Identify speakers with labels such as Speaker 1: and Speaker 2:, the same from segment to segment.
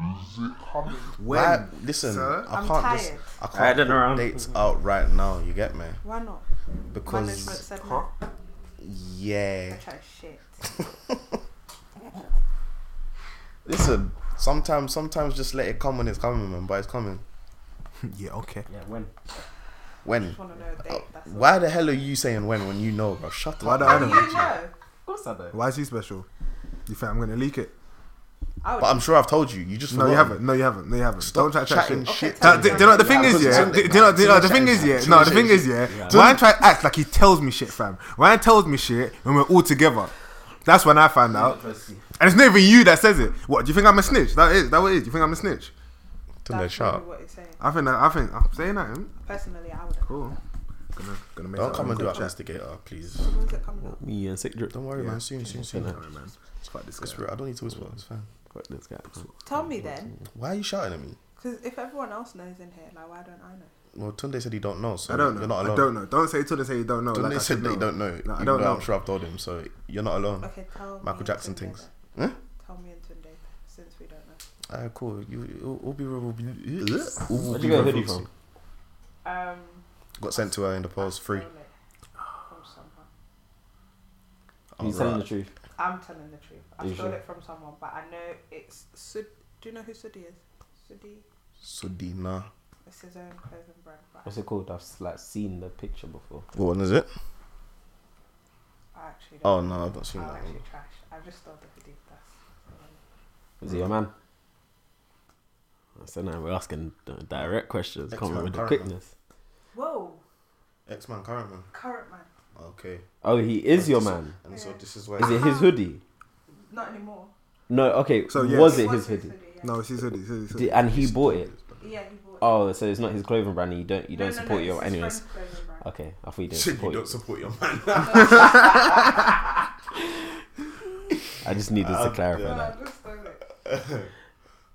Speaker 1: music humming.
Speaker 2: When
Speaker 3: Right,
Speaker 2: listen,
Speaker 3: sir?
Speaker 2: I
Speaker 4: I'm
Speaker 2: can't just
Speaker 4: tired.
Speaker 2: I
Speaker 5: I
Speaker 2: can't
Speaker 5: don't
Speaker 2: put
Speaker 5: know.
Speaker 2: dates out right now. You get me?
Speaker 4: Why not? Management
Speaker 2: Because
Speaker 4: said
Speaker 1: Huh?
Speaker 4: no.
Speaker 2: yeah,
Speaker 4: Which I shit.
Speaker 2: listen. Sometimes, sometimes just let it come when it's coming, man. But it's coming.
Speaker 3: yeah, okay.
Speaker 5: Yeah, when?
Speaker 2: When?
Speaker 4: Just want to know a date. That's all.
Speaker 2: Uh, Why the hell are you saying when when you know, bro? Shut
Speaker 3: Why
Speaker 2: up.
Speaker 3: do
Speaker 4: How
Speaker 3: I
Speaker 4: do
Speaker 3: know?
Speaker 4: you know?
Speaker 5: Of course I do.
Speaker 3: Why is he special? You think I'm gonna leak it?
Speaker 4: I would
Speaker 2: But I'm sure I've told you. You just
Speaker 3: No, you
Speaker 2: forgot.
Speaker 3: haven't. No, you haven't. No, you haven't.
Speaker 2: Stop
Speaker 3: Don't try to chat
Speaker 2: chatting
Speaker 3: shit.
Speaker 4: Okay,
Speaker 2: shit.
Speaker 4: tell
Speaker 3: That,
Speaker 4: me.
Speaker 3: do, do you know what the thing
Speaker 2: Yeah,
Speaker 3: is,
Speaker 2: I
Speaker 3: yeah?
Speaker 2: couldn't
Speaker 3: Do,
Speaker 2: send
Speaker 3: do you know,
Speaker 2: it,
Speaker 3: do you know
Speaker 2: man.
Speaker 3: what the thing is, yeah?
Speaker 2: Couldn't
Speaker 3: No, the
Speaker 2: send
Speaker 3: thing
Speaker 2: it.
Speaker 3: is, yeah. Ryan try to act like he tells me shit, fam. Ryan tells me shit when we're all together. That's when I find out. And it's not even you that says it. What, do you think I'm a snitch? That is, that what it is. You think I'm a snitch?
Speaker 2: Don't know,
Speaker 4: that's
Speaker 2: shut
Speaker 4: really
Speaker 2: up.
Speaker 4: what it's saying.
Speaker 3: I think, that, I think, I'm saying that. mm,
Speaker 4: Personally, I wouldn't.
Speaker 3: Cool. Gonna, gonna make
Speaker 2: Don't
Speaker 3: that
Speaker 2: come and do
Speaker 3: a
Speaker 2: an
Speaker 3: chat.
Speaker 2: investigator, please.
Speaker 4: When's it coming up?
Speaker 5: Me and sick drip.
Speaker 2: Don't worry,
Speaker 3: Yeah.
Speaker 2: man. Soon, soon, soon.
Speaker 5: Don't
Speaker 3: Sorry, man. Fuck this guy.
Speaker 2: Whisper. I don't need to whisper. It's fine.
Speaker 5: Fuck this guy.
Speaker 4: Tell me then,
Speaker 2: Why are you shouting at me?
Speaker 4: because if everyone else knows in here, like why don't I know?
Speaker 2: Well, Tunde said he don't know, so
Speaker 3: I don't know.
Speaker 2: you're not alone.
Speaker 3: I don't know. Don't say till they say you don't know.
Speaker 2: Tunde
Speaker 3: Oh, Like I
Speaker 2: said
Speaker 3: said
Speaker 2: that
Speaker 3: no.
Speaker 2: he don't know.
Speaker 3: No, I
Speaker 2: even
Speaker 3: don't
Speaker 2: though
Speaker 3: know.
Speaker 2: I'm sure I've told him, so you're not alone.
Speaker 4: Okay, tell
Speaker 2: Hmm. Michael
Speaker 4: me and
Speaker 2: Jackson
Speaker 4: Tunde
Speaker 2: things.
Speaker 4: then.
Speaker 2: Huh?
Speaker 4: Tell me and Tunde since we don't know.
Speaker 2: Alright, cool. You, it'll, it'll be. It'll be it'll
Speaker 5: Where'd
Speaker 2: be
Speaker 5: you get a
Speaker 2: revealed
Speaker 5: hoodie
Speaker 2: soon.
Speaker 5: from?
Speaker 4: Um,
Speaker 2: Got sent to her in the post free.
Speaker 4: I'll tell it From someone.
Speaker 5: Are you telling the truth?
Speaker 4: I'm telling the truth. I
Speaker 5: You
Speaker 4: stole
Speaker 5: sure?
Speaker 4: it from someone, but I know it's Sud. Do you know who Sudi is? Sudi.
Speaker 2: Sudina.
Speaker 4: It's his own clothing brand, but
Speaker 5: What's it called? I've like seen the picture before.
Speaker 2: What one is it?
Speaker 4: I actually.
Speaker 2: Oh
Speaker 4: Don't
Speaker 2: no, I've not seen
Speaker 4: I'm
Speaker 2: that
Speaker 4: actually
Speaker 2: one.
Speaker 4: trash. I just stole the hoodie. That's.
Speaker 5: Is he a man? So now we're asking the direct questions.
Speaker 2: Next
Speaker 5: Come on
Speaker 2: man,
Speaker 5: with the
Speaker 2: current
Speaker 5: quickness.
Speaker 4: Whoa,
Speaker 2: X Man, current man.
Speaker 4: current man.
Speaker 2: Okay.
Speaker 5: Oh, he is
Speaker 2: That's
Speaker 5: your
Speaker 2: just-
Speaker 5: man.
Speaker 2: And so this is why.
Speaker 5: Is it his hoodie?
Speaker 4: Not anymore.
Speaker 5: No. Okay.
Speaker 3: So, yeah.
Speaker 5: Was it his hoodie?
Speaker 4: yeah.
Speaker 3: No, it's his hoodie. It's his
Speaker 5: Did,
Speaker 3: hoodie.
Speaker 5: and he bought it.
Speaker 4: Yeah, he bought. it.
Speaker 5: Oh, so it's not his clothing brand. And you don't. You
Speaker 4: No,
Speaker 5: don't
Speaker 4: no, no,
Speaker 5: support
Speaker 4: it's
Speaker 5: your.
Speaker 4: his
Speaker 5: Anyways.
Speaker 4: friend's clothing brand.
Speaker 5: Okay. I thought you didn't
Speaker 2: Said
Speaker 5: support.
Speaker 2: you
Speaker 5: your
Speaker 2: don't support your man.
Speaker 5: I just needed to
Speaker 2: Ah,
Speaker 5: clarify
Speaker 2: yeah.
Speaker 5: that.
Speaker 4: No, I just stole it.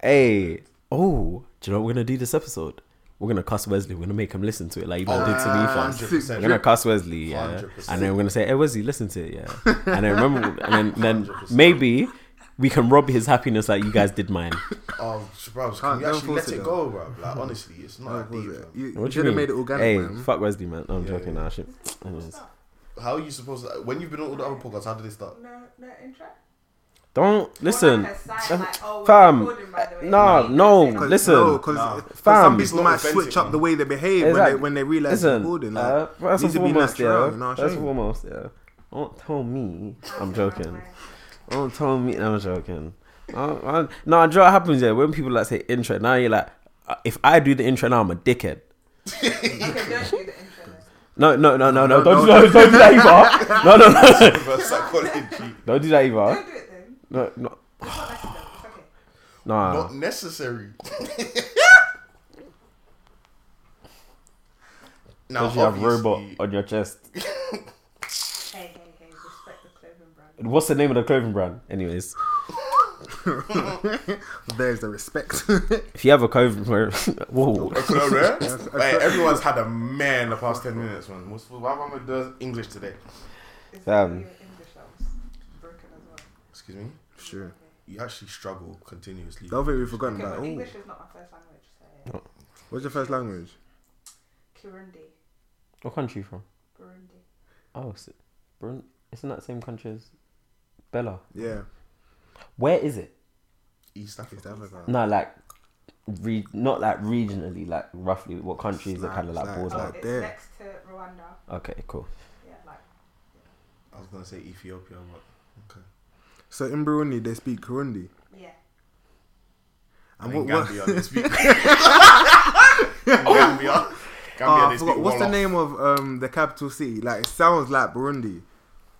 Speaker 5: Hey, oh, do you know what we're gonna do this episode? We're gonna cuss Wesley. We're gonna make him listen to it like he did to
Speaker 3: Oh,
Speaker 5: me first. We're gonna cuss Wesley, yeah,
Speaker 2: 100%.
Speaker 5: and then we're gonna say, "Hey, Wesley, listen to it, yeah." And then remember, and then, then
Speaker 2: 100%.
Speaker 5: maybe we can rob his happiness like you guys did mine.
Speaker 2: Oh, bro,
Speaker 3: Can't-
Speaker 2: can we
Speaker 3: don't
Speaker 2: actually
Speaker 3: force
Speaker 2: let
Speaker 3: it,
Speaker 2: it
Speaker 3: though.
Speaker 2: go, bro? Like, honestly, it's not
Speaker 3: What
Speaker 2: that
Speaker 3: was
Speaker 2: deep.
Speaker 3: it?
Speaker 2: fam.
Speaker 3: You,
Speaker 5: What
Speaker 3: you
Speaker 5: do you
Speaker 3: should have
Speaker 5: mean?
Speaker 3: made it organic,
Speaker 5: hey,
Speaker 3: man.
Speaker 5: fuck Wesley, man. No, I'm
Speaker 2: Yeah,
Speaker 5: joking.
Speaker 2: yeah.
Speaker 5: Nah, shit. Anyways.
Speaker 4: Stop.
Speaker 2: How are you supposed to? When you've been on all the other podcasts, how did it start?
Speaker 4: No, no intro.
Speaker 5: Don't listen,
Speaker 4: Well, like a sign, like, oh, we're
Speaker 5: fam.
Speaker 4: recording, by the way.
Speaker 5: nah,
Speaker 4: You
Speaker 5: no,
Speaker 4: can say that.
Speaker 5: listen.
Speaker 3: no, because
Speaker 2: Nah.
Speaker 5: Fam.
Speaker 3: some
Speaker 2: It's
Speaker 3: people
Speaker 2: not
Speaker 3: might
Speaker 2: authentic,
Speaker 3: switch up
Speaker 2: man.
Speaker 3: the way they behave when
Speaker 5: Exactly.
Speaker 3: they when they realize
Speaker 5: Listen,
Speaker 3: it's recording. Like,
Speaker 5: uh, first
Speaker 3: needs
Speaker 5: and
Speaker 3: to be
Speaker 5: foremost,
Speaker 3: natural,
Speaker 5: yeah.
Speaker 3: you know what I'm
Speaker 5: First and
Speaker 3: saying?
Speaker 5: foremost, yeah. Don't tell me. I'm
Speaker 4: Okay,
Speaker 5: joking.
Speaker 4: right.
Speaker 5: Don't tell me I'm joking. Uh, uh, no, do you know what happens yeah? When people like say intro, now you're like, uh, if I do the intro now, I'm a dickhead.
Speaker 4: Okay, don't do the intro. then.
Speaker 5: No, no, no, no, no.
Speaker 3: No,
Speaker 5: Don't,
Speaker 3: no.
Speaker 5: no, don't do that either. No, no, no.
Speaker 2: Reverse psychology.
Speaker 5: Don't do that either.
Speaker 4: Don't do it then.
Speaker 5: No, no.
Speaker 4: It's not necessary. It's okay.
Speaker 5: Nah.
Speaker 2: Not necessary. now,
Speaker 5: Because you have
Speaker 2: obviously-
Speaker 5: robot on your chest.
Speaker 4: Hey, hey, hey. Respect the clothing brand.
Speaker 5: What's the name of the clothing brand? Anyways,
Speaker 3: There's the respect.
Speaker 5: if you have a clothing brand, whoa.
Speaker 2: Clara? Like, everyone's had a man the past 10 minutes, man. What's, why am I going to do English today?
Speaker 4: Is
Speaker 5: Fam.
Speaker 4: your English that was broken as well?
Speaker 2: Excuse me?
Speaker 3: sure.
Speaker 2: You actually struggle continuously.
Speaker 3: Don't think we've forgotten
Speaker 4: Okay,
Speaker 3: that.
Speaker 4: but
Speaker 3: Ooh.
Speaker 4: English is not my first language, so yeah.
Speaker 3: What's your first language?
Speaker 4: Kirundi,
Speaker 5: What country you from?
Speaker 4: Burundi.
Speaker 5: Oh, it's Brun- isn't that the same country as Bella?
Speaker 3: Yeah,
Speaker 5: Where is it?
Speaker 2: East
Speaker 3: East
Speaker 2: Africa.
Speaker 3: Africa.
Speaker 5: No, like, re- not like regionally, like roughly what country is it kind of like
Speaker 3: Snacks,
Speaker 5: border?
Speaker 3: It's
Speaker 4: Oh,
Speaker 3: like
Speaker 4: it's
Speaker 3: there.
Speaker 4: next to Rwanda.
Speaker 5: Okay, cool.
Speaker 4: Yeah, like
Speaker 2: I was going to say Ethiopia, but. Okay.
Speaker 3: So in Burundi they speak Kurundi.
Speaker 4: yeah.
Speaker 3: And
Speaker 2: In
Speaker 3: what, what,
Speaker 2: Gambia, they speak. In Gambia. Gambia,
Speaker 3: Ah, I
Speaker 2: they
Speaker 3: forgot.
Speaker 2: speak.
Speaker 3: What's the
Speaker 2: Wolof.
Speaker 3: name of um the capital city? Like it sounds like Burundi,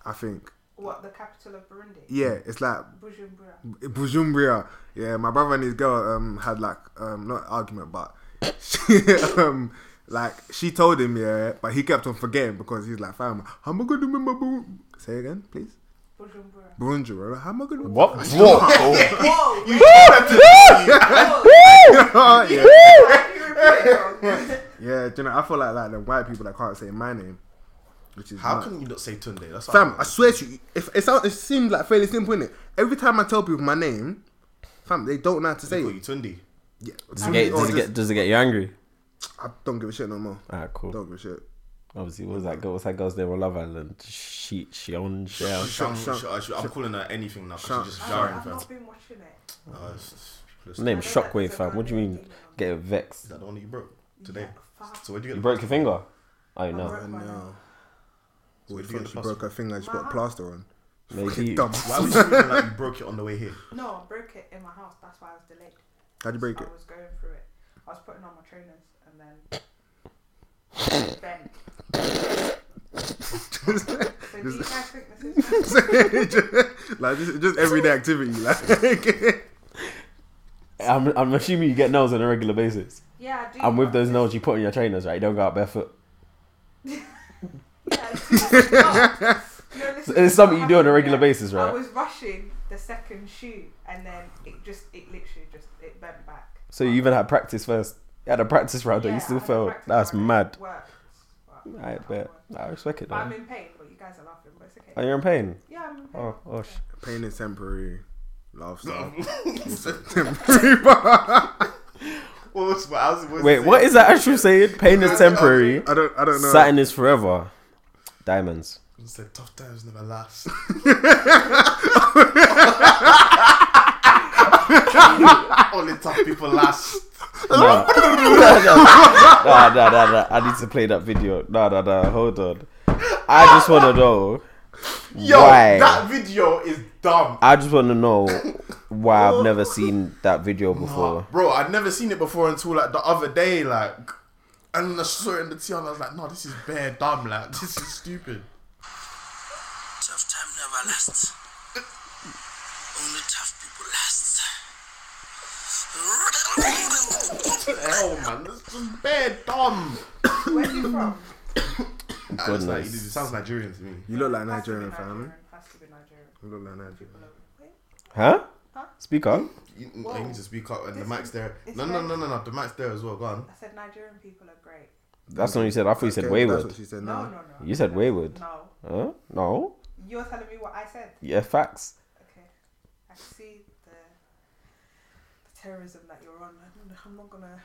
Speaker 3: I think.
Speaker 4: What the capital of Burundi?
Speaker 3: Yeah, it's like
Speaker 4: Bujumbura.
Speaker 3: Bujumbura. Yeah, my brother and his girl um had like um not argument but she, um like she told him yeah, but he kept on forgetting because he's like, fam, how am I gonna remember Bur-? Say again, please.
Speaker 4: Bujumbura.
Speaker 3: Burundi, right? how am I gonna
Speaker 5: What? Oh. What?
Speaker 4: Whoa! wait, whoa.
Speaker 3: yeah. yeah,
Speaker 4: Why do you remember it wrong?
Speaker 3: do you know, I feel like like the white people that can't say my name. Which is
Speaker 2: How
Speaker 3: mad.
Speaker 2: can you not say Tunde? That's what
Speaker 3: Fam,
Speaker 2: I'm-
Speaker 3: I swear to you, if it sounds, it seems like fairly simple, innit? Every time I tell people my name, Fam, they don't know how to say
Speaker 2: They call
Speaker 3: it.
Speaker 2: you Tundi.
Speaker 3: Yeah.
Speaker 5: Does it, get,
Speaker 3: Or
Speaker 5: does, it
Speaker 3: just-
Speaker 5: get, does it get you angry?
Speaker 3: I don't give a shit no more.
Speaker 5: Ah, cool.
Speaker 3: Don't give a shit.
Speaker 5: Obviously, what was that girl? What's that girl's name on Love Island? She, she on Shell.
Speaker 2: Shang,
Speaker 3: Shang-
Speaker 2: Shang- Shang- I'm calling her anything now
Speaker 3: Shang-
Speaker 2: because she's just
Speaker 4: I've
Speaker 2: jarring,
Speaker 4: not- I've
Speaker 2: fam.
Speaker 4: not been watching it.
Speaker 2: Uh, it's- it's- it's-
Speaker 5: Name
Speaker 4: I know that
Speaker 5: Shockwave,
Speaker 4: it's a
Speaker 5: fam. What do you
Speaker 4: family
Speaker 5: mean?
Speaker 4: thing, um,
Speaker 5: Get
Speaker 2: Is
Speaker 5: vexed.
Speaker 2: that the one that you broke today?
Speaker 4: Yeah, fuck.
Speaker 2: So where'd you get
Speaker 5: You
Speaker 2: the-
Speaker 5: broke your finger. I know.
Speaker 4: broke-
Speaker 3: I know.
Speaker 2: So where'd
Speaker 3: What if you
Speaker 2: you get the
Speaker 3: actually
Speaker 2: plaster?
Speaker 3: broke her finger? She's got
Speaker 4: My-
Speaker 3: a plaster on.
Speaker 5: Maybe.
Speaker 3: Dumb.
Speaker 2: Why was you feeling like you broke it on the way here?
Speaker 4: No, I broke it in my house. That's why I was delayed.
Speaker 3: How'd you break
Speaker 4: I
Speaker 3: it?
Speaker 4: was going through it. I was putting on my trainers and then bent. So do you guys think this is?
Speaker 3: like just, just everyday activity. Like
Speaker 5: I'm, I'm assuming you get nails on a regular basis.
Speaker 4: Yeah, I do.
Speaker 5: And with
Speaker 4: but
Speaker 5: those nails you put on your trainers, right? You don't go out barefoot.
Speaker 4: Yeah, it's- No, listen,
Speaker 5: It's something you do on a regular
Speaker 4: yeah.
Speaker 5: basis,
Speaker 4: I
Speaker 5: right?
Speaker 4: was rushing the second shoe and then it just, it literally just, it bent back.
Speaker 5: So you even had practice first. You had a practice round, and
Speaker 4: Yeah,
Speaker 5: you still
Speaker 4: I had
Speaker 5: failed.
Speaker 4: practice
Speaker 5: That's
Speaker 4: round,
Speaker 5: mad.
Speaker 4: it worked, but
Speaker 5: I
Speaker 4: that
Speaker 5: bet.
Speaker 4: worked.
Speaker 5: I respect it.
Speaker 4: But I'm
Speaker 5: Though.
Speaker 4: in pain, but you guys are laughing, but it's okay.
Speaker 5: Are you in pain?
Speaker 4: yeah, I'm in pain.
Speaker 5: Oh, oh, sh-
Speaker 3: pain is temporary. Love stuff.
Speaker 2: What was- what else was
Speaker 5: Wait,
Speaker 2: it?
Speaker 5: what is that actual saying? Pain is temporary.
Speaker 3: I don't. I don't know.
Speaker 5: Satin is forever. Diamonds.
Speaker 2: It said tough times never last. Only tough people last.
Speaker 5: No. no, no, no, no, no. I need to play that video. No, no, no. Hold on. I just want to know
Speaker 2: Yo,
Speaker 5: why.
Speaker 2: that video is dumb.
Speaker 5: I just want to know why I've never seen that video before.
Speaker 2: Bro, I'd never seen it before until like the other day, like, and I saw it in the TV and I was like, no, this is bare dumb, like, this is stupid.
Speaker 6: Tough time never lasts. Only tough people last.
Speaker 2: Hell, man, this is bare dumb.
Speaker 4: Where are you from?
Speaker 2: It's like, it
Speaker 5: Goodness.
Speaker 2: sounds Nigerian to me.
Speaker 3: You look like
Speaker 4: Has to be
Speaker 3: Nigerian, fam.
Speaker 4: Nigerian, Has to be Nigerian.
Speaker 3: You look like Nigerian.
Speaker 5: Huh?
Speaker 4: Huh?
Speaker 5: Speak up.
Speaker 2: You,
Speaker 4: Whoa.
Speaker 2: you need to speak up, and the
Speaker 4: This
Speaker 2: mic's
Speaker 4: is-
Speaker 2: there.
Speaker 4: this
Speaker 2: No, no,
Speaker 4: mic-
Speaker 2: no, no, no, the mic's there as well. Go on.
Speaker 4: I said Nigerian people are great.
Speaker 5: That's not what you said. I thought you said
Speaker 3: Okay, That's what
Speaker 5: wayward.
Speaker 3: she said.
Speaker 4: No, no,
Speaker 3: No.
Speaker 4: no.
Speaker 5: You said wayward.
Speaker 4: No.
Speaker 5: Huh? No.
Speaker 4: You're telling me what I said.
Speaker 5: Yeah, facts.
Speaker 4: Okay. I see the, the terrorism that you're on. I'm not- I'm not gonna.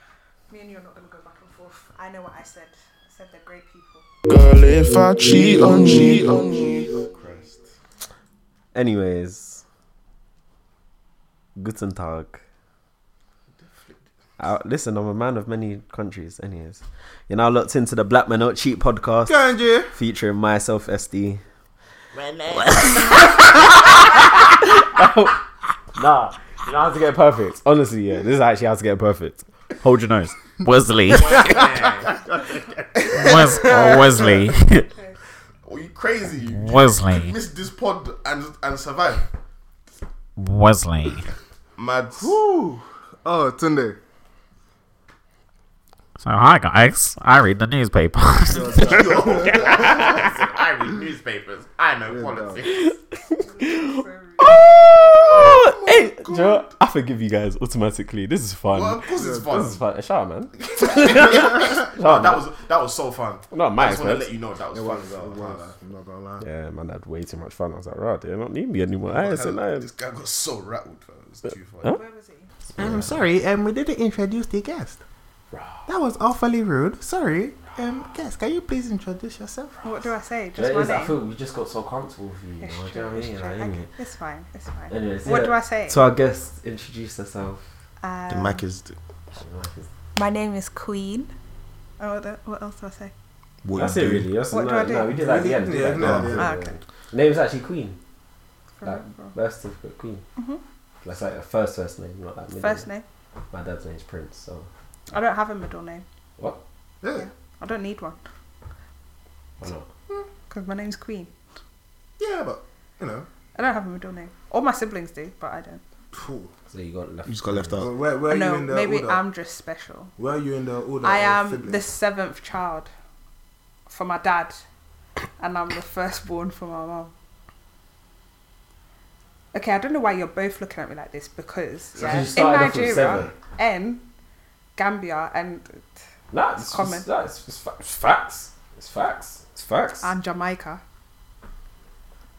Speaker 4: Me and you are not gonna go back and forth. I know what I said. I said they're great people.
Speaker 6: Girl, if I cheat on you, on you.
Speaker 2: Christ.
Speaker 5: Anyways, guten Tag. Uh, listen, I'm a man of many countries. Anyways, you're now locked into the Black Man Out Cheat podcast
Speaker 3: Kanye.
Speaker 5: featuring myself, SD. Oh, nah, you know how to get perfect. Honestly, yeah, this is actually how to get perfect.
Speaker 7: Hold your nose. Wesley. Wes- or Wesley.
Speaker 2: Oh, you crazy? You
Speaker 7: Wesley.
Speaker 2: missed this pod and and survive.
Speaker 7: Wesley.
Speaker 2: Mad.
Speaker 3: Woo. Oh, Tunde.
Speaker 7: So, hi, guys. I read the newspaper.
Speaker 2: I read newspapers. I know politics.
Speaker 5: Oh, hey, do you know what? I forgive you guys automatically. This is fun.
Speaker 2: Well, of course it's
Speaker 5: This is
Speaker 2: fun.
Speaker 5: fun. Shout out, man.
Speaker 2: No, Oh, that was that was so fun.
Speaker 5: Not my
Speaker 2: I just want to
Speaker 5: expense.
Speaker 2: let you know that was
Speaker 3: It
Speaker 2: fun
Speaker 3: was.
Speaker 2: as
Speaker 3: It
Speaker 2: well.
Speaker 3: was. I'm not gonna lie.
Speaker 5: Yeah, man, I had way too much fun. I was like, right, they don't need me anymore. I ain't said
Speaker 2: Hell,
Speaker 5: nothing.
Speaker 2: This guy got so rattled. Bro. It was
Speaker 5: Uh,
Speaker 2: too fun.
Speaker 4: Where was he?
Speaker 3: I'm sorry, um, we didn't introduce the guest. That was awfully rude. Sorry. Um, guest, can you please introduce yourself?
Speaker 4: What do I say? Just my name.
Speaker 5: we just got so comfortable with you.
Speaker 4: It's true, it's true. Okay, It's fine. It's fine.
Speaker 5: Anyways,
Speaker 4: what
Speaker 5: yeah.
Speaker 4: do I say?
Speaker 5: our guest, introduce herself.
Speaker 4: Um,
Speaker 2: is
Speaker 4: My name is Queen. Oh, what, the- what else do I say?
Speaker 5: That's it, really. That's
Speaker 4: What do
Speaker 5: no,
Speaker 4: I do?
Speaker 5: No, we did that at the end.
Speaker 3: Yeah,
Speaker 5: Like,
Speaker 3: no,
Speaker 5: uh,
Speaker 3: yeah.
Speaker 4: Ah, okay.
Speaker 5: Name's actually Queen.
Speaker 4: From-
Speaker 5: Like,
Speaker 4: from-
Speaker 5: birth certificate Queen. That's like a first first name, not that middle.
Speaker 4: First name.
Speaker 5: name. My dad's name's Prince, so
Speaker 4: I don't have a middle name.
Speaker 5: what?
Speaker 3: Yeah.
Speaker 4: I don't need one
Speaker 5: Why not?
Speaker 4: because my name's Queen.
Speaker 3: Yeah, but you know,
Speaker 4: I don't have a middle name. All my siblings do, but I don't.
Speaker 3: phew.
Speaker 5: So you got left.
Speaker 2: left
Speaker 3: Well, where, where are you
Speaker 4: no,
Speaker 3: in the
Speaker 4: maybe
Speaker 3: order?
Speaker 4: I'm just special.
Speaker 3: where are you in the order?
Speaker 4: I
Speaker 3: of
Speaker 4: am
Speaker 3: siblings?
Speaker 4: the seventh child for my dad, and I'm the firstborn for my mum. Okay, I don't know why you're both looking at me like this because
Speaker 5: So
Speaker 4: yeah,
Speaker 5: you started off with
Speaker 4: in
Speaker 5: seven.
Speaker 4: Nigeria, in Gambia, and
Speaker 5: That's
Speaker 4: It's common.
Speaker 5: it's- That's it's fa- it's facts. It's facts. It's facts.
Speaker 4: and Jamaica.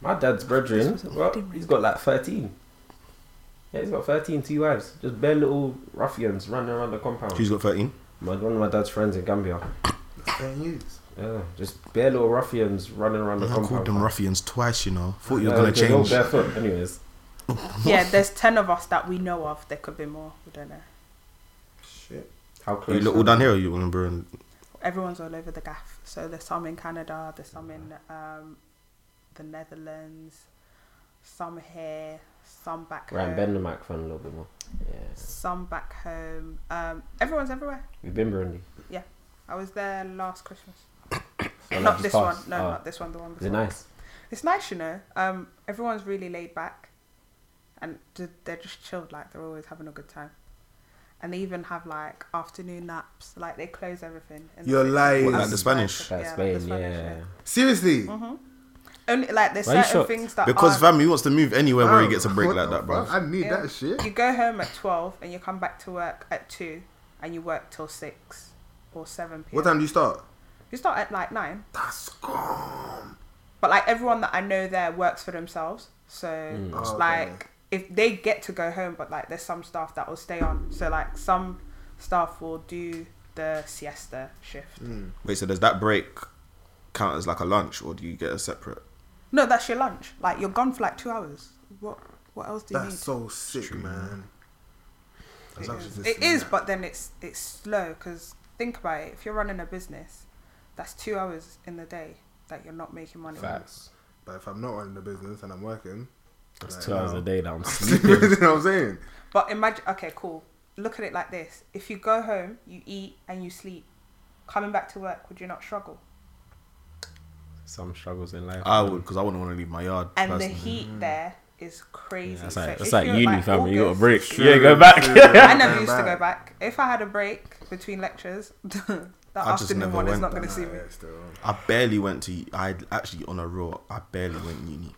Speaker 5: My dad's brethren, well, he's got like 13. Yeah, he's got 13 two wives. Just bare little ruffians running around the compound.
Speaker 2: Who's got 13?
Speaker 5: My, one of my dad's friends in Gambia.
Speaker 8: Fair news.
Speaker 5: Yeah, just bare little ruffians running around the
Speaker 2: I
Speaker 5: compound.
Speaker 2: called them ruffians twice, you know. Thought
Speaker 5: Yeah,
Speaker 2: you were going to
Speaker 5: they're all
Speaker 2: change.
Speaker 5: barefoot, anyways.
Speaker 4: Yeah, there's ten of us that we know of. There could be more. We don't know.
Speaker 8: Shit.
Speaker 5: How
Speaker 2: Are
Speaker 5: close?
Speaker 2: you all down here or you in Burn?
Speaker 5: Ah.
Speaker 4: Everyone's all over the gaff. So there's some in Canada. There's some in um, the Netherlands. Some here. Some back
Speaker 5: Right,
Speaker 4: home.
Speaker 5: bend the microphone a little bit more. Yeah,
Speaker 4: Some back home. Um, everyone's everywhere.
Speaker 5: we've been Burundi.
Speaker 4: I was there last Christmas.
Speaker 5: So
Speaker 4: not
Speaker 5: that's
Speaker 4: this
Speaker 5: fast.
Speaker 4: one. No,
Speaker 5: Ah,
Speaker 4: not this one. The one
Speaker 5: Is it
Speaker 4: before.
Speaker 5: nice?
Speaker 4: It's nice, you know. Um, everyone's really laid back, and d- they're just chilled. Like they're always having a good time, and they even have like afternoon naps. Like they close everything. in the
Speaker 3: You're
Speaker 4: city.
Speaker 3: lying.
Speaker 2: What, like the Spanish?
Speaker 5: That's
Speaker 4: Yeah,
Speaker 5: Spain,
Speaker 4: that's
Speaker 5: yeah.
Speaker 4: fine, yeah.
Speaker 3: Seriously,
Speaker 4: Mm-hmm. Only like there's
Speaker 5: Why are you
Speaker 4: certain
Speaker 5: shocked?
Speaker 4: things that
Speaker 2: Because
Speaker 4: aren't-
Speaker 2: family wants to move anywhere where he
Speaker 3: Fam,
Speaker 2: gets a break
Speaker 3: what
Speaker 2: like
Speaker 3: the
Speaker 2: that, bro.
Speaker 3: fuck? I need
Speaker 4: Yeah.
Speaker 3: that shit.
Speaker 4: you go home at twelve and you come back to work at two, and you work till six or seven p.m.
Speaker 3: What time do you start?
Speaker 4: You start at like nine.
Speaker 3: That's calm.
Speaker 4: But like everyone that I know there works for themselves. So it's
Speaker 2: Mm.
Speaker 3: Oh,
Speaker 4: like if they get to go home, but like there's some staff that will stay on. So like some staff will do the siesta shift.
Speaker 3: Mm.
Speaker 2: Wait, so does that break count as like a lunch or do you get a separate?
Speaker 4: No, that's your lunch. Like you're gone for like two hours. What what else do you
Speaker 3: That's so sick, man.
Speaker 4: need?
Speaker 3: That's
Speaker 4: It
Speaker 3: actually
Speaker 4: is,
Speaker 3: just
Speaker 4: it
Speaker 3: seeing
Speaker 4: is
Speaker 3: that.
Speaker 4: but then it's it's slow because think about it. If you're running a business, that's two hours in the day that you're not making money.
Speaker 3: But if I'm not running the business and I'm working,
Speaker 5: It's
Speaker 3: like
Speaker 5: two hours
Speaker 3: now-
Speaker 5: a day now. I'm
Speaker 3: you
Speaker 5: sleeping.
Speaker 3: know what I'm saying?
Speaker 4: But imagine, okay, cool. Look at it like this: if you go home, you eat and you sleep. Coming back to work, would you not struggle?
Speaker 5: Some struggles in life.
Speaker 2: I would, because I wouldn't want to leave my yard.
Speaker 4: And the
Speaker 2: personally.
Speaker 4: heat there is crazy.
Speaker 5: That's
Speaker 4: So
Speaker 5: like, that's
Speaker 4: if
Speaker 5: like
Speaker 4: you're,
Speaker 5: uni, fam. You got a
Speaker 4: August-
Speaker 5: break. Yeah, go back.
Speaker 4: I never used to
Speaker 3: Back.
Speaker 4: go back. If I had a break between lectures, that
Speaker 2: I just
Speaker 4: afternoon
Speaker 2: never
Speaker 4: one is
Speaker 2: went
Speaker 4: not
Speaker 2: back.
Speaker 4: going to see
Speaker 3: Nah,
Speaker 4: me.
Speaker 3: yeah, still.
Speaker 2: I barely went to. I actually on a roll. I barely went uni.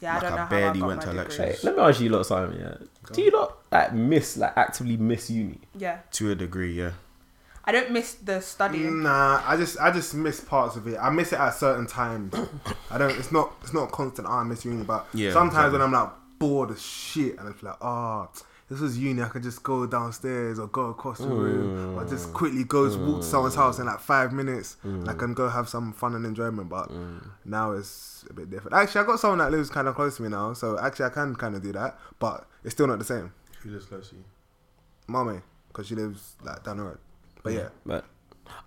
Speaker 4: Yeah, I
Speaker 2: Like,
Speaker 4: don't
Speaker 2: I
Speaker 4: know how I
Speaker 2: barely
Speaker 4: got
Speaker 2: went
Speaker 4: my
Speaker 2: to
Speaker 4: degree.
Speaker 2: lectures.
Speaker 5: Hey, let me ask you lot something. Yeah, do you not like miss like actively miss uni?
Speaker 4: Yeah,
Speaker 2: To a degree, yeah. Mm.
Speaker 4: I don't miss the studying.
Speaker 3: Nah, I just I just miss parts of it. I miss it at certain times. I don't. It's not. It's not constant. Oh, I miss uni, but
Speaker 2: Yeah,
Speaker 3: sometimes
Speaker 2: exactly.
Speaker 3: when I'm like bored as shit, and it's like, oh, this was uni. I could just go downstairs or go across the room, or
Speaker 2: Mm.
Speaker 3: just quickly go walk to someone's house in like five minutes, and I can go have some fun and enjoyment. But
Speaker 2: Mm.
Speaker 3: now it's a bit different. Actually, I got someone that lives kind of close to me now, so actually I can kind of do that, but it's still not the same.
Speaker 8: Who lives close to you?
Speaker 3: Mommy, because she lives like down the road. But yeah.
Speaker 5: But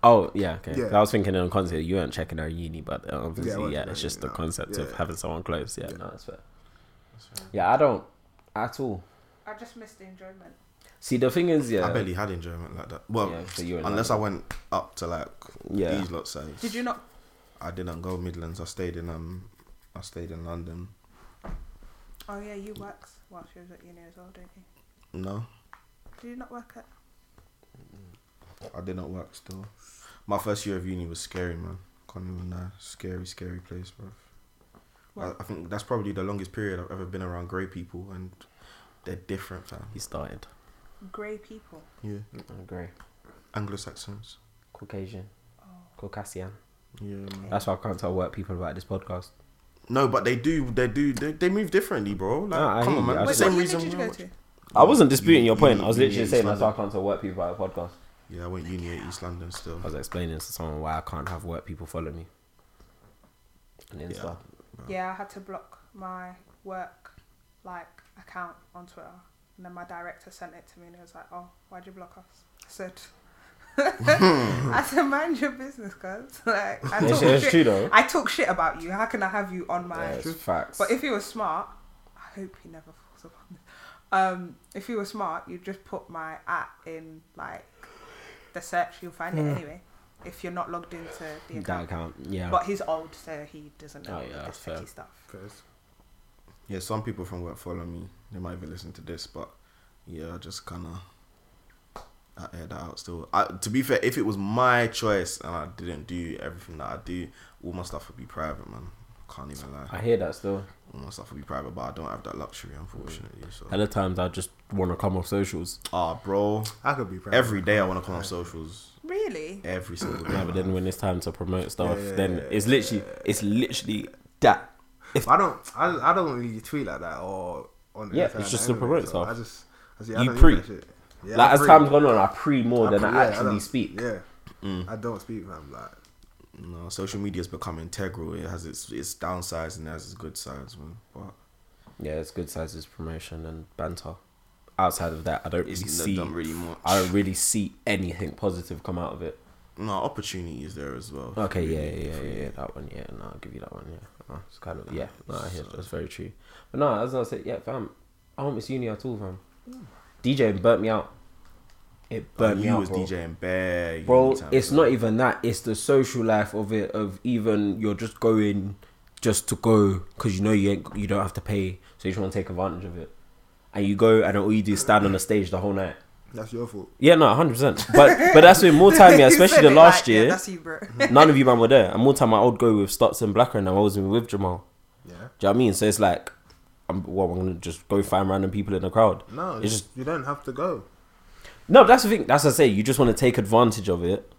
Speaker 5: oh yeah, okay.
Speaker 3: Yeah.
Speaker 5: 'Cause I was thinking on concept you weren't checking our uni, but uh, obviously
Speaker 3: I
Speaker 5: yeah,
Speaker 3: wasn't
Speaker 5: it's
Speaker 3: checking
Speaker 5: just the
Speaker 3: our uni, no.
Speaker 5: concept of
Speaker 3: Yeah.
Speaker 5: having someone close. Yeah, no, that's fair. Yeah, I don't at all.
Speaker 4: I just miss the enjoyment.
Speaker 5: See, the thing is, yeah,
Speaker 2: I barely had enjoyment like that. Well,
Speaker 5: Yeah, so you were in
Speaker 2: unless I
Speaker 5: London.
Speaker 2: went up to like
Speaker 5: Yeah.
Speaker 2: these lot sides.
Speaker 4: Did you not?
Speaker 2: I didn't go Midlands. I stayed in um, I stayed in London.
Speaker 4: Oh yeah, you worked whilst you was at uni as well, don't you?
Speaker 2: No,
Speaker 4: Did you not work at?
Speaker 2: I did not work still. My first year of uni was scary, man. Can't even lie. Scary, scary place, bro. I,
Speaker 4: What?
Speaker 2: I think that's probably the longest period I've ever been around grey people, and they're different, fam.
Speaker 5: he started.
Speaker 4: Grey people.
Speaker 2: Yeah,
Speaker 5: I'm grey,
Speaker 2: Anglo Saxons.
Speaker 5: Caucasian,
Speaker 4: Oh.
Speaker 5: Caucasian.
Speaker 2: Yeah, man.
Speaker 5: That's why I can't tell white people about this podcast.
Speaker 2: No, but they do. They do. They, they move differently, bro. Like,
Speaker 5: Nah, I
Speaker 2: come
Speaker 5: hear
Speaker 2: on,
Speaker 5: you.
Speaker 2: man.
Speaker 5: I
Speaker 4: Wait,
Speaker 5: just-
Speaker 4: what
Speaker 2: Same
Speaker 4: uni
Speaker 2: reason.
Speaker 4: did you
Speaker 2: we
Speaker 4: go
Speaker 2: went-
Speaker 4: to?
Speaker 5: I wasn't disputing your
Speaker 2: uni-
Speaker 5: point. I was
Speaker 2: uni
Speaker 5: literally
Speaker 2: East
Speaker 5: saying that's why I
Speaker 2: London.
Speaker 5: can't tell white people about the podcast.
Speaker 2: Yeah, I went uni at East London still.
Speaker 5: I was explaining to someone why I can't have work people follow me. And Insta.
Speaker 2: Yeah.
Speaker 4: Yeah, I had to block my work like account on Twitter, and then my director sent it to me, and he was like, "Oh, why'd you block us?" I said, "I said, mind your business, cuz like I
Speaker 5: It's,
Speaker 4: talk
Speaker 5: it's true
Speaker 4: shit.
Speaker 5: though.
Speaker 4: I talk shit about you. How can I have you on my?"
Speaker 5: Yeah, it's facts.
Speaker 4: But if he was smart, I hope he never falls upon this. Um, if he was smart, you'd just put my at in like the search. You'll find it anyway. If you're not logged into the
Speaker 5: Hmm. that
Speaker 4: account.
Speaker 5: account, yeah.
Speaker 4: But he's old, so he doesn't know
Speaker 5: Oh,
Speaker 4: all
Speaker 5: yeah,
Speaker 4: of this
Speaker 5: fair.
Speaker 4: techie stuff.
Speaker 2: Yeah, some people from work follow me. They might even listen to this, but yeah, I just kind of I air that out still. I, to be fair, if it was my choice and I didn't do everything that I do, all my stuff would be private, man. Can't even
Speaker 5: I
Speaker 2: lie.
Speaker 5: hear that still.
Speaker 2: All my stuff would be private, but I don't have that luxury, unfortunately. So,
Speaker 5: Other times I just want to come off socials.
Speaker 2: ah, bro,
Speaker 3: I could be proud.
Speaker 2: every day I want to come on socials.
Speaker 4: Really?
Speaker 2: Every single day.
Speaker 5: Yeah, but then when it's time to promote stuff,
Speaker 3: Yeah.
Speaker 5: then it's literally, it's literally that.
Speaker 3: I don't, I, I don't really tweet like that or on
Speaker 5: Yeah,
Speaker 3: Instagram
Speaker 5: it's just to
Speaker 3: anyway,
Speaker 5: promote
Speaker 3: so
Speaker 5: stuff.
Speaker 3: I just, I just, yeah, I
Speaker 5: You
Speaker 3: don't do that
Speaker 5: pre.
Speaker 3: shit. Yeah,
Speaker 5: like
Speaker 3: I
Speaker 5: as
Speaker 3: pre.
Speaker 5: time's gone on, I pre more than
Speaker 3: pre, yeah,
Speaker 5: I actually
Speaker 3: don't-
Speaker 5: speak. Mm.
Speaker 3: Yeah, I don't speak, man. Like,
Speaker 2: No, social media's become integral. It has its its downsides and it has its good sides, man. But
Speaker 5: Yeah, it's good sizes promotion and banter. Outside of that, I don't
Speaker 2: it's
Speaker 5: really
Speaker 2: not
Speaker 5: see.
Speaker 2: done really much.
Speaker 5: I don't really see anything positive come out of it.
Speaker 2: no opportunity is there as well.
Speaker 5: Okay, yeah,
Speaker 2: Really,
Speaker 5: yeah,
Speaker 2: for
Speaker 5: yeah,
Speaker 2: you.
Speaker 5: yeah, that one, yeah, no, I'll give you that one, yeah. No, it's kind of, yeah, no, I hear that, that's very true. But no, as I said, yeah, fam, I don't miss uni at all, fam. DJing burnt me out. It burnt
Speaker 2: Like,
Speaker 5: me
Speaker 2: you
Speaker 5: out,
Speaker 2: was
Speaker 5: bro.
Speaker 2: DJing bare.
Speaker 5: bro
Speaker 2: uni times,
Speaker 5: it's
Speaker 2: man.
Speaker 5: not even that it's the social life of it of even you're just going just to go because you know you ain't you don't have to pay so you just want to take advantage of it and you go and all you do is stand on the stage the whole night
Speaker 3: that's your fault.
Speaker 5: yeah no 100% but but that's when more time yeah
Speaker 4: You
Speaker 5: especially
Speaker 4: said
Speaker 5: the
Speaker 4: it
Speaker 5: last
Speaker 4: like, yeah,
Speaker 5: year
Speaker 4: that's you, bro.
Speaker 5: none of you man were there and more time I would go with Stotts and Blacker and I wasn't with Jamal do
Speaker 3: Yeah.
Speaker 5: you know what I mean so it's like I'm, well, I'm gonna just go find random people in the crowd.
Speaker 3: No,
Speaker 5: it's just
Speaker 3: you don't have to go.
Speaker 5: no. That's the thing. That's what I say. You just want to take advantage of it.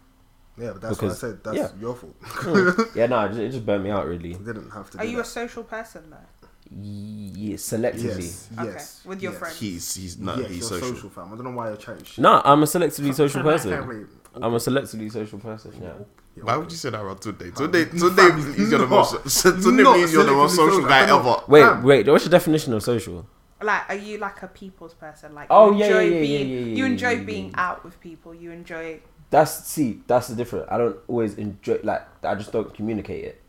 Speaker 3: Yeah, but that's
Speaker 5: Because-
Speaker 3: what I said. That's
Speaker 5: yeah.
Speaker 3: your fault.
Speaker 5: Yeah, no, it just, it just burnt me out really.
Speaker 3: you didn't have to.
Speaker 4: Are
Speaker 3: do
Speaker 4: you a
Speaker 3: that.
Speaker 4: social person though?
Speaker 5: Yeah, selectively.
Speaker 3: Yes.
Speaker 4: Okay,
Speaker 3: Yes.
Speaker 4: with your
Speaker 3: yes.
Speaker 4: friends.
Speaker 2: He's he's not
Speaker 3: yes,
Speaker 2: he's
Speaker 3: you're
Speaker 2: social.
Speaker 3: social fam. I don't know why you're chatting shit.
Speaker 5: No, I'm a selectively social
Speaker 3: Can't
Speaker 5: person.
Speaker 3: wait.
Speaker 5: I'm a selectively social person. Yeah.
Speaker 8: Why would you say that around Tunde? Tunde, Tunde means you're the most.
Speaker 3: Not-
Speaker 8: Tunde means you're the most
Speaker 3: not
Speaker 8: social guy
Speaker 3: selectively
Speaker 8: ever.
Speaker 3: social.
Speaker 5: Wait,
Speaker 3: Fam.
Speaker 5: wait. What's your definition of social?
Speaker 4: Like, are you like a people's person? Like,
Speaker 5: Oh,
Speaker 4: you
Speaker 5: yeah,
Speaker 4: enjoy
Speaker 5: yeah, yeah,
Speaker 4: being,
Speaker 5: yeah, yeah,
Speaker 4: you
Speaker 5: yeah,
Speaker 4: enjoy
Speaker 5: yeah, yeah,
Speaker 4: being
Speaker 5: yeah.
Speaker 4: out with people. You enjoy.
Speaker 5: That's see. That's the difference. I don't always enjoy. Like I just don't communicate it.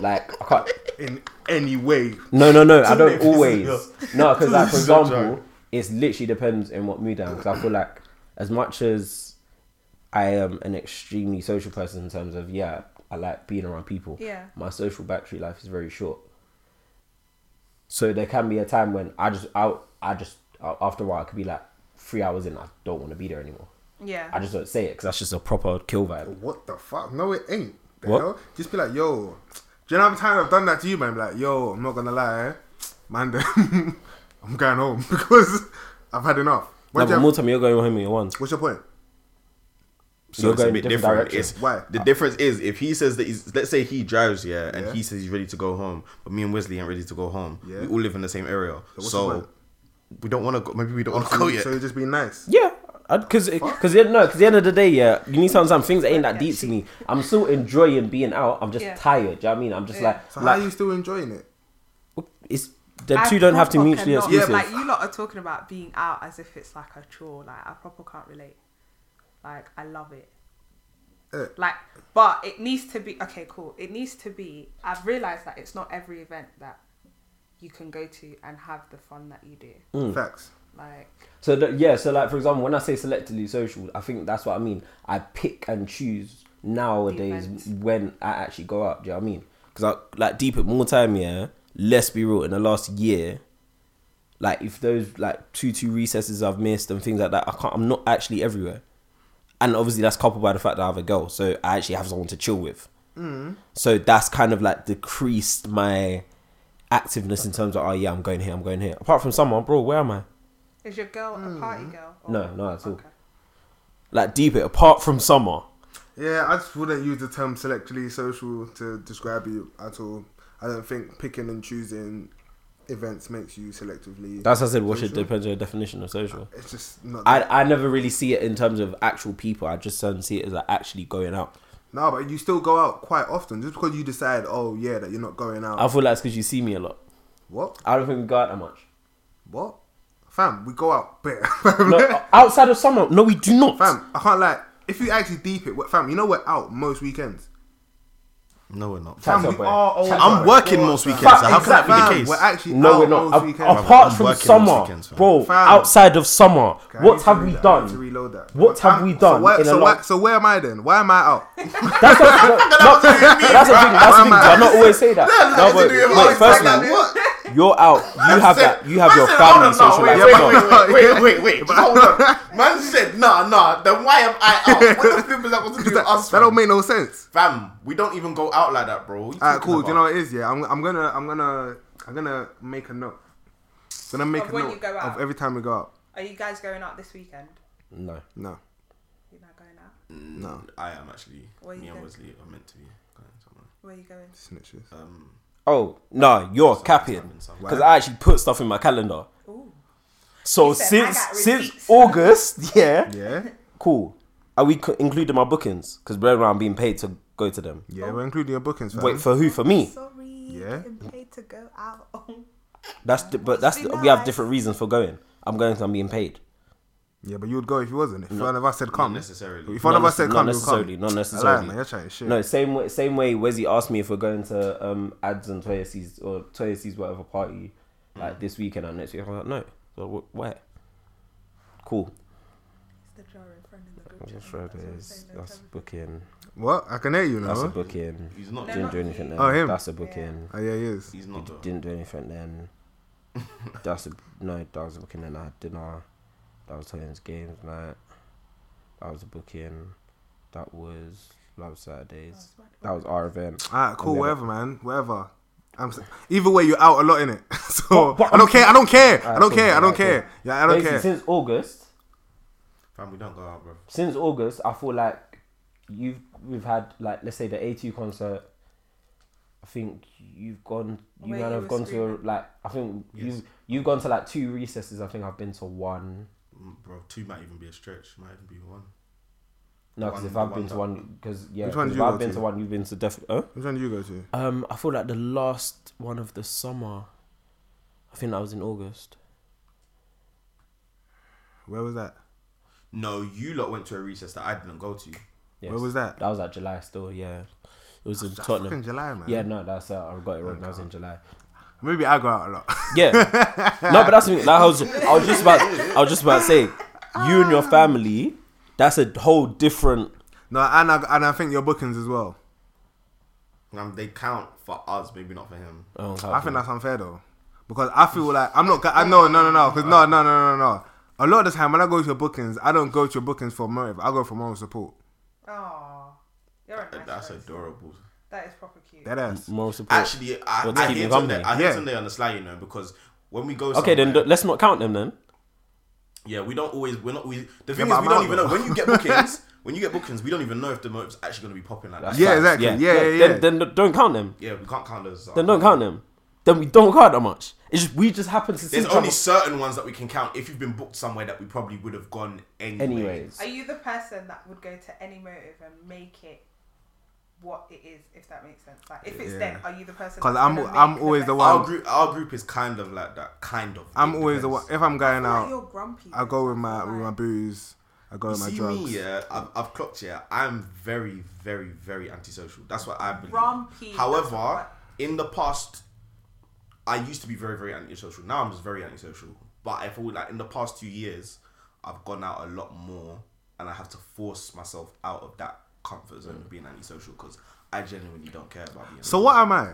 Speaker 5: Like I can't.
Speaker 3: in any way.
Speaker 5: No, no, no. I
Speaker 3: This
Speaker 5: don't
Speaker 3: is
Speaker 5: always.
Speaker 3: a-
Speaker 5: No, because like for
Speaker 3: this is a joke.
Speaker 5: example, it's literally depends in what mood I'm. Because I feel like as much as I am an extremely social person in terms of yeah, I like being around people.
Speaker 4: Yeah.
Speaker 5: My social battery life is very short. So there can be a time when I just I I just after a while I could be like three hours in I don't want to be there anymore.
Speaker 4: Yeah.
Speaker 5: I just don't say it because that's just a proper kill vibe.
Speaker 3: What the fuck? No, it ain't. The
Speaker 5: What?
Speaker 3: hell? Just be like, yo. Do you know how many times I've done that to you, man? Be Like, yo, I'm not gonna lie, eh? man. them- I'm going home because I've had enough.
Speaker 5: No,
Speaker 3: What's
Speaker 5: but
Speaker 3: your,
Speaker 5: more time you're going home in your ones.
Speaker 3: what's your point?
Speaker 5: You're
Speaker 2: it's a
Speaker 5: going
Speaker 2: bit
Speaker 5: different
Speaker 2: different.
Speaker 5: direction.
Speaker 2: It's-
Speaker 3: Why?
Speaker 2: The difference is if he says that he's let's say he drives, yeah, and
Speaker 3: Yeah.
Speaker 2: he says he's ready to go home, but me and Wesley ain't ready to go home.
Speaker 3: Yeah.
Speaker 2: We all live in the same area,
Speaker 3: what's the
Speaker 2: so
Speaker 3: point?
Speaker 2: we don't want to go. Maybe we don't want to go yet.
Speaker 3: So you just be nice.
Speaker 5: Yeah, because because no, because the end of the day, yeah, you need sometimes things that ain't that deep to me. I'm still enjoying being out. I'm just
Speaker 4: Yeah.
Speaker 5: tired. Do you know what I mean? I'm just
Speaker 4: Yeah.
Speaker 5: like,
Speaker 3: So how
Speaker 5: like
Speaker 3: are you still enjoying it?
Speaker 5: it's the
Speaker 4: I
Speaker 5: two don't have to
Speaker 4: proper
Speaker 5: mutually
Speaker 4: cannot-
Speaker 5: exclusive.
Speaker 4: Like you lot are talking about being out as if it's like a chore. Like I proper can't relate. Like I love it.
Speaker 3: Eh.
Speaker 4: Like, but it needs to be okay. Cool. It needs to be. I've realized that it's not every event that you can go to and have the fun that you do.
Speaker 5: Mm.
Speaker 3: Facts.
Speaker 4: Like,
Speaker 5: So the, yeah, so like for example, when I say selectively social, I think that's what I mean. I pick and choose nowadays
Speaker 4: Events.
Speaker 5: when I actually go out. Do you know what I mean? Because I like deep it more time. Yeah, let's be real. In the last year, like if those like two two recesses I've missed and things like that, I can't. I'm not actually everywhere. And obviously that's coupled by the fact that I have a girl, so I actually have someone to chill with. So that's kind of like decreased my activeness in terms of oh yeah, I'm going here, I'm going here. Apart from someone, bro, where am I?
Speaker 4: is your girl a party girl? or-
Speaker 5: No, not at all.
Speaker 4: Okay.
Speaker 5: like deep it apart from summer
Speaker 3: Yeah, I just wouldn't use the term selectively social to describe you at all. I don't think picking and choosing events makes you selectively.
Speaker 5: that's what i said what should
Speaker 3: social.
Speaker 5: depend on your definition of social
Speaker 3: It's just not.
Speaker 5: I, I never really see it in terms of actual people i just um, see it as like actually going out
Speaker 3: no, but you still go out quite often just because you decide, oh yeah, that you're not going out.
Speaker 5: i feel like it's because you see me a lot
Speaker 3: what?
Speaker 5: i don't think we go out that much
Speaker 3: What? Fam, we go out bare.
Speaker 5: no, outside of summer no we do not
Speaker 3: fam, I can't lie. If you actually deep it, fam, you know we're out most weekends.
Speaker 2: No, we're not.
Speaker 5: Chat
Speaker 3: Fam,
Speaker 5: to
Speaker 3: we
Speaker 5: her, boy.
Speaker 3: are all.
Speaker 5: Chat to
Speaker 2: I'm
Speaker 5: her.
Speaker 2: working most weekends. So how can that
Speaker 3: Fam,
Speaker 2: be the
Speaker 3: We're
Speaker 2: case?
Speaker 3: actually
Speaker 5: no
Speaker 3: out
Speaker 5: we're not
Speaker 3: most
Speaker 5: A-
Speaker 3: weekends.
Speaker 5: apart
Speaker 2: I'm
Speaker 5: from
Speaker 2: working on
Speaker 5: summer
Speaker 2: weekends, fam.
Speaker 5: bro
Speaker 3: Fam.
Speaker 5: outside of summer
Speaker 3: I need
Speaker 5: what
Speaker 3: to
Speaker 5: have
Speaker 3: read
Speaker 5: we
Speaker 3: that. I need to
Speaker 5: done
Speaker 3: reload that.
Speaker 5: What have
Speaker 3: I'm-
Speaker 5: we done
Speaker 3: So where,
Speaker 5: in a
Speaker 3: so,
Speaker 5: lot-
Speaker 3: where, so where am I then? Why am I out?
Speaker 5: that's what, no, no, that's the thing that's the thing i not always say that no,
Speaker 8: Nothing to
Speaker 5: but,
Speaker 8: do with
Speaker 5: wait,
Speaker 8: Alex, like
Speaker 5: firstly,
Speaker 8: that.
Speaker 5: you're out you have that you have
Speaker 8: Man
Speaker 5: your
Speaker 8: said, hold
Speaker 5: family
Speaker 8: on, no,
Speaker 5: social
Speaker 8: wait,
Speaker 5: life
Speaker 3: Yeah,
Speaker 5: as
Speaker 3: but-
Speaker 5: well.
Speaker 8: Wait, wait, wait, wait, just hold on. Man said, nah, nah, then why am I out? What the thing is that got to do with us?
Speaker 3: That
Speaker 8: fam?
Speaker 3: don't make no sense.
Speaker 8: Fam, we don't even go out like that, bro. What you
Speaker 3: Alright,
Speaker 8: talking
Speaker 3: cool. Do you know
Speaker 8: about?
Speaker 3: what it is? Yeah, I'm, I'm gonna, I'm gonna, I'm gonna make a note. Gonna make
Speaker 4: Of
Speaker 3: a
Speaker 4: when
Speaker 3: note
Speaker 4: you go out?
Speaker 3: of every time we go out.
Speaker 4: Are you guys going out this weekend?
Speaker 5: no
Speaker 3: No,
Speaker 4: You're not going out.
Speaker 3: no,
Speaker 2: I am actually.
Speaker 4: Where you
Speaker 2: Me and
Speaker 4: going?
Speaker 2: Wesley are meant to be going somewhere.
Speaker 4: Where are you going?
Speaker 3: snitches.
Speaker 2: Um,
Speaker 5: Oh no, you're capping because I actually put stuff in my calendar. So
Speaker 4: said, "I
Speaker 5: since
Speaker 4: got
Speaker 5: since
Speaker 4: receipts."
Speaker 5: August, yeah,
Speaker 3: Yeah,
Speaker 5: cool. Are we co- including my bookings? Because bro, I'm being paid to go to them.
Speaker 3: yeah,
Speaker 4: Oh.
Speaker 3: we're including your bookings. Fam.
Speaker 5: Wait for who? For me?
Speaker 4: Sorry,
Speaker 3: Yeah.
Speaker 4: I'm paid to go out.
Speaker 5: That's di- but that's
Speaker 4: Be
Speaker 5: we have
Speaker 4: nice.
Speaker 5: different reasons for going. I'm going because I'm being paid.
Speaker 3: yeah, but you would go if you wasn't. If one of us said come,
Speaker 2: necessarily.
Speaker 3: If one of
Speaker 5: Not
Speaker 3: us said
Speaker 5: necess-
Speaker 3: come,
Speaker 5: not
Speaker 3: you'll
Speaker 5: necessarily,
Speaker 3: come.
Speaker 5: not
Speaker 3: I lied,
Speaker 5: necessarily.
Speaker 3: man, you're trying to shit.
Speaker 5: No, same way. Same way. Wezzy asked me if we're going to um ads and Toyasi's or Toyasi's whatever party like this weekend or next week. I'm like, no. So wh- where? Cool.
Speaker 4: It's the jarring friend in the group
Speaker 5: That's,
Speaker 4: chat. That's what I'm
Speaker 5: that's,
Speaker 4: saying, no
Speaker 5: that's
Speaker 4: time.
Speaker 5: booking.
Speaker 3: What? I can hear you
Speaker 5: That's a
Speaker 3: now.
Speaker 5: booking.
Speaker 2: He's not.
Speaker 4: No,
Speaker 5: Didn't
Speaker 4: not
Speaker 5: do anything
Speaker 4: you.
Speaker 5: then.
Speaker 3: Oh, him.
Speaker 5: That's a booking.
Speaker 3: Oh yeah, he is.
Speaker 2: He's not. Though.
Speaker 5: Didn't do anything then. That's a no. That was a booking. Then I had dinner. That was Tony's games night. That was a booking. That was Love Saturdays. That was our event.
Speaker 3: Alright, Ah, cool.
Speaker 5: And then-
Speaker 3: Whatever, man. Whatever. I'm. s- Either way, you're out a lot in it. so
Speaker 5: But- but
Speaker 3: I don't
Speaker 5: I'm-
Speaker 3: care. I don't care. I
Speaker 5: Alright,
Speaker 3: don't
Speaker 5: cool,
Speaker 3: care. I don't
Speaker 5: alright, cool.
Speaker 3: care. Yeah, I don't
Speaker 5: Basically,
Speaker 3: care.
Speaker 5: Since August,
Speaker 2: Fam, we don't go out, bro.
Speaker 5: since August, I feel like you've we've had like let's say the A2 concert. I think you've gone. You
Speaker 4: Wait,
Speaker 5: might
Speaker 4: you
Speaker 5: have
Speaker 4: were
Speaker 5: gone to
Speaker 4: screaming.
Speaker 5: like I think you've you've gone to like two recesses. I think I've been to one.
Speaker 2: Mm, Bro, two might even be a stretch. Might even be one.
Speaker 5: No, because
Speaker 2: One-
Speaker 5: if I've
Speaker 2: one
Speaker 5: been to
Speaker 2: that-
Speaker 5: one, because yeah,
Speaker 3: Which one
Speaker 5: 'cause
Speaker 3: did
Speaker 5: if
Speaker 3: you
Speaker 5: I've
Speaker 3: go
Speaker 5: been
Speaker 3: to?
Speaker 5: to one, you've been to def. Huh?
Speaker 3: Which one do you go to?
Speaker 5: Um, I feel like the last one of the summer. I think that was in August.
Speaker 3: Where was that?
Speaker 2: No, you lot went to a recess that I didn't go to.
Speaker 5: Yes.
Speaker 3: Where was that?
Speaker 5: That was like July still. Yeah, it was in
Speaker 3: That's
Speaker 5: Tottenham.
Speaker 3: fucking July, man.
Speaker 5: Yeah, no, that's uh, I got it wrong. That was in July.
Speaker 3: Maybe I go out a lot.
Speaker 5: Yeah. no, but that's me. Like, I was, I was just about, I was just about to say, you and your family, that's a whole different.
Speaker 3: no, and I, and I think your bookings as well.
Speaker 2: Um, they count for us, maybe not for him.
Speaker 5: Oh,
Speaker 3: I think that's unfair though, because I feel like I'm not. I no no no no because no no no no no. A lot of the time when I go to your bookings, I don't go to your bookings for motive. I go for moral support.
Speaker 4: Aw, you're a nice
Speaker 2: That's
Speaker 4: person.
Speaker 2: adorable.
Speaker 4: That is proper cute.
Speaker 3: That ass.
Speaker 5: moral support.
Speaker 2: Actually, I,
Speaker 5: Well, to
Speaker 2: I
Speaker 5: keep
Speaker 2: hit
Speaker 5: you
Speaker 2: Sunday.
Speaker 5: company.
Speaker 2: I hit
Speaker 3: Yeah.
Speaker 2: Sunday on the slide, you know, because when we go.
Speaker 5: okay, then
Speaker 2: somewhere-
Speaker 5: th- let's not count them then.
Speaker 2: Yeah, we don't always. We're not. We the thing is,
Speaker 3: but
Speaker 2: we
Speaker 3: I'm
Speaker 2: don't
Speaker 3: out,
Speaker 2: even
Speaker 3: though.
Speaker 2: know when you get bookings. when you get bookings, we don't even know if the motive's actually going to be popping like that.
Speaker 5: That's
Speaker 3: Yeah,
Speaker 5: facts.
Speaker 3: exactly. Yeah, yeah, yeah.
Speaker 5: Then, then d- don't count them.
Speaker 2: Yeah, we can't count those.
Speaker 5: Then don't count them. Then we don't count that much. It's just we just happen to see
Speaker 2: There's
Speaker 5: each other-
Speaker 2: only certain ones that we can count if you've been booked somewhere that we probably would have gone anyway.
Speaker 5: anyways.
Speaker 4: Are you the person that would go to any motive and make it what it is, if that makes sense? Like, if it's
Speaker 3: Yeah.
Speaker 4: then, are you the person?
Speaker 3: 'Cause
Speaker 4: that's
Speaker 3: I'm-
Speaker 4: gonna
Speaker 3: I'm
Speaker 4: make
Speaker 3: always
Speaker 4: best-
Speaker 3: the one-
Speaker 2: Our group, our group is kind of like that. Kind of.
Speaker 3: I'm
Speaker 2: It
Speaker 3: always the one.
Speaker 2: depends.
Speaker 3: If I'm going
Speaker 4: Like,
Speaker 3: out,
Speaker 4: Oh, you're grumpy.
Speaker 3: I go with my
Speaker 4: Like,
Speaker 3: with my booze. I go with my
Speaker 2: See
Speaker 3: drugs.
Speaker 2: me, yeah. I've, I've clocked, yeah. I'm very, very, very antisocial. That's what I believe.
Speaker 4: Grumpy, that's
Speaker 2: However,
Speaker 4: what-
Speaker 2: in the past, I used to be very, very antisocial. Now I'm just very antisocial. But I feel like in the past two years, I've gone out a lot more, and I have to force myself out of that comfort zone of being antisocial because I genuinely don't care about being.
Speaker 3: So what am I?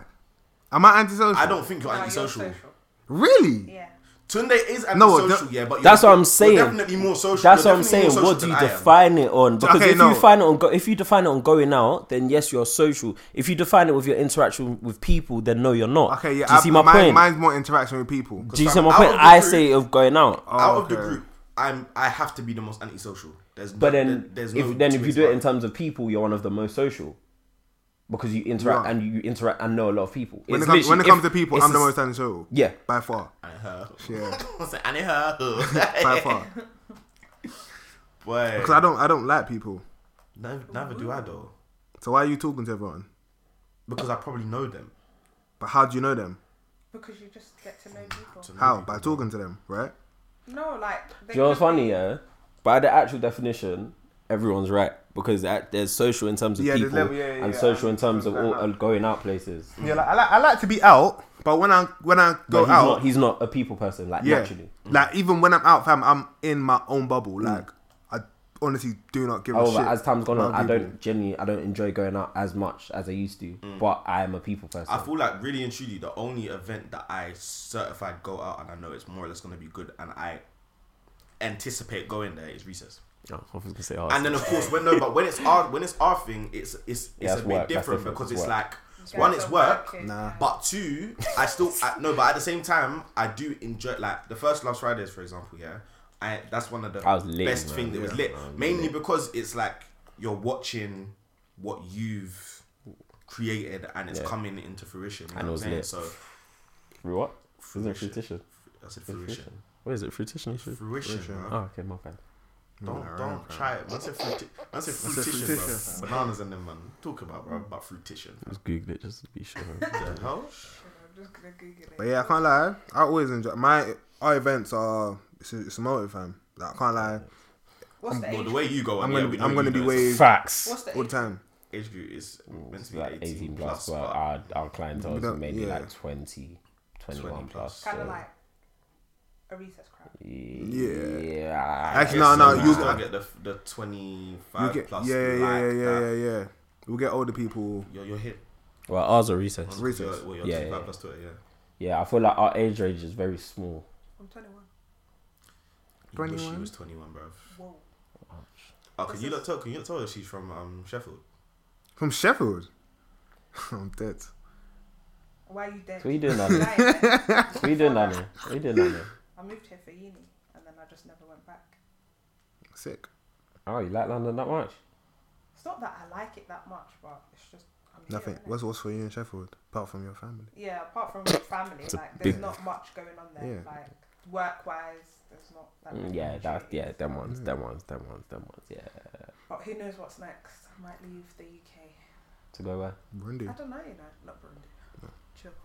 Speaker 3: Am I antisocial?
Speaker 2: I don't think you're
Speaker 4: No, you're
Speaker 2: antisocial.
Speaker 4: social.
Speaker 3: really.
Speaker 4: Yeah.
Speaker 2: Tunde is antisocial,
Speaker 3: No, that-
Speaker 2: yeah, but you're-
Speaker 5: That's what I'm
Speaker 2: you're
Speaker 5: saying.
Speaker 2: Definitely more social.
Speaker 5: That's
Speaker 2: you're
Speaker 5: what I'm
Speaker 2: definitely more
Speaker 5: saying. What
Speaker 2: social
Speaker 5: do you
Speaker 2: than I am.
Speaker 5: define it on? Because
Speaker 3: Okay,
Speaker 5: if
Speaker 3: no.
Speaker 5: you define it on, go- if you define it on going out, then yes, you're social. If you define it with your interaction with people, then no, you're not.
Speaker 3: Okay, yeah.
Speaker 5: Do you
Speaker 3: I-
Speaker 5: see my
Speaker 3: mine,
Speaker 5: point?
Speaker 3: Mine's more interaction with people.
Speaker 5: do you
Speaker 2: fam,
Speaker 5: see my
Speaker 2: out
Speaker 5: point?
Speaker 2: of the
Speaker 5: I
Speaker 2: group-
Speaker 5: say of going out,
Speaker 3: Oh,
Speaker 2: out of the
Speaker 3: okay.
Speaker 2: group, I'm I have to be the most antisocial. There's
Speaker 5: but
Speaker 2: no,
Speaker 5: then
Speaker 2: there's
Speaker 5: if
Speaker 2: no
Speaker 5: then
Speaker 2: two
Speaker 5: if you
Speaker 2: ways
Speaker 5: do it
Speaker 2: about
Speaker 5: in terms of people, you're one of the most social because you interact
Speaker 3: Yeah.
Speaker 5: and you interact and know a lot of people.
Speaker 3: When it
Speaker 5: It's
Speaker 3: comes when it
Speaker 5: literally-
Speaker 3: comes
Speaker 5: if-
Speaker 3: to people,
Speaker 5: it's
Speaker 3: I'm the
Speaker 5: a-
Speaker 3: most antisocial.
Speaker 5: Yeah.
Speaker 3: by far,
Speaker 2: I heard.
Speaker 3: Yeah.
Speaker 2: I said, I heard.
Speaker 3: by far.
Speaker 2: But
Speaker 3: Because I don't I don't like people.
Speaker 2: never, never do I though,
Speaker 3: So why are you talking to everyone?
Speaker 2: because I probably know them.
Speaker 3: But how do you know them?
Speaker 4: Because you just get Hmm. to know people.
Speaker 2: To know
Speaker 3: How
Speaker 2: people.
Speaker 3: by talking to them, right?
Speaker 4: No, like. they
Speaker 5: Do you know what's
Speaker 4: could be-
Speaker 5: funny? Yeah, by the actual definition, everyone's right because that, there's social in terms of
Speaker 3: Yeah, there's
Speaker 5: people
Speaker 3: level- yeah, yeah,
Speaker 5: and
Speaker 3: yeah,
Speaker 5: social in
Speaker 3: I'm-
Speaker 5: terms
Speaker 3: I'm
Speaker 5: of
Speaker 3: going
Speaker 5: all,
Speaker 3: out.
Speaker 5: uh, going out places.
Speaker 3: Yeah, like, I like I like to be out, but when I when I
Speaker 5: But
Speaker 3: go
Speaker 5: he's
Speaker 3: out,
Speaker 5: not he's not a people person like
Speaker 3: yeah,
Speaker 5: naturally. Mm.
Speaker 3: like even when I'm out, fam, I'm in my own bubble. Like I honestly do not give a
Speaker 5: However,
Speaker 3: shit.
Speaker 5: Oh, as time's gone on,
Speaker 3: about
Speaker 5: I
Speaker 3: people.
Speaker 5: don't genuinely I don't enjoy going out as much as I used to. But I am a people person.
Speaker 2: I feel like really and truly the only event that I certified go out and I know it's more or less going to be good and I anticipate going there is recess.
Speaker 5: Oh, I was gonna say, oh,
Speaker 2: And then of course when no, but when it's our when it's our thing, it's it's it's
Speaker 5: Yeah,
Speaker 2: a
Speaker 5: it's
Speaker 2: bit
Speaker 5: work, that's
Speaker 2: different
Speaker 5: different,
Speaker 2: because
Speaker 5: it's
Speaker 2: it's
Speaker 5: work.
Speaker 2: like one,
Speaker 4: guys
Speaker 2: it's
Speaker 4: are
Speaker 2: work,
Speaker 4: working, yeah.
Speaker 2: but two, I still I, no, but at the same time, I do enjoy like the first Last Fridays, for example. Yeah, I that's one of the
Speaker 5: I was lit,
Speaker 2: best
Speaker 5: man.
Speaker 2: thing that was lit, mainly because it's like you're watching what you've created and it's
Speaker 5: Yeah.
Speaker 2: coming into fruition. You
Speaker 5: And it
Speaker 2: know what
Speaker 5: was
Speaker 2: I'm saying?
Speaker 5: lit.
Speaker 2: So
Speaker 5: Through what? Isn't it
Speaker 2: Fruition.
Speaker 5: fruition?
Speaker 2: I said fruition.
Speaker 5: What is it? Fruition? or fru-
Speaker 2: Fruition, bro.
Speaker 5: Oh, okay, my bad.
Speaker 2: Don't
Speaker 3: Alright,
Speaker 2: don't
Speaker 3: bro.
Speaker 2: try it. Man said fruition. Man said
Speaker 3: said
Speaker 2: fruition, bro. Bananas and them man. Talk about bro about fruition.
Speaker 5: Just Google it just to be sure.
Speaker 2: The hell?
Speaker 4: I'm just gonna Google it.
Speaker 3: But yeah, I can't lie. I always enjoy my our events are it's a, it's a motive fam. Like, I can't lie.
Speaker 4: What's the
Speaker 2: Well,
Speaker 4: age?
Speaker 2: the way you go,
Speaker 3: I'm
Speaker 2: yeah,
Speaker 3: gonna
Speaker 2: we
Speaker 3: be
Speaker 2: know
Speaker 3: I'm gonna
Speaker 2: you
Speaker 3: be
Speaker 2: know
Speaker 3: waved
Speaker 7: Facts.
Speaker 4: What's the
Speaker 3: all the
Speaker 4: age?
Speaker 3: time.
Speaker 2: Age group is meant to be
Speaker 5: like 18 plus, but
Speaker 2: but
Speaker 5: our, our clientele
Speaker 3: We don't-
Speaker 5: is maybe
Speaker 3: yeah.
Speaker 5: like 20, 21
Speaker 2: 20
Speaker 5: plus.
Speaker 2: plus.
Speaker 4: Kind of
Speaker 5: so-
Speaker 4: like a recess crowd.
Speaker 5: Yeah.
Speaker 3: Actually, no, no,
Speaker 2: you
Speaker 3: you-
Speaker 2: still
Speaker 3: I-
Speaker 2: get the the twenty
Speaker 3: You
Speaker 2: five
Speaker 3: get yeah
Speaker 2: plus.
Speaker 3: yeah
Speaker 2: like
Speaker 3: yeah yeah,
Speaker 2: that.
Speaker 3: yeah yeah. We'll get older people.
Speaker 2: You're, you're hit.
Speaker 5: Well, ours are recess.
Speaker 3: Recess.
Speaker 2: You're, well, you're
Speaker 5: Yeah,
Speaker 2: 25
Speaker 5: yeah.
Speaker 2: plus 20, yeah.
Speaker 5: Yeah, I feel like our age range is very small.
Speaker 4: I'm 21.
Speaker 2: You wish she
Speaker 3: 21?
Speaker 2: was 21, bro.
Speaker 4: Whoa.
Speaker 2: Oh, can you not tell? Can you not tell her she's from um, Sheffield?
Speaker 3: From Sheffield. I'm dead.
Speaker 4: Why are you dead?
Speaker 5: So what you doing down
Speaker 4: Lying,
Speaker 5: there?
Speaker 4: eh?
Speaker 5: What you doing down there? What you doing down there?
Speaker 4: I moved here for uni and then I just never went back.
Speaker 3: Sick.
Speaker 5: Oh, you like London that much?
Speaker 4: It's not that I like it that much, but it's just. I'm here,
Speaker 3: Nothing.
Speaker 4: innit?
Speaker 3: What's what's for you in Sheffield apart from your family?
Speaker 4: Yeah, apart from my family, like there's not much going on there.
Speaker 3: Yeah.
Speaker 4: Like work wise, there's not that
Speaker 5: Mm,
Speaker 4: many
Speaker 5: yeah, that,
Speaker 4: opportunities.
Speaker 5: yeah, them ones, them ones, them ones, them ones, yeah.
Speaker 4: But who knows what's next? I might leave the UK.
Speaker 5: To go where?
Speaker 3: Brandy.
Speaker 4: I don't know, you know, not Burundi. Chill.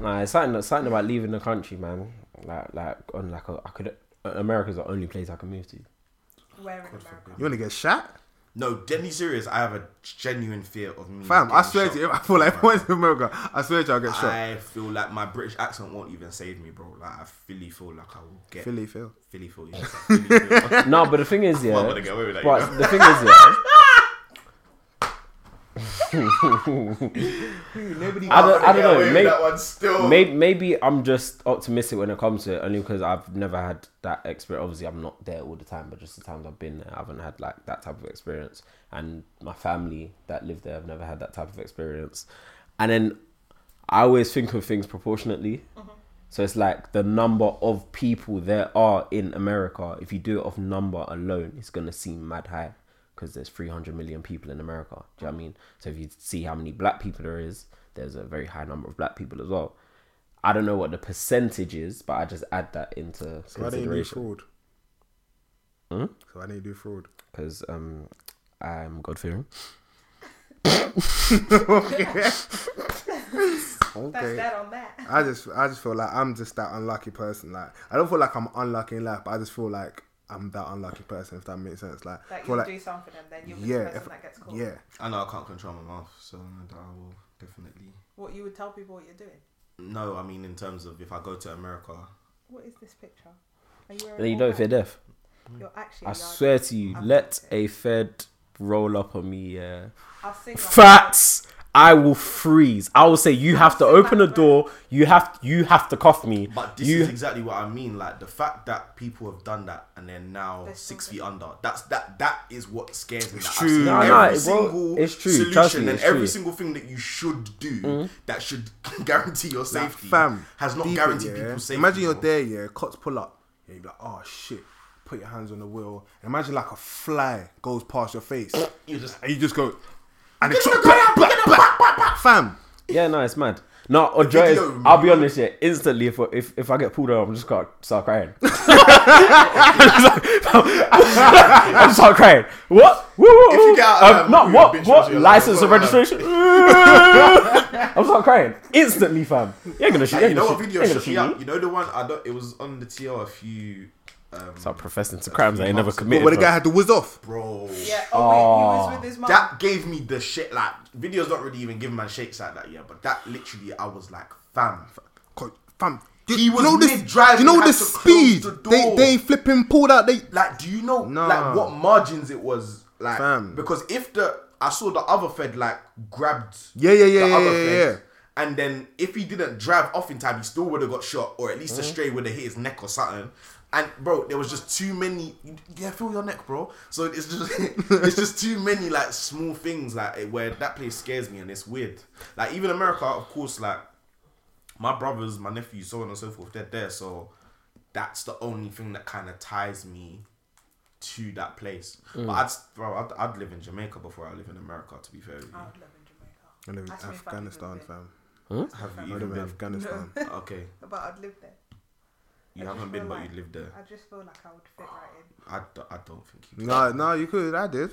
Speaker 5: Nah, it's something, something about leaving the country, man. Like, like on like a, I could. America's the only place I can move to.
Speaker 4: Where in America?
Speaker 3: You wanna get shot?
Speaker 2: No, deadly serious. I have a genuine fear of me.
Speaker 3: Fam, I
Speaker 2: getting
Speaker 3: swear
Speaker 2: shot.
Speaker 3: to you, I feel like if I
Speaker 2: Bro,
Speaker 3: went to America, I swear to you, I'll get shot.
Speaker 2: I feel like my British accent won't even save me, bro. Like I really feel like I will get Philly,
Speaker 3: Philly,
Speaker 2: Philly
Speaker 3: Phil.
Speaker 2: feel. Yeah, Philly feel.
Speaker 5: No, but the thing is, yeah.
Speaker 2: I'm not gonna get away with that. you
Speaker 5: But
Speaker 2: know?
Speaker 5: the thing is, yeah.
Speaker 8: Nobody
Speaker 5: I don't- I don't know, may-
Speaker 8: that one still.
Speaker 5: maybe, maybe I'm just optimistic when it comes to it, only because I've never had that experience. Obviously, I'm not there all the time, but just the times I've been there, I haven't had like that type of experience. And my family that live there, I've never had that type of experience. And then I always think of things proportionately. So it's like the number of people there are in America. If you do it off number alone, it's gonna seem mad high because there's 300 million people in America. Do you know what I mean? So if you see how many black people there is, there's a very high number of black people as well. I don't know what the percentage is, but I just add that into
Speaker 3: So why didn't you do
Speaker 5: consideration
Speaker 3: fraud? So why didn't you do fraud?
Speaker 5: because um, I'm God fearing.
Speaker 4: That's
Speaker 3: Okay.
Speaker 4: that on that.
Speaker 3: I just I just feel like I'm just that unlucky person. Like I don't feel like I'm unlucky in life, but I just feel like I'm that unlucky person if that makes sense. Like, I
Speaker 4: That you
Speaker 3: feel like
Speaker 4: do something and then you'll be the
Speaker 3: yeah,
Speaker 4: person
Speaker 3: if-
Speaker 4: that gets caught.
Speaker 3: yeah.
Speaker 2: I know I can't control my mouth, so I will definitely.
Speaker 4: What you would tell people what you're doing.
Speaker 2: No, I mean in terms of if I go to America,
Speaker 4: What is this picture? Are you wearing
Speaker 5: And you
Speaker 4: all
Speaker 5: don't
Speaker 4: black?
Speaker 5: fear death.
Speaker 4: You're actually.
Speaker 5: I
Speaker 4: a yard-
Speaker 5: swear to you,
Speaker 4: I'm
Speaker 5: let
Speaker 4: not
Speaker 5: a Fed roll up on me. Yeah.
Speaker 4: I'll sing. like-
Speaker 5: Facts. I will freeze. I will say you have to open a door. You have you have to cuff me.
Speaker 2: but this
Speaker 5: you
Speaker 2: is exactly what I mean. Like the fact that people have done that and they're now
Speaker 4: They're still
Speaker 2: six
Speaker 4: doing
Speaker 2: feet under. That's that. That is what scares me. Like, I've
Speaker 3: true.
Speaker 2: seen
Speaker 3: No,
Speaker 2: every
Speaker 5: no, it- bro,
Speaker 2: single
Speaker 5: it's true. Trust
Speaker 2: solution
Speaker 5: me,
Speaker 2: and
Speaker 5: it's
Speaker 2: every
Speaker 5: true.
Speaker 2: single thing that you should do that should guarantee your
Speaker 3: Mm-hmm. Like,
Speaker 2: safety
Speaker 3: fam
Speaker 2: has not
Speaker 3: deep in,
Speaker 2: guaranteed
Speaker 3: yeah.
Speaker 2: people safety.
Speaker 3: Imagine you're
Speaker 2: bro.
Speaker 3: there, yeah. Cots pull up, yeah. You're like, oh shit. Put your hands on the wheel. And imagine like a fly goes past your face,
Speaker 2: You just
Speaker 3: and you just go, and it's back, back, back, back, back, fam.
Speaker 5: yeah, no, it's mad. No, or Joy is-
Speaker 2: video,
Speaker 5: I'll be honest here. Instantly, if if, if I get pulled over, I'm just gonna start crying. I'm start crying. What? Woo, woo,
Speaker 8: If you
Speaker 5: woo.
Speaker 8: get out of that,
Speaker 5: um, no,
Speaker 8: you
Speaker 5: what?
Speaker 8: bitch,
Speaker 5: What?
Speaker 8: you're like,
Speaker 5: License
Speaker 8: what's
Speaker 5: and
Speaker 8: going on?
Speaker 5: registration. I'm start crying instantly, fam. You ain't gonna shoot.
Speaker 2: you
Speaker 5: You
Speaker 2: know what
Speaker 5: ain't
Speaker 2: video
Speaker 5: gonna
Speaker 2: shut
Speaker 5: shoot
Speaker 2: me
Speaker 5: me.
Speaker 2: up? You know the one I don't. It was on the TL a few. Um,
Speaker 5: Start professing to crimes I ain't never
Speaker 2: But
Speaker 5: committed.
Speaker 3: Where the
Speaker 5: fam.
Speaker 3: guy had to whiz off.
Speaker 2: bro.
Speaker 4: Yeah. Oh, wait, he was with his mum.
Speaker 2: That gave me the shit. Like videos not really even giving man shakes like that. Yeah, but that literally, I was like, fam.
Speaker 3: Co- Fam, you,
Speaker 2: He
Speaker 3: you
Speaker 2: was
Speaker 3: know this.
Speaker 2: mid-drive and
Speaker 3: You know
Speaker 2: had
Speaker 3: the
Speaker 2: to close
Speaker 3: speed.
Speaker 2: the
Speaker 3: they
Speaker 2: door.
Speaker 3: they flipping pulled out. They
Speaker 2: Like, do you know
Speaker 3: Nah.
Speaker 2: like what margins it was? Like,
Speaker 3: Fam.
Speaker 2: because if the I saw the other Fed like grabbed.
Speaker 3: Yeah, yeah, yeah,
Speaker 2: the
Speaker 3: yeah, yeah,
Speaker 2: Fed,
Speaker 3: yeah.
Speaker 2: And then if he didn't drive off in time, he still would have got shot, or at least
Speaker 3: Mm-hmm.
Speaker 2: a stray would have hit his neck or something. And bro, there was just too many. Yeah, feel your neck, bro. So it's just it's just too many like small things like eh, where that place scares me and it's weird. Like even America, of course, like my brothers, my nephews, so on and so forth, they're there. So that's the only thing that kind of ties me
Speaker 3: Mm.
Speaker 2: to that place. But I'd, bro, I'd, I'd live in Jamaica before I live in America, to be fair with you.
Speaker 4: I would live in Jamaica.
Speaker 3: I live in
Speaker 4: That's me if I've even
Speaker 3: Afghanistan,
Speaker 4: been.
Speaker 3: fam.
Speaker 2: Have
Speaker 4: I've
Speaker 3: I
Speaker 2: you
Speaker 3: live
Speaker 2: even
Speaker 3: in
Speaker 2: been?
Speaker 3: Afghanistan.
Speaker 2: Okay,
Speaker 4: But I'd live there.
Speaker 2: you
Speaker 4: I
Speaker 2: haven't
Speaker 4: just
Speaker 2: been,
Speaker 4: feel
Speaker 2: but you
Speaker 4: like-
Speaker 2: lived there.
Speaker 4: I just feel like I would fit right in.
Speaker 2: I, d- I don't think you.
Speaker 3: No, no, you could. I did.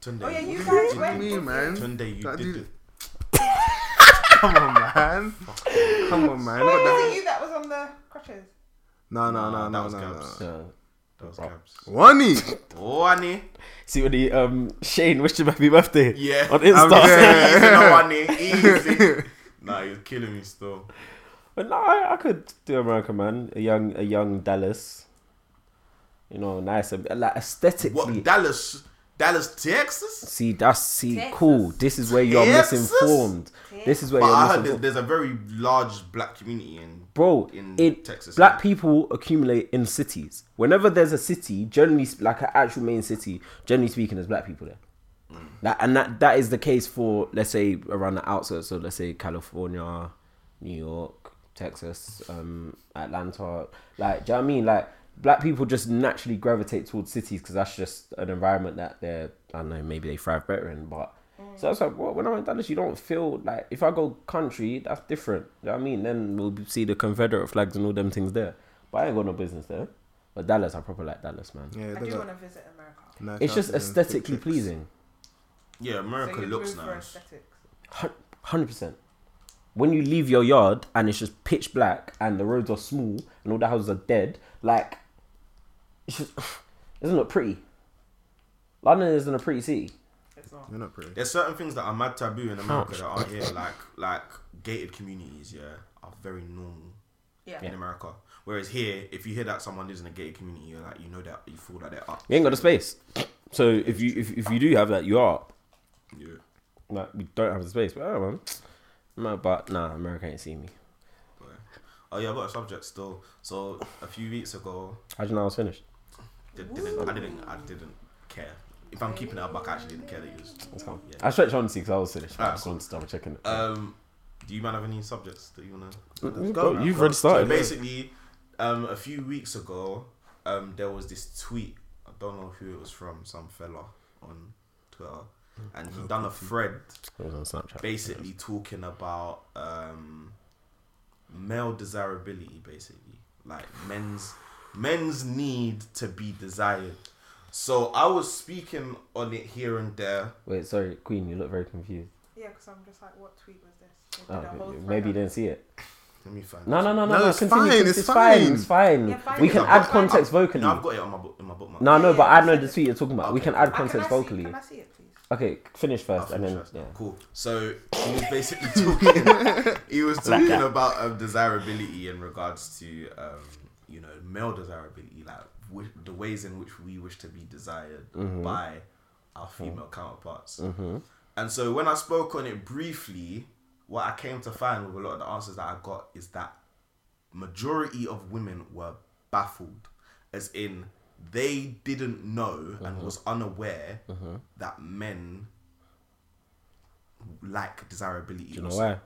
Speaker 2: Tunde,
Speaker 4: Oh yeah, you
Speaker 2: did-
Speaker 4: guys
Speaker 2: Tunde-
Speaker 4: went.
Speaker 3: Me, man.
Speaker 2: Tunde, you
Speaker 3: That
Speaker 2: did
Speaker 3: dude-
Speaker 2: it.
Speaker 3: Come on, man. Come on, man. Not that-
Speaker 4: Was it you that was on the crutches?
Speaker 3: No, no, no,
Speaker 2: Nah, that
Speaker 3: no,
Speaker 2: was
Speaker 3: no.
Speaker 2: Gabs.
Speaker 3: no.
Speaker 5: No.
Speaker 2: That was Gabs.
Speaker 3: Wani.
Speaker 2: Oh, Annie.
Speaker 5: See when he um Shane wished him happy birthday.
Speaker 2: Yeah.
Speaker 5: On Insta.
Speaker 3: I'm there.
Speaker 2: Easy, no, Annie. Easy. nah, you're killing me still.
Speaker 5: But no, I, I could do America man. A young a young Dallas. You know, nice and like aesthetically.
Speaker 2: What? Dallas. Dallas, Texas.
Speaker 5: see, that's see
Speaker 4: Texas.
Speaker 5: cool. This is where you're
Speaker 2: Texas?
Speaker 5: misinformed. This is where
Speaker 2: But
Speaker 5: you're
Speaker 2: I heard
Speaker 5: misinformed.
Speaker 2: there's, there's a very large black community in.
Speaker 5: bro
Speaker 2: in
Speaker 5: it,
Speaker 2: Texas.
Speaker 5: black people accumulate in cities whenever there's a city generally sp- like an actual main city generally speaking there's black people there that, and that that is the case for let's say around the outskirts so let's say california new york texas um atlanta like do you know what i mean like black people just naturally gravitate towards cities because that's just an environment that they're i don't know maybe they thrive better in but so it's like, well, when I'm in Dallas, you don't feel like if I go country, that's different. You know what I mean? Then we'll be- see the Confederate flags and all them things there. But I ain't got no business there. But Dallas, I proper like Dallas, man.
Speaker 3: Yeah,
Speaker 4: I
Speaker 3: it
Speaker 4: do
Speaker 3: doesn't-
Speaker 4: want to visit America.
Speaker 3: no,
Speaker 5: It's
Speaker 3: shout
Speaker 5: just
Speaker 3: out to them.
Speaker 5: aesthetically pleasing,
Speaker 2: Yeah, America
Speaker 4: so you'd
Speaker 2: looks
Speaker 4: move for
Speaker 2: nice.
Speaker 4: aesthetics.
Speaker 5: hundred percent. When you leave your yard and it's just pitch black and the roads are small and all the houses are dead, like it's just doesn't look pretty. London isn't a pretty city.
Speaker 4: It's not.
Speaker 3: You're not pretty.
Speaker 2: There's certain things that are mad taboo in America that aren't here, like like gated communities. Yeah, are very normal
Speaker 4: Yeah.
Speaker 2: in America. Whereas here, if you hear that someone lives in a gated community, you're like, you know that you feel that they're up.
Speaker 5: You ain't got the space. So if you if, if you do have that, you are up.
Speaker 2: Yeah.
Speaker 5: Like we don't have the space, but I don't know. No, but nah, America ain't seen me.
Speaker 2: But, oh yeah, I've got a subject still. So a few weeks ago,
Speaker 5: How do you know I was finished?
Speaker 2: di- didn't, I didn't, I didn't care. If I'm keeping it up, I actually didn't care that you was. Yeah.
Speaker 5: I stretched on to because I was finished. but I
Speaker 2: Ah,
Speaker 5: just wanted to double checking it.
Speaker 2: Um, do you man have any subjects that you wanna?
Speaker 5: Uh, You've
Speaker 3: go, man.
Speaker 5: already
Speaker 2: So
Speaker 5: started.
Speaker 2: basically, um, a few weeks ago, um, there was this tweet. I don't know who it was from. Some fella on Twitter, and he done a thread
Speaker 5: it was on Snapchat.
Speaker 2: basically talking about um, male desirability. Basically, like men's men's need to be desired. So I was speaking on it here and there.
Speaker 5: Wait, sorry, Queen, you look very confused.
Speaker 4: Yeah, because I'm just like, what tweet was this? They
Speaker 5: Oh,
Speaker 4: did a whole thread
Speaker 5: maybe you
Speaker 4: on
Speaker 5: didn't see it.
Speaker 2: Let me find.
Speaker 5: No,
Speaker 2: it.
Speaker 5: no, no, no.
Speaker 3: No,
Speaker 5: no,
Speaker 3: it's
Speaker 5: continue,
Speaker 3: fine,
Speaker 5: continue,
Speaker 3: it's
Speaker 5: It's fine.
Speaker 3: fine.
Speaker 5: It's fine.
Speaker 4: Yeah, fine.
Speaker 5: We can
Speaker 4: I've
Speaker 5: add
Speaker 4: got-
Speaker 5: context vocally.
Speaker 2: No, I've got it on my book. In my bookmark.
Speaker 5: No, no,
Speaker 4: Yeah,
Speaker 5: but
Speaker 4: yeah,
Speaker 5: I know
Speaker 4: send
Speaker 5: the
Speaker 4: it.
Speaker 5: tweet you're talking about. We can add
Speaker 4: it. Ah, Can I
Speaker 5: context
Speaker 4: see-
Speaker 5: vocally.
Speaker 4: Can I see it, please?
Speaker 5: Okay, finish first, and then yeah.
Speaker 2: Cool. So he was basically talking. he was talking about um, desirability in regards to um, you know male desirability, like wi- the ways in which we wish to be desired
Speaker 5: Mm-hmm.
Speaker 2: by our female counterparts. And so when I spoke on it briefly, what I came to find with a lot of the answers that I got is that majority of women were baffled, as in they didn't know and
Speaker 5: Uh-huh.
Speaker 2: was unaware that men lack desirability.
Speaker 5: Do you know why?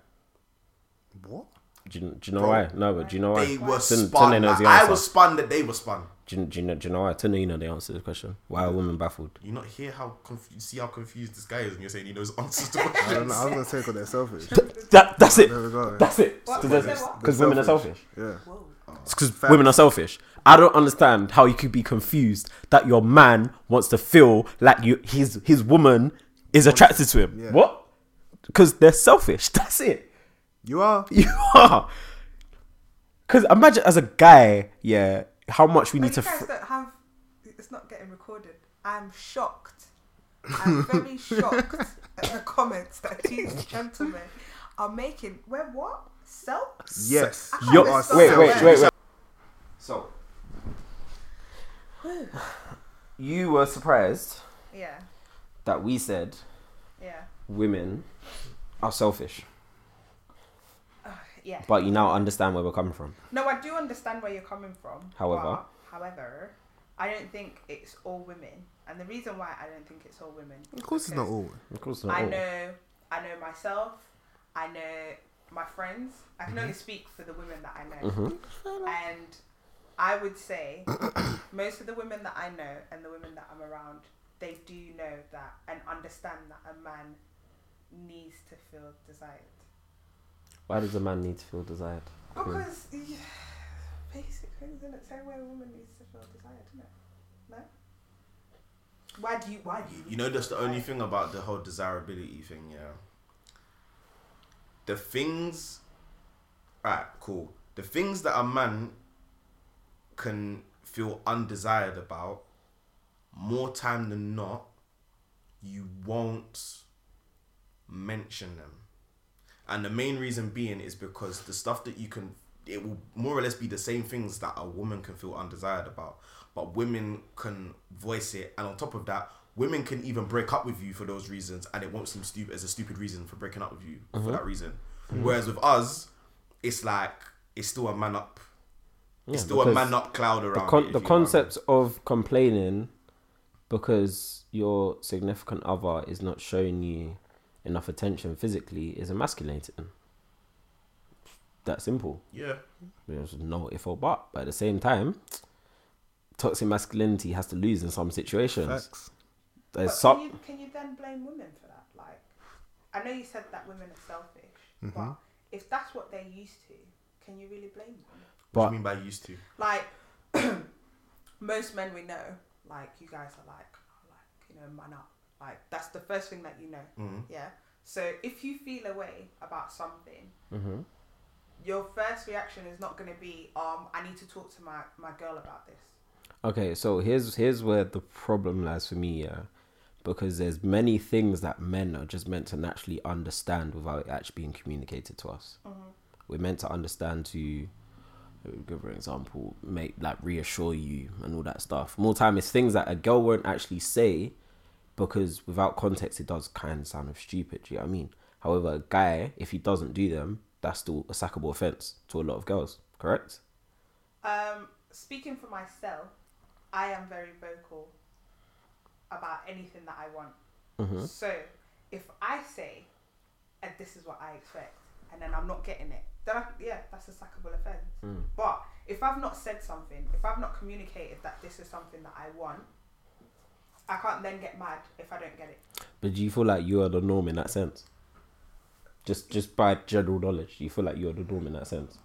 Speaker 3: What?
Speaker 5: Do you, do you know
Speaker 2: Bro,
Speaker 5: why? No, but do you know why?
Speaker 2: They were
Speaker 5: Tun-
Speaker 2: spun.
Speaker 5: Tunde knows
Speaker 2: like,
Speaker 5: the
Speaker 2: I
Speaker 5: answer.
Speaker 2: was spun that they were spun.
Speaker 5: Do you, do you know? Do you know why? Tunde, you know the answer to the question. Why are women baffled?
Speaker 2: You not hear how conf- you see how confused this guy is, and you're saying he knows answers to
Speaker 3: I don't know.
Speaker 2: questions.
Speaker 3: I was gonna say because they're selfish.
Speaker 5: That, that's it.
Speaker 3: There we go.
Speaker 5: That's it.
Speaker 4: What-
Speaker 5: Because
Speaker 4: what- what-
Speaker 5: women are selfish.
Speaker 3: Yeah.
Speaker 5: Because women are selfish. I don't understand how you could be confused that your man wants to feel like you his his woman is attracted to him.
Speaker 3: Yeah.
Speaker 5: What? Because they're selfish. That's it.
Speaker 3: You are.
Speaker 5: You are. Because imagine as a guy, yeah, how much we
Speaker 4: But
Speaker 5: need to.
Speaker 4: you guys
Speaker 5: Fr-
Speaker 4: don't have. It's not getting recorded. I'm shocked. I'm very shocked at the comments that these gentlemen are making. We're what? Self?
Speaker 3: Yes.
Speaker 4: I
Speaker 5: Yo,
Speaker 4: can't
Speaker 5: wait,
Speaker 4: understand
Speaker 5: wait,
Speaker 4: that.
Speaker 5: wait, wait.
Speaker 2: So
Speaker 5: You were surprised
Speaker 4: Yeah,
Speaker 5: that we said
Speaker 4: yeah,
Speaker 5: women are selfish,
Speaker 4: yeah.
Speaker 5: but you now understand where we're coming from.
Speaker 4: No, I do understand where you're coming from.
Speaker 5: However.
Speaker 4: but, however, I don't think it's all women, and the reason why I don't think it's all women.
Speaker 3: Of course, it's not all.
Speaker 5: Of course,
Speaker 4: I know, I know myself. I know my friends. I can only speak for the women that I know, and I would say most of the women that I know and the women that I'm around, they do know that and understand that a man needs to feel desired.
Speaker 5: Why does a man need to feel desired? Cool.
Speaker 4: Because Oh, yeah, basic things in it. Same way a woman needs to feel desired, isn't it? No. Why do you? Why do you?
Speaker 2: You know, that's the only thing about the whole desirability thing, yeah. The things. Alright, cool. The things that a man can feel undesired about, more time than not, you won't mention them. And the main reason being is because the stuff that you can, it will more or less be the same things that a woman can feel undesired about. But women can voice it. And on top of that, women can even break up with you for those reasons. And it won't seem stupid as a stupid reason for breaking up with you
Speaker 5: Mm-hmm.
Speaker 2: for that reason. Whereas with us, it's like, it's still a man up.
Speaker 5: Yeah,
Speaker 2: It's still a
Speaker 5: because-
Speaker 2: man up cloud around
Speaker 5: the,
Speaker 2: it,
Speaker 5: con-
Speaker 2: if
Speaker 5: the
Speaker 2: you know what I mean.
Speaker 5: concept of complaining because your significant other is not showing you enough attention physically is emasculating. That simple.
Speaker 2: Yeah.
Speaker 5: There's no if or but. But at the same time, toxic masculinity has to lose in some situations.
Speaker 3: Facts.
Speaker 5: There's
Speaker 4: But
Speaker 5: some.
Speaker 4: can, you, can you then blame women for that? Like, I know you said that women are selfish, but if that's what they're used to, can you really blame them?
Speaker 2: What
Speaker 5: But
Speaker 2: do you mean by used to?
Speaker 4: Like, most men we know, like you guys are like, oh, like you know, man up. Like that's the first thing that you know. Yeah. So if you feel a way about something, your first reaction is not going to be, um, I need to talk to my my girl about this.
Speaker 5: Okay, so here's here's where the problem lies for me, yeah, because there's many things that men are just meant to naturally understand without it actually being communicated to us. We're meant to understand to, give an example, make like reassure you and all that stuff. More time it's things that a girl won't actually say, because without context it does kind of sound stupid. Do you know what I mean? However, a guy if he doesn't do them, that's still a sackable offense to a lot of girls. Correct?
Speaker 4: Um, speaking for myself, I am very vocal about anything that I want.
Speaker 5: Mm-hmm.
Speaker 4: So if I say, and this is what I expect, and then I'm not getting it, then I, yeah, that's a sackable offense.
Speaker 5: Mm.
Speaker 4: But if I've not said something, if I've not communicated that this is something that I want, I can't then get mad if I don't get it.
Speaker 5: But do you feel like you are the norm in that sense? Just just by general knowledge, do you feel like you're the norm in that sense?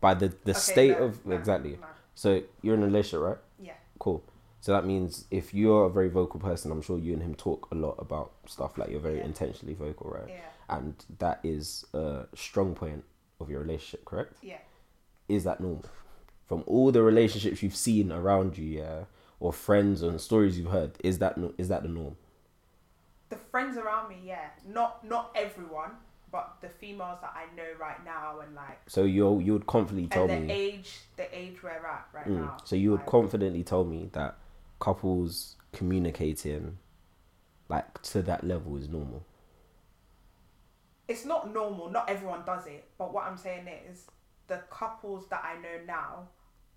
Speaker 5: By the, the
Speaker 4: Okay,
Speaker 5: state
Speaker 4: no,
Speaker 5: of
Speaker 4: no,
Speaker 5: exactly.
Speaker 4: no.
Speaker 5: So you're in a relationship, right?
Speaker 4: Yeah.
Speaker 5: Cool. So that means if you're a very vocal person, I'm sure you and him talk a lot about stuff like you're very
Speaker 4: Yeah.
Speaker 5: intentionally vocal, right?
Speaker 4: Yeah.
Speaker 5: And that is a strong point of your relationship, correct?
Speaker 4: Yeah.
Speaker 5: Is that normal? From all the relationships you've seen around you, yeah, or friends and stories you've heard, is that no- is that the norm?
Speaker 4: the friends around me, yeah, not not everyone, but the females that I know right now and like
Speaker 5: So you you would confidently tell me
Speaker 4: and the age the age we're at right
Speaker 5: Mm.
Speaker 4: now.
Speaker 5: So you would
Speaker 4: like,
Speaker 5: confidently tell me that couples communicating like to that level is normal.
Speaker 4: it's not normal. Not everyone does it, but what I'm saying is the couples that I know now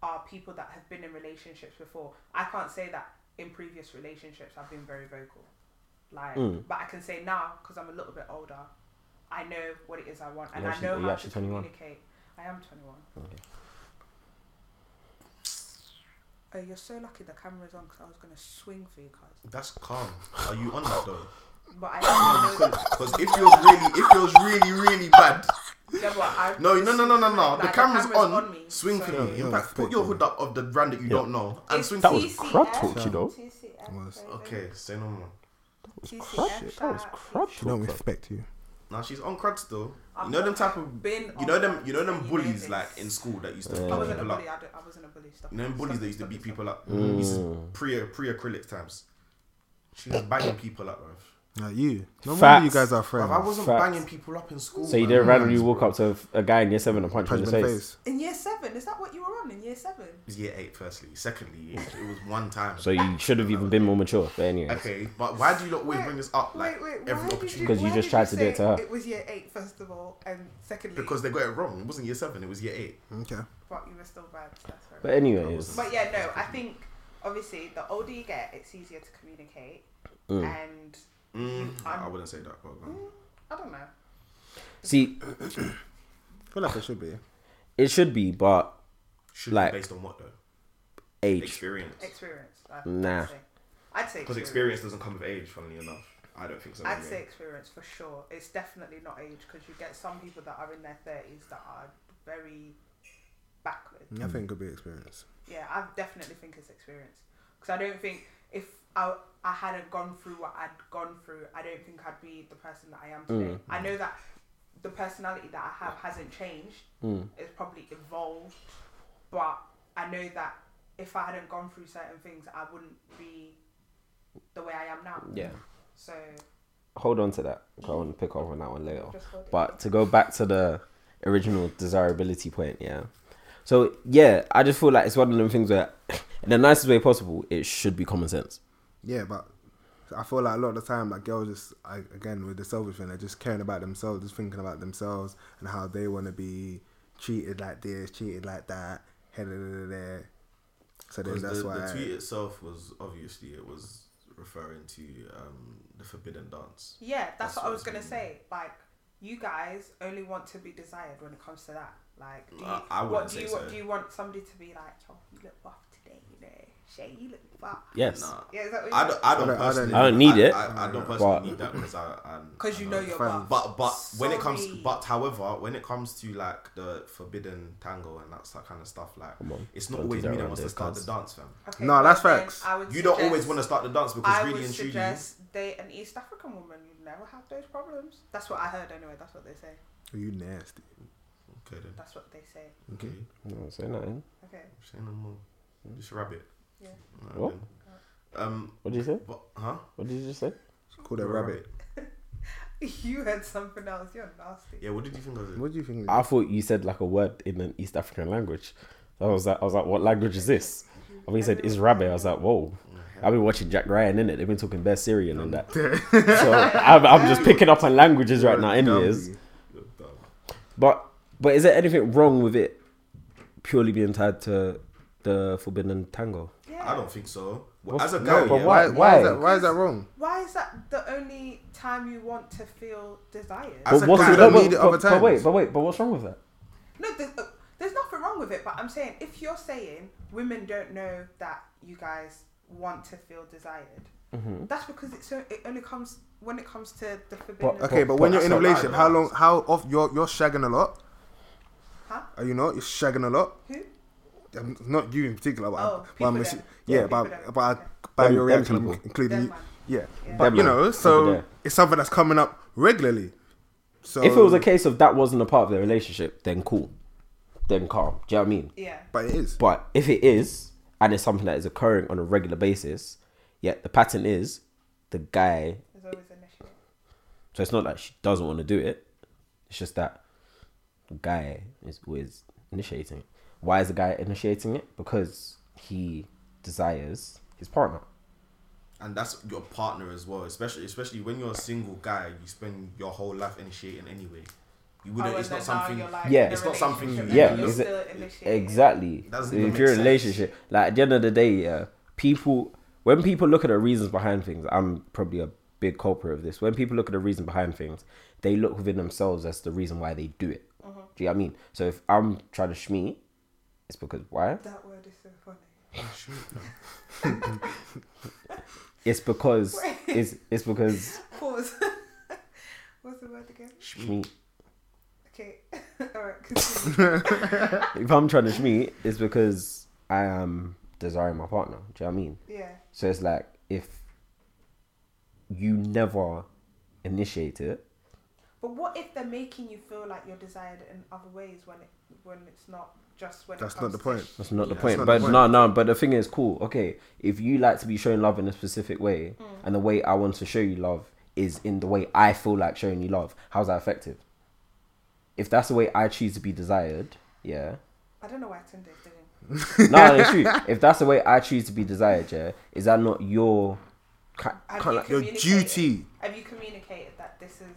Speaker 4: are people that have been in relationships before. I can't say that in previous relationships I've been very vocal, like,
Speaker 5: Mm.
Speaker 4: but I can say now because I'm a little bit older. I know what it is I want, and
Speaker 5: You're
Speaker 4: I
Speaker 5: actually-
Speaker 4: know
Speaker 5: are you
Speaker 4: how to
Speaker 5: actually 21?
Speaker 4: communicate. I am 21.
Speaker 5: Okay.
Speaker 4: Oh, you're so lucky the camera's on because I was going to swing for you, cuz.
Speaker 2: That's calm. Are you on that though?
Speaker 4: But I didn't know that.
Speaker 2: Because if you're really, if you're really, really bad,
Speaker 4: Yeah, but I,
Speaker 2: no, no, no, no, no, no.
Speaker 4: Like,
Speaker 2: the camera's, on.
Speaker 4: me.
Speaker 2: Swing for
Speaker 4: so-
Speaker 2: me. In fact, put your hood up of the brand that you don't know and
Speaker 4: It's
Speaker 2: swing
Speaker 5: That
Speaker 2: for
Speaker 5: was
Speaker 2: me.
Speaker 4: TCF.
Speaker 5: crud talk, you know.
Speaker 4: TCF,
Speaker 3: Was-
Speaker 4: baby.
Speaker 2: Okay, say no more.
Speaker 4: TCF,
Speaker 5: That was
Speaker 4: shout out.
Speaker 5: crud
Speaker 3: She don't
Speaker 5: talk,
Speaker 3: respect you.
Speaker 2: Now she's on crutch though.
Speaker 4: I'm
Speaker 2: You know them
Speaker 4: on-
Speaker 2: type of
Speaker 4: been
Speaker 2: you know
Speaker 4: on
Speaker 2: them,
Speaker 4: crutch
Speaker 2: you know
Speaker 4: and
Speaker 2: them
Speaker 4: you know
Speaker 2: bullies
Speaker 4: this.
Speaker 2: like in school that used to
Speaker 4: I
Speaker 2: beat
Speaker 4: wasn't a
Speaker 2: people up.
Speaker 4: bully. I, don't- I wasn't a bully. Stop.
Speaker 2: You know them bullies
Speaker 4: Stop
Speaker 2: that
Speaker 4: it,
Speaker 2: used to
Speaker 4: stop
Speaker 2: beat
Speaker 4: it, stop
Speaker 2: people up.
Speaker 5: Mm.
Speaker 2: This is pre pre acrylic times. She was banging people up, bruv.
Speaker 3: Nah, you. No
Speaker 5: Facts.
Speaker 3: wonder you guys are friends.
Speaker 2: Bruv, I wasn't
Speaker 5: Mm, Facts.
Speaker 2: banging people up in school.
Speaker 5: So you
Speaker 2: bruv.
Speaker 5: didn't randomly walk up to a guy in year seven and punch him
Speaker 3: mm. Punch
Speaker 5: in the
Speaker 3: him in the
Speaker 5: face.
Speaker 3: face.
Speaker 4: it. In year seven, is that what you were on in year seven?
Speaker 2: It was year eight, firstly. Secondly, it, it was one time.
Speaker 5: So you should have even been more mature. But anyway,
Speaker 2: okay, but why do you not always bring this up like
Speaker 4: wait, wait,
Speaker 2: every
Speaker 4: why
Speaker 2: opportunity?
Speaker 5: Because you
Speaker 4: why
Speaker 5: just
Speaker 4: did
Speaker 5: tried to do it
Speaker 4: say
Speaker 5: to her.
Speaker 4: It was year eight, first of all, and secondly,
Speaker 2: Because they got it wrong. It wasn't year seven. It was year eight.
Speaker 4: Hmm.
Speaker 3: Okay.
Speaker 4: but you were still bad. so That's right.
Speaker 5: but anyways,
Speaker 4: But yeah, no, I think obviously the older you get, it's easier to communicate, and
Speaker 2: Mm, I
Speaker 4: I'm-
Speaker 2: wouldn't say that. But,
Speaker 4: Hmm.
Speaker 2: um,
Speaker 4: I don't know.
Speaker 5: see,
Speaker 3: I feel like I should be.
Speaker 5: it should be, but
Speaker 2: should
Speaker 5: Like-
Speaker 2: be based on what though?
Speaker 5: age.
Speaker 2: Experience.
Speaker 4: Experience. I'd
Speaker 5: Nah.
Speaker 4: Say. I'd say
Speaker 2: Because experience doesn't come with age, funnily enough. I don't think so.
Speaker 4: I'd
Speaker 2: anyway.
Speaker 4: say experience for sure. It's definitely not age because you get some people that are in their thirties that are very backward.
Speaker 3: I think it could be experience.
Speaker 4: Yeah, I definitely think it's experience because I don't think if I I hadn't gone through what I'd gone through, I don't think I'd be the person that I am today. I know that the personality that I have hasn't changed. It's probably evolved, but I know that if I hadn't gone through certain things, I wouldn't be the way I am now.
Speaker 5: Yeah.
Speaker 4: So
Speaker 5: Hold on to that. 'cause I want to pick up on that one later.
Speaker 4: Just hold it.
Speaker 5: But to go back to the original desirability point, yeah. So yeah, I just feel like it's one of them things where, in the nicest way possible, it should be common sense.
Speaker 3: Yeah, but I feel like a lot of the time, like girls just I, again with the selfish thing, they're just caring about themselves, just thinking about themselves and how they want to be treated like this, treated like that, headed there. So then
Speaker 2: Because
Speaker 3: that's
Speaker 2: the,
Speaker 3: why.
Speaker 2: the tweet itself was obviously it was referring to um, the forbidden dance.
Speaker 4: Yeah, that's,
Speaker 2: That's
Speaker 4: what,
Speaker 2: what
Speaker 4: I was
Speaker 2: it's
Speaker 4: gonna
Speaker 2: been.
Speaker 4: say. Like, you guys only want to be desired when it comes to that. Like, do you,
Speaker 2: I- I
Speaker 4: what
Speaker 2: wouldn't
Speaker 4: do
Speaker 2: say
Speaker 4: you
Speaker 2: so.
Speaker 4: what do you want somebody to be like? Oh, you look buff today, you know. Shay, you look buff.
Speaker 5: Yes.
Speaker 2: Nah.
Speaker 4: Yeah, is that what
Speaker 2: I
Speaker 4: you
Speaker 2: don't, I don't
Speaker 3: I don't- I don't
Speaker 2: personally.
Speaker 3: need
Speaker 5: I don't need it.
Speaker 2: I, I don't personally
Speaker 5: But-
Speaker 2: need that because I. I'm-
Speaker 4: Because
Speaker 2: I
Speaker 4: you
Speaker 2: don't-
Speaker 4: know you're
Speaker 3: fam.
Speaker 4: buff.
Speaker 2: But but when it comes
Speaker 4: Sorry.
Speaker 2: but however when it comes to like the forbidden tango and that's that kind of stuff like
Speaker 5: on,
Speaker 2: it's not
Speaker 5: don't do
Speaker 2: always
Speaker 5: that
Speaker 2: me that
Speaker 5: around
Speaker 2: wants
Speaker 5: here,
Speaker 2: to start the
Speaker 5: cuz.
Speaker 2: dance fam.
Speaker 4: Okay,
Speaker 3: No,
Speaker 4: well
Speaker 3: that's
Speaker 4: then
Speaker 3: facts.
Speaker 4: I would
Speaker 2: You don't always
Speaker 4: suggest-
Speaker 2: want to start the dance because
Speaker 4: I
Speaker 2: really
Speaker 4: would
Speaker 2: and truly
Speaker 4: suggest date an East African woman. You'd never have those problems. That's what I heard anyway. That's what they say.
Speaker 3: You nasty.
Speaker 2: Okay then.
Speaker 4: That's what they say.
Speaker 2: Okay.
Speaker 5: No, say nothing.
Speaker 4: Okay.
Speaker 2: Say no more. Just rub it.
Speaker 4: Yeah.
Speaker 2: Alright
Speaker 5: What?
Speaker 2: then. Um
Speaker 5: What did you say?
Speaker 2: but huh?
Speaker 5: What did you just say?
Speaker 3: Call it rabbit.
Speaker 4: You heard something else. You're nasty.
Speaker 2: Yeah, what did you think of it?
Speaker 3: What do you think?
Speaker 5: I thought you said like a word in an East African language. I was like, I was like, what language is this? And when you said is rabbi, I was like, whoa. I've been watching Jack Ryan in it. They've been talking bare Syrian and that. So I'm, I'm just picking up on languages right now. Anyways, but but is there anything wrong with it purely being tied to the forbidden tango?
Speaker 4: Yeah.
Speaker 2: I don't think so. Well,
Speaker 5: What's-
Speaker 2: as a
Speaker 3: No,
Speaker 2: girl,
Speaker 5: but
Speaker 2: yeah,
Speaker 3: why,
Speaker 5: why-
Speaker 3: why?
Speaker 5: why?
Speaker 3: is that? Why is that wrong?
Speaker 4: Why is that the only time you want to feel desired?
Speaker 3: As a guy, I
Speaker 5: no,
Speaker 3: don't need it
Speaker 5: but,
Speaker 3: other
Speaker 5: but, but wait,
Speaker 3: times.
Speaker 5: but wait, but what's wrong with that?
Speaker 4: No, there's, uh, there's nothing wrong with it, but I'm saying if you're saying women don't know that you guys want to feel desired, that's because it's o- it only comes when it comes to the forbidden.
Speaker 3: Okay, but,
Speaker 5: But-
Speaker 3: when
Speaker 5: but
Speaker 3: you're in a
Speaker 5: that's not
Speaker 3: relationship,
Speaker 2: right,
Speaker 3: how
Speaker 2: though.
Speaker 3: long? How off? You're you're shagging a lot.
Speaker 4: Huh?
Speaker 3: Are you not? You're shagging a lot.
Speaker 4: Who?
Speaker 3: Um, Not you in particular, but,
Speaker 4: Oh,
Speaker 3: I'm- but I'm
Speaker 4: people
Speaker 3: assu-
Speaker 4: there.
Speaker 3: yeah,
Speaker 4: Yeah,
Speaker 3: but
Speaker 4: people there.
Speaker 3: but
Speaker 4: Okay.
Speaker 3: by
Speaker 5: Them- them
Speaker 3: your reaction, I'm
Speaker 5: people.
Speaker 3: including
Speaker 4: Them
Speaker 3: you,
Speaker 4: man.
Speaker 3: yeah.
Speaker 4: Yeah.
Speaker 3: But
Speaker 5: Them
Speaker 3: you
Speaker 5: man.
Speaker 3: know,
Speaker 5: Over
Speaker 3: so
Speaker 5: there.
Speaker 3: it's something that's coming up regularly. So
Speaker 5: If it was a case of that wasn't a part of their relationship, then cool, then calm. Do you know what I mean?
Speaker 4: Yeah.
Speaker 3: but it is.
Speaker 5: But if it is, and it's something that is occurring on a regular basis, yet the pattern is the guy.
Speaker 4: There's always an issue.
Speaker 5: So it's not like she doesn't want to do it. It's just that the guy is always initiating. it. Why is the guy initiating it? Because he desires his partner.
Speaker 2: and that's your partner as well. Especially especially when you're a single guy, you spend your whole life initiating anyway. You wouldn't.
Speaker 4: Oh,
Speaker 2: it's
Speaker 4: and
Speaker 2: not
Speaker 4: then now
Speaker 2: something.
Speaker 4: you're, like,
Speaker 5: Yeah.
Speaker 4: in a
Speaker 5: It's
Speaker 2: not something
Speaker 4: relationship
Speaker 2: you
Speaker 4: and
Speaker 5: Yeah,
Speaker 4: you're
Speaker 2: do.
Speaker 5: exa-
Speaker 4: still initiating.
Speaker 5: exactly.
Speaker 2: Doesn't even
Speaker 5: If
Speaker 2: make
Speaker 5: you're in
Speaker 2: sense.
Speaker 5: a relationship, like at the end of the day, yeah, people when people look at the reasons behind things, I'm probably a big culprit of this. When people look at the reason behind things, they look within themselves as the reason why they do it.
Speaker 2: Mm-hmm.
Speaker 5: Do you know what I mean? So if I'm trying to shmee, it's because why?
Speaker 4: That word is so funny.
Speaker 5: It's because it's it's because
Speaker 4: Pause. What's the word again?
Speaker 5: shmee.
Speaker 4: Okay. All right. continue.
Speaker 5: If I'm trying to shmee, it's because I am desiring my partner. Do you know what I mean?
Speaker 4: yeah.
Speaker 5: So it's like if you never initiate it,
Speaker 4: But what if they're making you feel like you're desired in other ways when it when it's not just when
Speaker 3: That's
Speaker 4: it comes
Speaker 3: not the
Speaker 4: to
Speaker 3: point.
Speaker 4: sh-
Speaker 5: That's not the
Speaker 2: Yeah,
Speaker 5: point.
Speaker 3: that's
Speaker 5: but
Speaker 3: not the
Speaker 5: no, no. But the thing is, cool. Okay, if you like to be shown love in a specific way,
Speaker 4: Mm.
Speaker 5: and the way I want to show you love is in the way I feel like showing you love, how's that effective? If that's the way I choose to be desired, yeah.
Speaker 4: I don't know why Tinder is doing.
Speaker 5: No, no, it's true. If that's the way I choose to be desired, yeah, is that not your? ki-
Speaker 4: Have
Speaker 5: kinda
Speaker 4: you
Speaker 5: like-
Speaker 3: your
Speaker 4: communicated-
Speaker 3: duty.
Speaker 4: Have you communicated that this is?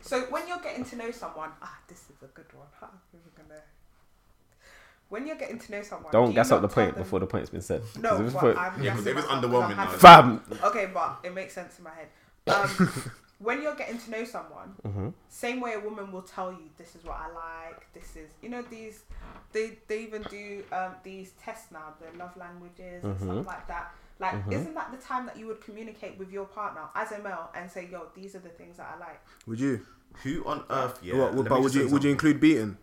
Speaker 4: So when you're getting to know someone, ah, this is a good one. Huh? we were gonna. When you're getting to know someone,
Speaker 5: Don't
Speaker 4: do
Speaker 5: gas
Speaker 4: you
Speaker 5: up the
Speaker 4: not tell
Speaker 5: point
Speaker 4: them-
Speaker 5: before the point's been said. 'Cause
Speaker 4: No,
Speaker 5: if it's
Speaker 4: but
Speaker 5: point-
Speaker 4: I'm
Speaker 2: Yeah, 'cause
Speaker 4: gassing
Speaker 2: it was
Speaker 4: up 'cause I'm
Speaker 2: underwhelming
Speaker 4: happy.
Speaker 2: now.
Speaker 5: Fam,
Speaker 4: Okay, but it makes sense in my head. Um, when you're getting to know someone,
Speaker 5: Mm-hmm.
Speaker 4: same way a woman will tell you, "This is what I like. This is, you know, these."
Speaker 5: Mm-hmm.
Speaker 4: They they even do um, these tests now, the love languages and stuff like that. Like, isn't that the time that you would communicate with your partner as a male and say, "Yo, these are the things that I like."
Speaker 3: Would you?
Speaker 2: Who on earth? Yeah.
Speaker 3: What-
Speaker 2: let me
Speaker 3: but would
Speaker 2: just
Speaker 3: you
Speaker 2: say
Speaker 3: would you
Speaker 2: something.
Speaker 3: include beating?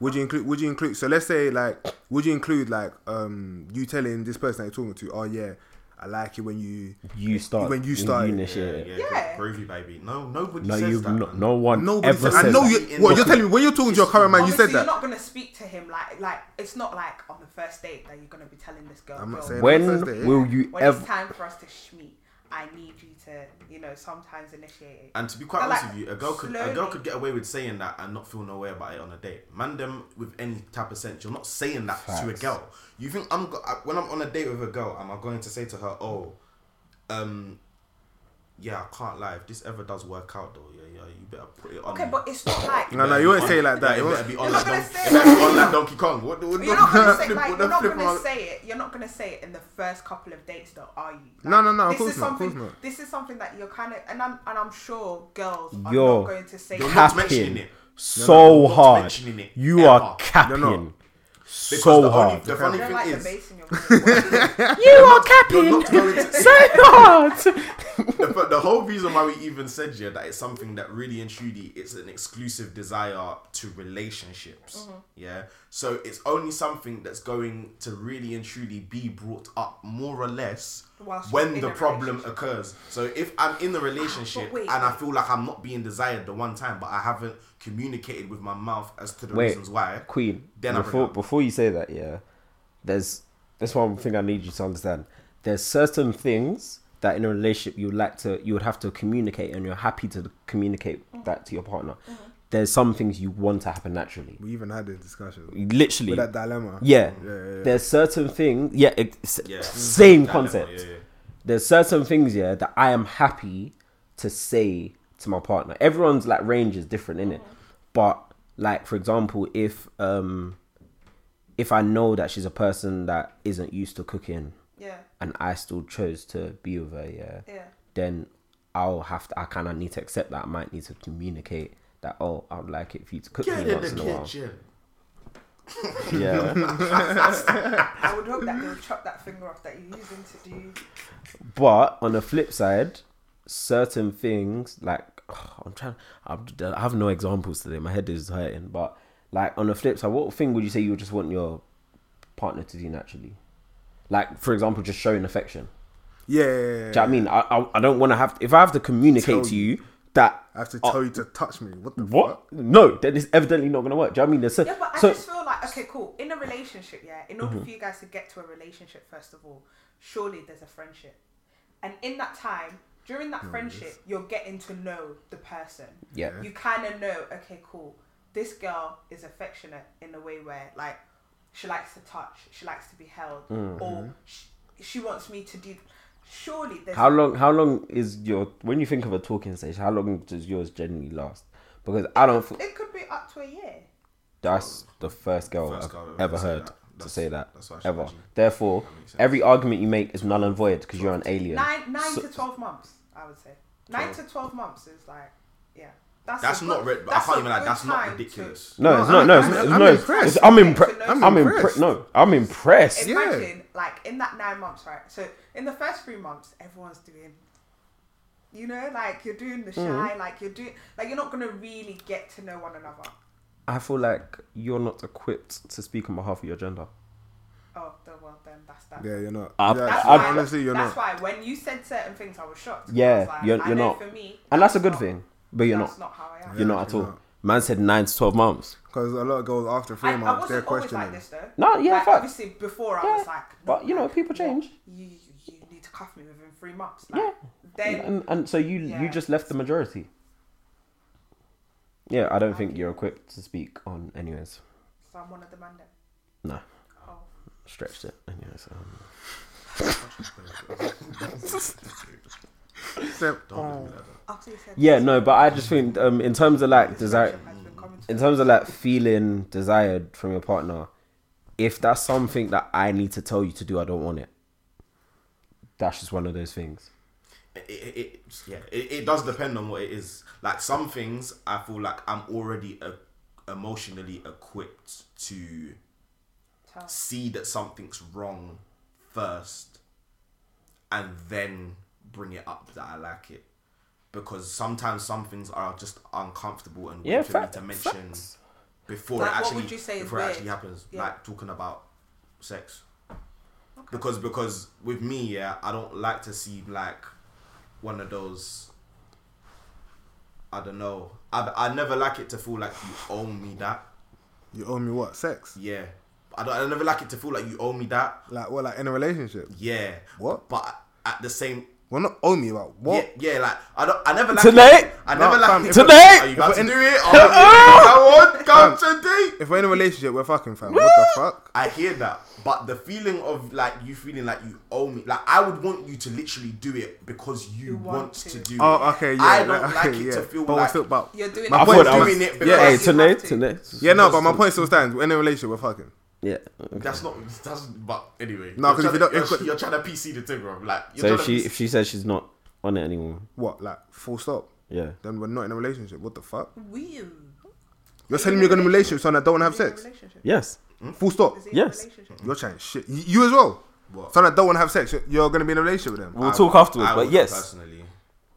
Speaker 3: Would you include would you include so let's say like would you include like um you telling this person that you're talking to, oh yeah, I like it when you
Speaker 5: You start
Speaker 3: When you
Speaker 5: in
Speaker 3: started.
Speaker 5: unison.
Speaker 2: Yeah,
Speaker 4: Yeah.
Speaker 2: groovy baby. No, nobody
Speaker 5: No,
Speaker 2: says
Speaker 5: you've
Speaker 2: that.
Speaker 5: no,
Speaker 2: man.
Speaker 5: no one
Speaker 3: Nobody
Speaker 5: ever
Speaker 3: said,
Speaker 5: said
Speaker 3: I know
Speaker 5: that.
Speaker 3: you what you're telling me when you're talking to your current man Oh, you
Speaker 4: Obviously,
Speaker 3: said that.
Speaker 4: you're not gonna speak to him like like it's not like on the first date that you're gonna be telling this girl.
Speaker 3: I'm not
Speaker 4: "Yo,
Speaker 3: saying
Speaker 5: When
Speaker 3: First day, yeah.
Speaker 5: will you
Speaker 4: when it's
Speaker 5: ever?
Speaker 4: time for us to shmeet, I need you to, you know, sometimes initiate it.
Speaker 2: And to be quite
Speaker 4: I
Speaker 2: honest
Speaker 4: like
Speaker 2: with you, a girl could a girl
Speaker 4: slowly.
Speaker 2: could get away with saying that and not feel no way about it on a date. Man, them with any type of sense, you're not saying that to a
Speaker 5: Facts.
Speaker 2: girl. You think I'm go- I- when I'm on a date with a girl, am I going to say to her, "Oh, um, yeah, I can't lie. If this ever does work out, though, yeah, yeah, you better put it on."
Speaker 4: Okay,
Speaker 2: me."
Speaker 4: but it's not like
Speaker 3: No no you won't say it like that.
Speaker 2: Yeah,
Speaker 3: It
Speaker 2: you
Speaker 3: won't-
Speaker 2: better be on
Speaker 4: You're
Speaker 2: like
Speaker 4: not gonna
Speaker 2: Donkey-
Speaker 4: say
Speaker 2: you better be
Speaker 4: that.
Speaker 2: on like Donkey Kong. What, what,
Speaker 4: You're not gonna say
Speaker 2: flip-
Speaker 4: like
Speaker 2: what
Speaker 4: you're
Speaker 2: the
Speaker 4: not
Speaker 2: flip
Speaker 4: gonna
Speaker 2: around-
Speaker 4: say it. You're not gonna say it in the first couple of dates, though, are you? Like,
Speaker 3: No, no, no, of
Speaker 4: this
Speaker 3: course
Speaker 4: is
Speaker 3: not, of course
Speaker 4: something-
Speaker 3: not.
Speaker 4: This is something that you're kind of, and I'm, and I'm sure girls are
Speaker 5: You're
Speaker 4: not going to say.
Speaker 2: You're
Speaker 4: that.
Speaker 2: not
Speaker 5: capping
Speaker 2: mentioning it.
Speaker 5: so
Speaker 2: you're not
Speaker 5: hard.
Speaker 2: mentioning it
Speaker 5: You
Speaker 2: ever.
Speaker 5: are
Speaker 3: You're
Speaker 5: capping
Speaker 3: not.
Speaker 2: Because
Speaker 5: so
Speaker 2: the only-
Speaker 5: hard.
Speaker 2: The funny
Speaker 4: I don't
Speaker 2: thing
Speaker 4: like the
Speaker 2: is,
Speaker 4: bass in your voice.
Speaker 2: you're not going to.
Speaker 7: hard.
Speaker 2: the, but the whole reason why we even said yeah that it's something that really and truly it's an exclusive desire to relationships
Speaker 4: Mm-hmm.
Speaker 2: yeah so it's only something that's going to really and truly be brought up more or less
Speaker 4: Whilst you're
Speaker 2: when
Speaker 4: in
Speaker 2: the
Speaker 4: a
Speaker 2: problem
Speaker 4: relationship.
Speaker 2: occurs so if i'm in the relationship
Speaker 4: But wait,
Speaker 2: and i
Speaker 4: wait.
Speaker 2: feel like i'm not being desired the one time but i haven't communicated with my mouth as to the
Speaker 5: Wait,
Speaker 2: reasons why
Speaker 5: Queen.
Speaker 2: Then I bring it
Speaker 5: before
Speaker 2: up.
Speaker 5: before you say that, yeah, there's that's one thing I need you to understand. There's certain things that in a relationship you would like to you would have to communicate, and you're happy to communicate that to your partner. There's some things you want to happen naturally.
Speaker 3: We even had this discussion.
Speaker 5: Literally,
Speaker 3: With that dilemma.
Speaker 5: yeah.
Speaker 3: Yeah, yeah, yeah.
Speaker 5: There's certain things. Yeah, it's
Speaker 2: Yeah.
Speaker 5: same
Speaker 2: That level,
Speaker 5: concept.
Speaker 2: yeah, yeah.
Speaker 5: There's certain things, yeah, that I am happy to say to my partner. Everyone's like range is different, in it. But like for example, if um if I know that she's a person that isn't used to cooking
Speaker 4: yeah,
Speaker 5: and I still chose to be with her, yeah,
Speaker 4: yeah.
Speaker 5: then I'll have to I kinda need to accept that I might need to communicate that oh I'd like it for you to cook
Speaker 2: get
Speaker 5: me
Speaker 2: in
Speaker 5: once in a
Speaker 2: the
Speaker 5: while.
Speaker 2: kitchen
Speaker 5: Yeah.
Speaker 4: I would hope that they'll chop that finger off that you're using to do.
Speaker 5: But on the flip side, certain things like I'm trying, I'm, I have no examples today. My head is hurting. But like on the flip side, what thing would you say you would just want your partner to do naturally? Like for example, just showing affection.
Speaker 3: Yeah, yeah, yeah,
Speaker 5: Do you know what I mean? I I, I don't want to have if I have to communicate
Speaker 3: Tell
Speaker 5: to you that
Speaker 3: I have to
Speaker 2: Oh.
Speaker 3: tell you to touch me. What the fuck?
Speaker 5: what no, then it's evidently not gonna work. Do you know what I mean? There's so,
Speaker 4: Yeah, but I
Speaker 5: so Mm-hmm.
Speaker 4: just feel like okay, cool. In a relationship, yeah. In order for you guys to get to a relationship, first of all, surely there's a friendship, and in that time, during that friendship, you're getting to know the person.
Speaker 5: Mm. Yeah.
Speaker 4: You kind of know. Okay, cool. This girl is affectionate in a way where like she likes to touch, she likes to be held, or she, she wants me to do. Surely there's
Speaker 5: Mm-hmm. How long? How long is your when you think of a talking stage? How long does yours generally last? Because I don't. feel
Speaker 4: It could be up to a year.
Speaker 5: That's the first girl
Speaker 2: First
Speaker 5: I've
Speaker 2: girl I've
Speaker 5: ever
Speaker 2: ever said
Speaker 5: heard
Speaker 2: that.
Speaker 5: to
Speaker 2: That's-
Speaker 5: say that.
Speaker 2: that's what I should
Speaker 5: ever.
Speaker 2: imagine.
Speaker 5: Therefore,
Speaker 2: makes sense.
Speaker 5: every argument you make is null and void because you're an alien.
Speaker 4: Nine, nine
Speaker 5: So-
Speaker 4: to twelve months, I would say. Nine to twelve months is like, yeah. That's,
Speaker 2: that's
Speaker 4: a
Speaker 2: not
Speaker 4: good-
Speaker 2: red but i
Speaker 4: a
Speaker 2: can't even lie
Speaker 4: good
Speaker 2: that's
Speaker 4: time
Speaker 2: not
Speaker 4: to-
Speaker 2: ridiculous
Speaker 5: No, it's not. No, it's
Speaker 3: I'm-
Speaker 5: not.
Speaker 3: I'm
Speaker 5: no, it's-
Speaker 3: impressed.
Speaker 5: it's- I'm impressed.
Speaker 4: I'm
Speaker 5: I'm,
Speaker 3: impressed.
Speaker 5: impressed. No, I'm impressed.
Speaker 3: Yeah.
Speaker 4: Imagine, like in that nine months, right? So in the first three months, everyone's doing, you know, like you're doing
Speaker 3: Hmm.
Speaker 4: the shy, like you're doing, like you're not gonna really get to know one another.
Speaker 5: I feel like you're not equipped to speak on behalf of your gender.
Speaker 4: Oh, the well, then that's that.
Speaker 3: Yeah, you're not.
Speaker 5: I've-
Speaker 3: yeah,
Speaker 4: That's
Speaker 5: I've-
Speaker 4: why,
Speaker 3: honestly, you're
Speaker 4: that's
Speaker 3: not.
Speaker 4: why when you said certain things, I was shocked. 'cause I
Speaker 5: Yeah,
Speaker 4: was like,
Speaker 5: you're-
Speaker 4: I
Speaker 5: you're
Speaker 4: know
Speaker 5: not.
Speaker 4: For me,
Speaker 5: And that's a good
Speaker 4: not-
Speaker 5: thing. But you're
Speaker 4: that's
Speaker 5: not.
Speaker 4: not how I am.
Speaker 5: You're not at
Speaker 3: you're
Speaker 5: all.
Speaker 3: not.
Speaker 5: Man said nine to twelve months.
Speaker 3: Because a lot of girls after three
Speaker 4: I, I
Speaker 3: months,
Speaker 4: wasn't
Speaker 3: they're
Speaker 4: always
Speaker 3: questioning.
Speaker 4: like this though.
Speaker 5: No, yeah,
Speaker 4: like,
Speaker 5: facts.
Speaker 4: obviously before
Speaker 5: Yeah,
Speaker 4: I was like,
Speaker 5: but, you know,
Speaker 4: like,
Speaker 5: people change.
Speaker 4: You, you you need to cuff me within three months. Like, Then
Speaker 5: And, and so you you
Speaker 4: Yeah.
Speaker 5: just left the majority. Yeah, I don't think you're equipped to speak on. Anyways,
Speaker 4: so I'm one of the man then.
Speaker 5: no,
Speaker 4: Oh,
Speaker 5: stretched it. Anyways, um,
Speaker 3: Except-
Speaker 4: after you said
Speaker 5: yeah, no, but I just think um, in terms of like desire,
Speaker 4: has been coming to
Speaker 5: in terms of like feeling desired from your partner, if that's something that I need to tell you to do, I don't want it. That's just one of those things.
Speaker 2: it, it, it yeah it, it does depend on what it is like some things i feel like i'm already uh, emotionally equipped to
Speaker 4: tell.
Speaker 2: see that something's wrong first and then bring it up that I like it. Because sometimes some things are just uncomfortable and
Speaker 5: Yeah,
Speaker 2: weird for me
Speaker 5: fact-
Speaker 2: to mention
Speaker 5: facts.
Speaker 2: before
Speaker 4: Like,
Speaker 2: it
Speaker 4: what
Speaker 2: actually
Speaker 4: would you say is
Speaker 2: before it
Speaker 4: weird?
Speaker 2: actually happens.
Speaker 4: Yeah.
Speaker 2: Like talking about sex. Because because with me, yeah, I don't like to see like one of those I don't know. I, I never like it to feel like you owe me that.
Speaker 3: You owe me what? Sex?
Speaker 2: Yeah. I, don't, I never like it to feel like you owe me that.
Speaker 3: Like what? Like in a relationship?
Speaker 2: Yeah.
Speaker 3: What?
Speaker 2: But at the same
Speaker 3: Well, not owe me, but what?
Speaker 2: Yeah, yeah, like I don't, I never like
Speaker 5: Tonight?
Speaker 2: It. I
Speaker 3: No,
Speaker 2: never
Speaker 3: fam,
Speaker 2: like it.
Speaker 3: if
Speaker 5: Tonight?
Speaker 2: Are you about to
Speaker 3: in- Ah!
Speaker 2: do it? Oh, I won't come today.
Speaker 3: If we're in a relationship, we're fucking fam. What the fuck?
Speaker 2: I hear that, but the feeling of like you feeling like you owe me, like I would want you to literally do it because you, want, to. do it.
Speaker 3: Oh, okay, yeah.
Speaker 2: I don't
Speaker 3: okay,
Speaker 2: like it to feel
Speaker 3: but we're
Speaker 2: like-
Speaker 3: still, but
Speaker 4: You're doing
Speaker 3: My
Speaker 4: it
Speaker 3: point
Speaker 5: thought I
Speaker 2: doing
Speaker 5: was-
Speaker 2: it because
Speaker 3: yeah,
Speaker 5: Hey,
Speaker 4: you
Speaker 5: today,
Speaker 4: have to.
Speaker 5: today.
Speaker 3: yeah, no, but my point still stands. We're in a relationship, we're fucking.
Speaker 5: Yeah.
Speaker 2: that's not that's but anyway.
Speaker 3: No, 'cause
Speaker 2: you're
Speaker 3: if you
Speaker 2: tryna-
Speaker 3: don't- if-
Speaker 2: you're, you're trying to PC the thing, bro. Like you're
Speaker 5: So
Speaker 2: tryna
Speaker 5: if she
Speaker 2: PC
Speaker 5: if she says she's not on it anymore,
Speaker 3: What? Like full stop?
Speaker 5: yeah.
Speaker 3: Then we're not in a relationship. What the fuck?
Speaker 4: Weird.
Speaker 3: You're telling me you're gonna be in a relationship, so I don't have
Speaker 4: Is he in a
Speaker 3: sex.
Speaker 4: relationship?
Speaker 5: Yes.
Speaker 3: Full stop.
Speaker 4: Is he in a
Speaker 5: Yes.
Speaker 4: relationship?
Speaker 3: You're trying shit. You, you as well.
Speaker 2: What?
Speaker 3: So I don't want to have sex. You're gonna be in a relationship with them.
Speaker 5: We'll
Speaker 3: I-
Speaker 5: talk afterwards,
Speaker 2: I
Speaker 5: but
Speaker 2: wouldn't
Speaker 5: yes,
Speaker 2: personally,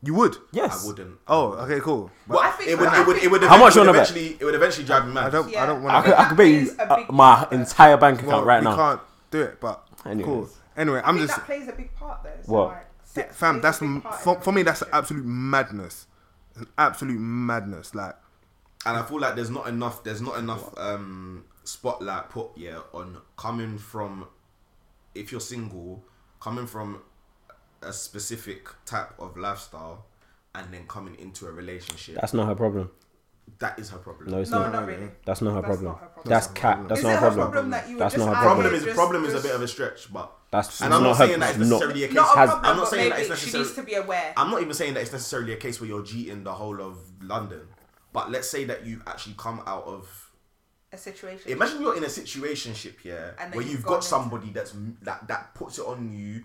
Speaker 3: You would.
Speaker 5: yes.
Speaker 2: I wouldn't.
Speaker 3: Oh, okay, cool. But
Speaker 2: But
Speaker 4: I think-
Speaker 2: it would,
Speaker 4: I
Speaker 2: it would,
Speaker 4: think-
Speaker 2: it would,
Speaker 5: How much
Speaker 2: it would
Speaker 5: you wanna bet?
Speaker 2: eventually, it would eventually drive me mad.
Speaker 3: I don't. I
Speaker 4: Yeah.
Speaker 3: don't
Speaker 5: I
Speaker 3: want
Speaker 5: could,
Speaker 3: to.
Speaker 5: I could bet you
Speaker 4: Is a
Speaker 5: uh,
Speaker 4: big
Speaker 5: my
Speaker 4: factor.
Speaker 5: entire bank account right
Speaker 3: we
Speaker 5: now.
Speaker 3: can't do it. But cool.
Speaker 5: Anyways.
Speaker 3: Anyway,
Speaker 4: I
Speaker 3: I'm
Speaker 4: think
Speaker 3: just
Speaker 4: that plays a big part though. So
Speaker 5: What?
Speaker 4: Like,
Speaker 3: yeah,
Speaker 4: sex
Speaker 3: fam.
Speaker 4: plays
Speaker 3: That's
Speaker 4: a big
Speaker 3: m-
Speaker 4: part in
Speaker 3: for, for me. That's
Speaker 4: relationship.
Speaker 3: absolute madness. An absolute madness. Like
Speaker 2: and I feel like there's not enough there's not enough um spotlight put yeah on coming from if you're single coming from a specific type of lifestyle and then coming into a relationship
Speaker 5: That's not her problem.
Speaker 2: that is her problem
Speaker 5: No, it's
Speaker 4: No,
Speaker 5: not.
Speaker 4: not really.
Speaker 5: That's not her
Speaker 4: That's
Speaker 5: problem.
Speaker 4: not her problem.
Speaker 5: That's cat. That's
Speaker 4: Is
Speaker 5: not
Speaker 4: it
Speaker 5: her problem.
Speaker 4: problem that you would
Speaker 5: That's
Speaker 4: just
Speaker 5: not
Speaker 4: add
Speaker 5: her
Speaker 2: problem
Speaker 4: it,
Speaker 2: is
Speaker 4: just-
Speaker 2: problem is a
Speaker 4: just-
Speaker 2: bit of a stretch but
Speaker 5: That's
Speaker 2: and I'm
Speaker 5: not
Speaker 2: not
Speaker 5: her.
Speaker 2: saying that it's
Speaker 5: not-
Speaker 2: necessarily a case
Speaker 4: Not a
Speaker 5: Has-
Speaker 4: problem,
Speaker 2: I'm not
Speaker 4: but
Speaker 2: saying that
Speaker 4: maybe
Speaker 2: it's
Speaker 4: she needs to
Speaker 2: necessarily-
Speaker 4: be aware.
Speaker 2: I'm not even saying that it's necessarily a case where you're cheating the whole of London but let's say that you actually come out of
Speaker 4: a situation.
Speaker 2: Imagine you're in a situation ship, yeah,
Speaker 4: And then
Speaker 2: where
Speaker 4: you've
Speaker 2: you've
Speaker 4: gone
Speaker 2: got
Speaker 4: into-
Speaker 2: somebody that's that that puts it on you,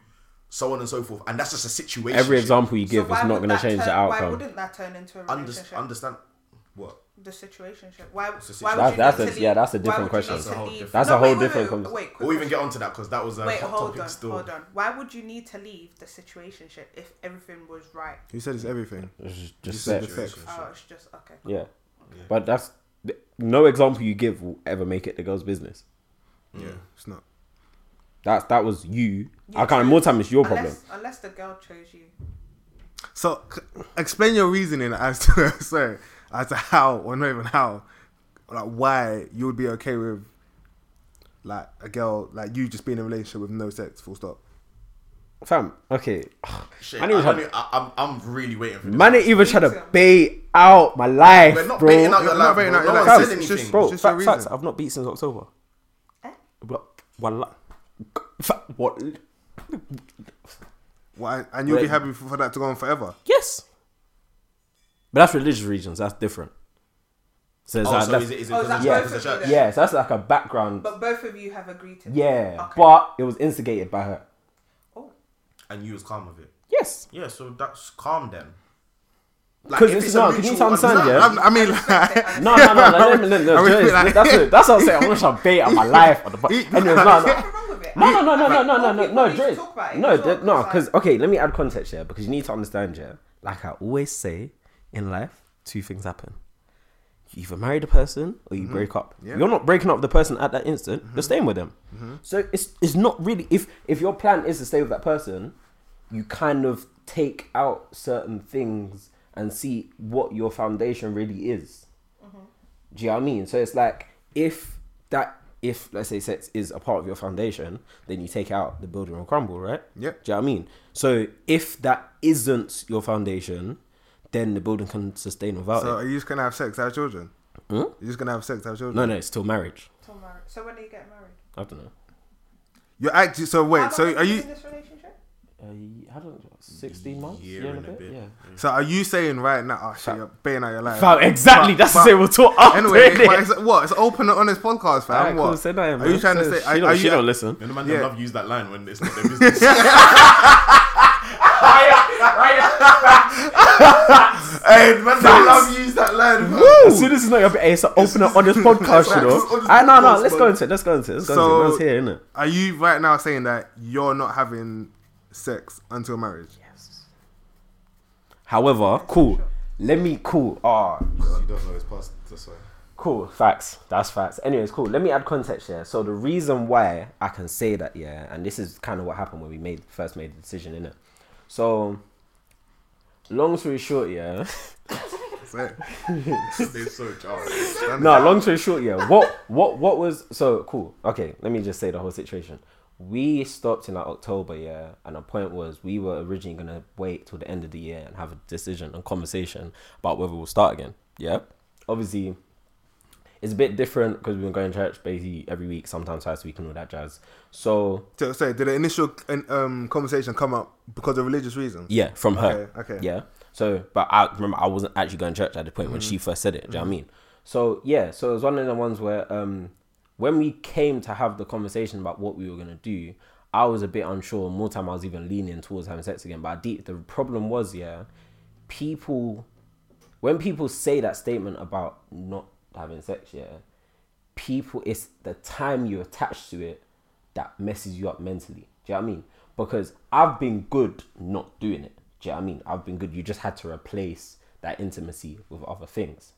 Speaker 2: so on and so forth, and that's just a situation.
Speaker 5: Every example you give is
Speaker 4: why
Speaker 5: not
Speaker 4: would
Speaker 5: going to
Speaker 4: that
Speaker 5: change the
Speaker 4: turn- Why
Speaker 5: outcome.
Speaker 4: wouldn't that turn into a
Speaker 2: Under,
Speaker 4: relationship?
Speaker 2: understand what?
Speaker 4: the situation ship. Why?
Speaker 2: situation.
Speaker 4: why would
Speaker 5: That-
Speaker 4: you
Speaker 5: that's
Speaker 4: need
Speaker 5: a-
Speaker 4: to leave-
Speaker 5: yeah, that's a
Speaker 4: why
Speaker 5: different
Speaker 4: would you
Speaker 5: question.
Speaker 4: need to
Speaker 2: That's a whole
Speaker 4: leave-
Speaker 2: different-
Speaker 5: That's
Speaker 4: No,
Speaker 5: a whole
Speaker 4: wait, wait,
Speaker 5: different
Speaker 4: wait,
Speaker 5: conversation.
Speaker 4: Wait, quick
Speaker 2: We'll even get
Speaker 4: question.
Speaker 2: onto that because that was a
Speaker 4: Wait,
Speaker 2: hot
Speaker 4: hold
Speaker 2: topic
Speaker 4: on,
Speaker 2: still.
Speaker 4: hold on. Why would you need to leave the situation ship if everything was right?
Speaker 3: you said, it's everything.
Speaker 5: Just, just
Speaker 3: said
Speaker 5: sex.
Speaker 3: the sex.
Speaker 4: Oh, it's just okay. cool.
Speaker 5: Yeah. But that's no example you give will ever make it the girl's business. Mm.
Speaker 3: Yeah, it's not.
Speaker 5: That's that was you. I can't.
Speaker 4: chose-
Speaker 5: More time it's your problem.
Speaker 4: Unless, unless the girl chose you.
Speaker 3: So c- explain your reasoning as to sorry as to how or not even how, like why you would be okay with like a girl like you just being in a relationship with no sex. Full stop.
Speaker 5: Fam. Okay.
Speaker 2: Shit,
Speaker 5: I
Speaker 2: I
Speaker 5: knew it was
Speaker 2: don't
Speaker 5: happening.
Speaker 2: even- I, am I'm really waiting for this.
Speaker 5: Man, ain't even trying
Speaker 4: Reason.
Speaker 5: to bait out my life,
Speaker 2: We're not
Speaker 5: bro.
Speaker 2: baiting out your
Speaker 3: You're not
Speaker 2: life.
Speaker 3: baiting
Speaker 2: bro.
Speaker 3: out your
Speaker 2: No one
Speaker 3: life.
Speaker 5: Fam,
Speaker 2: said
Speaker 3: it's
Speaker 2: anything.
Speaker 3: just-
Speaker 5: Bro,
Speaker 3: Just
Speaker 5: fa-
Speaker 3: your
Speaker 5: facts.
Speaker 3: reason.
Speaker 5: I've not beat since October.
Speaker 4: Eh?
Speaker 5: Block. Walla. Fa- What?
Speaker 3: Why? And you'll be
Speaker 5: Wait.
Speaker 3: happy for, for that to go on forever.
Speaker 5: Yes. But that's religious reasons. That's different. So it's
Speaker 2: Oh,
Speaker 5: like
Speaker 2: so
Speaker 5: that's-
Speaker 2: is it, is it
Speaker 4: Oh,
Speaker 2: because
Speaker 4: is
Speaker 2: of
Speaker 4: that
Speaker 2: because of
Speaker 4: both of
Speaker 2: church?
Speaker 4: you
Speaker 5: yeah, so that's like a background.
Speaker 4: But both of you have agreed to.
Speaker 5: yeah,
Speaker 4: Okay.
Speaker 5: but it was instigated by her.
Speaker 4: Oh,
Speaker 2: And you was calm with it.
Speaker 5: Yes.
Speaker 2: Yeah, so that's calm then.
Speaker 5: 'Cause
Speaker 2: if
Speaker 5: it's
Speaker 2: a
Speaker 5: not- can you
Speaker 2: mutual
Speaker 5: understand,
Speaker 2: understanding-
Speaker 5: yeah?
Speaker 3: I, I mean, like,
Speaker 5: No, no, no, no, no, no,
Speaker 3: I
Speaker 5: no,
Speaker 3: really
Speaker 5: Joyce,
Speaker 3: like-
Speaker 5: that's it. That's what I'm saying. I'm not trying to bait out my life. On the, bu-
Speaker 3: Eat-
Speaker 5: anyways, no, no.
Speaker 4: nothing wrong with it.
Speaker 5: No, no, no, no, no, no, no,
Speaker 4: More
Speaker 5: no,
Speaker 4: people
Speaker 5: no,
Speaker 4: need to
Speaker 5: Drake.
Speaker 4: talk about it
Speaker 5: No,
Speaker 4: as well,
Speaker 5: th- no,
Speaker 4: 'cause,
Speaker 5: because okay, let me add context here because you need to understand, yeah. Like I always say in life, two things happen: you either marry the person or you break up. You're not breaking up with the person at that instant; you're staying with them. So it's it's not really if if your plan is to stay with that person, you kind of take out certain things and see what your foundation really is. Do you know what I mean? So it's like if that if let's say sex is a part of your foundation, then you take it out, the building will crumble, right?
Speaker 3: Yep.
Speaker 5: Do you know what I mean? So if that isn't your foundation, then the building can sustain without
Speaker 3: so
Speaker 5: it.
Speaker 3: are you just gonna have sex, have children? You're just gonna have sex, have children.
Speaker 5: Hmm? No, no, it's till marriage.
Speaker 4: Till marriage. So when do you get married?
Speaker 5: I don't know.
Speaker 3: You're actually so
Speaker 4: How
Speaker 3: wait.
Speaker 4: long
Speaker 3: So
Speaker 4: have
Speaker 3: are
Speaker 4: been
Speaker 3: you?
Speaker 4: in this relationship?
Speaker 5: Uh, I don't know, sixteen months,
Speaker 2: Year
Speaker 5: year,
Speaker 2: and a bit.
Speaker 5: Yeah.
Speaker 3: So are you saying right now? Oh shit, you're baying out your life.
Speaker 5: Fam, exactly.
Speaker 3: But-
Speaker 5: that's
Speaker 3: but-
Speaker 5: the same. We'll talk after
Speaker 3: Anyway,
Speaker 5: innit?
Speaker 3: but it's, what? It's open and honest podcast, fam.
Speaker 5: Alright,
Speaker 3: what?
Speaker 5: cool, say that,
Speaker 3: are
Speaker 5: man.
Speaker 3: you trying to
Speaker 5: So
Speaker 3: say?
Speaker 5: she
Speaker 3: Are,
Speaker 5: don't,
Speaker 3: are
Speaker 5: she
Speaker 3: you,
Speaker 5: don't listen?
Speaker 2: You know, man,
Speaker 3: Yeah.
Speaker 2: they love use that line when it's not their business.
Speaker 3: Hey, man,
Speaker 2: I love use that line. man.
Speaker 5: As soon as it's not your bit, hey, it's an opener on this podcast, you know.
Speaker 2: It's on this
Speaker 5: Alright, no, no,
Speaker 2: podcast,
Speaker 5: let's
Speaker 2: man.
Speaker 5: go into it. Let's go into it. Let's go
Speaker 3: So-
Speaker 5: into it. Let's hear, it, innit?
Speaker 3: Are you right now saying that you're not having sex until marriage.
Speaker 5: However, cool. Let me cool. Ah,
Speaker 2: You don't know it's past the side.
Speaker 5: Cool, facts. That's facts. Anyways, cool. Let me add context here. So the reason why I can say that, yeah, and this is kind of what happened when we made first made the decision, innit? So, long story short, yeah.
Speaker 3: So,
Speaker 2: They're so jarring.
Speaker 5: no, long story short, yeah. What, what, what was so cool? Okay, let me just say the whole situation. We stopped in like October, yeah, and the point was we were originally gonna wait till the end of the year and have a decision and conversation about whether we'll start again. Yeah, obviously, it's a bit different because we've been going to church basically every week, sometimes twice a week, and all that jazz. So
Speaker 3: so sorry, did the initial um, conversation come up because of religious reasons?
Speaker 5: yeah, from her.
Speaker 3: Okay, okay.
Speaker 5: Yeah. So, but I remember I wasn't actually going to church at the point when she first said it. Do you know
Speaker 3: Mm-hmm.
Speaker 5: what I mean? So yeah, so it was one of the ones where um, when we came to have the conversation about what we were gonna do, I was a bit unsure. More time, I was even leaning towards having sex again. But I deep, the problem was, yeah, people, when people say that statement about not having sex, yeah, people it's the time you attach to it that messes you up mentally. Do you know what I mean? Because I've been good not doing it. Do you know what I mean? I've been good. You just had to replace that intimacy with other things.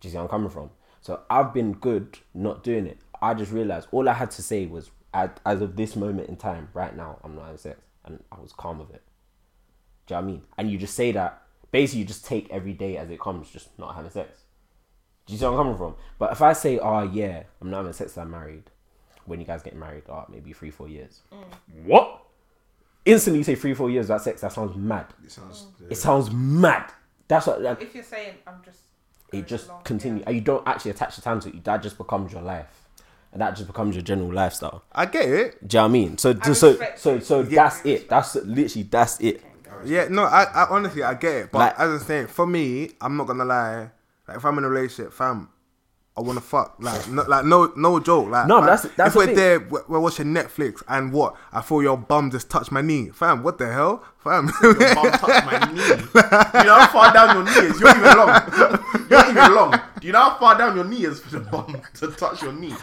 Speaker 5: Do you see where I'm coming from? So I've been good not doing it. I just realized all I had to say was, at, as of this moment in time, right now, I'm not having sex. And I was calm with it. Do you know what I mean? And you just say that, basically, you just take every day as it comes, just not having sex. Do you see where I'm coming from? But if I say, oh, yeah, I'm not having sex till I'm married, when you guys get married, oh, maybe three, four years. What? Instantly you say three, four years without sex, that sounds mad.
Speaker 2: It
Speaker 4: Oh.
Speaker 2: sounds.
Speaker 5: It sounds mad. That's what, like,
Speaker 4: If you're saying I'm just, going
Speaker 5: it just
Speaker 4: along,
Speaker 5: continues.
Speaker 4: yeah.
Speaker 5: You don't actually attach the time to it. That just becomes your life, and that just becomes your general lifestyle.
Speaker 3: I get it.
Speaker 5: Do you know what I mean? So, so, so,
Speaker 4: respect
Speaker 5: so,
Speaker 4: it.
Speaker 5: that's it. That's literally that's it.
Speaker 3: Yeah, no, I, I honestly I get it, but
Speaker 5: Like-
Speaker 3: as I'm saying, for me, I'm not gonna lie. Like, if I'm in a relationship, fam, I wanna fuck. Like, no, like no, no joke. Like,
Speaker 5: No,
Speaker 3: I-
Speaker 5: that's- that's
Speaker 3: if
Speaker 5: the
Speaker 3: we're
Speaker 5: thing.
Speaker 3: there, we're, we're watching Netflix, and what? I feel your bum just touched my knee, fam. What the hell, fam?
Speaker 8: Your bum touched my knee. Do you know how far down your knee is? You're even long. You're even long. Do you know how far down your knee is for the bum to touch your knee?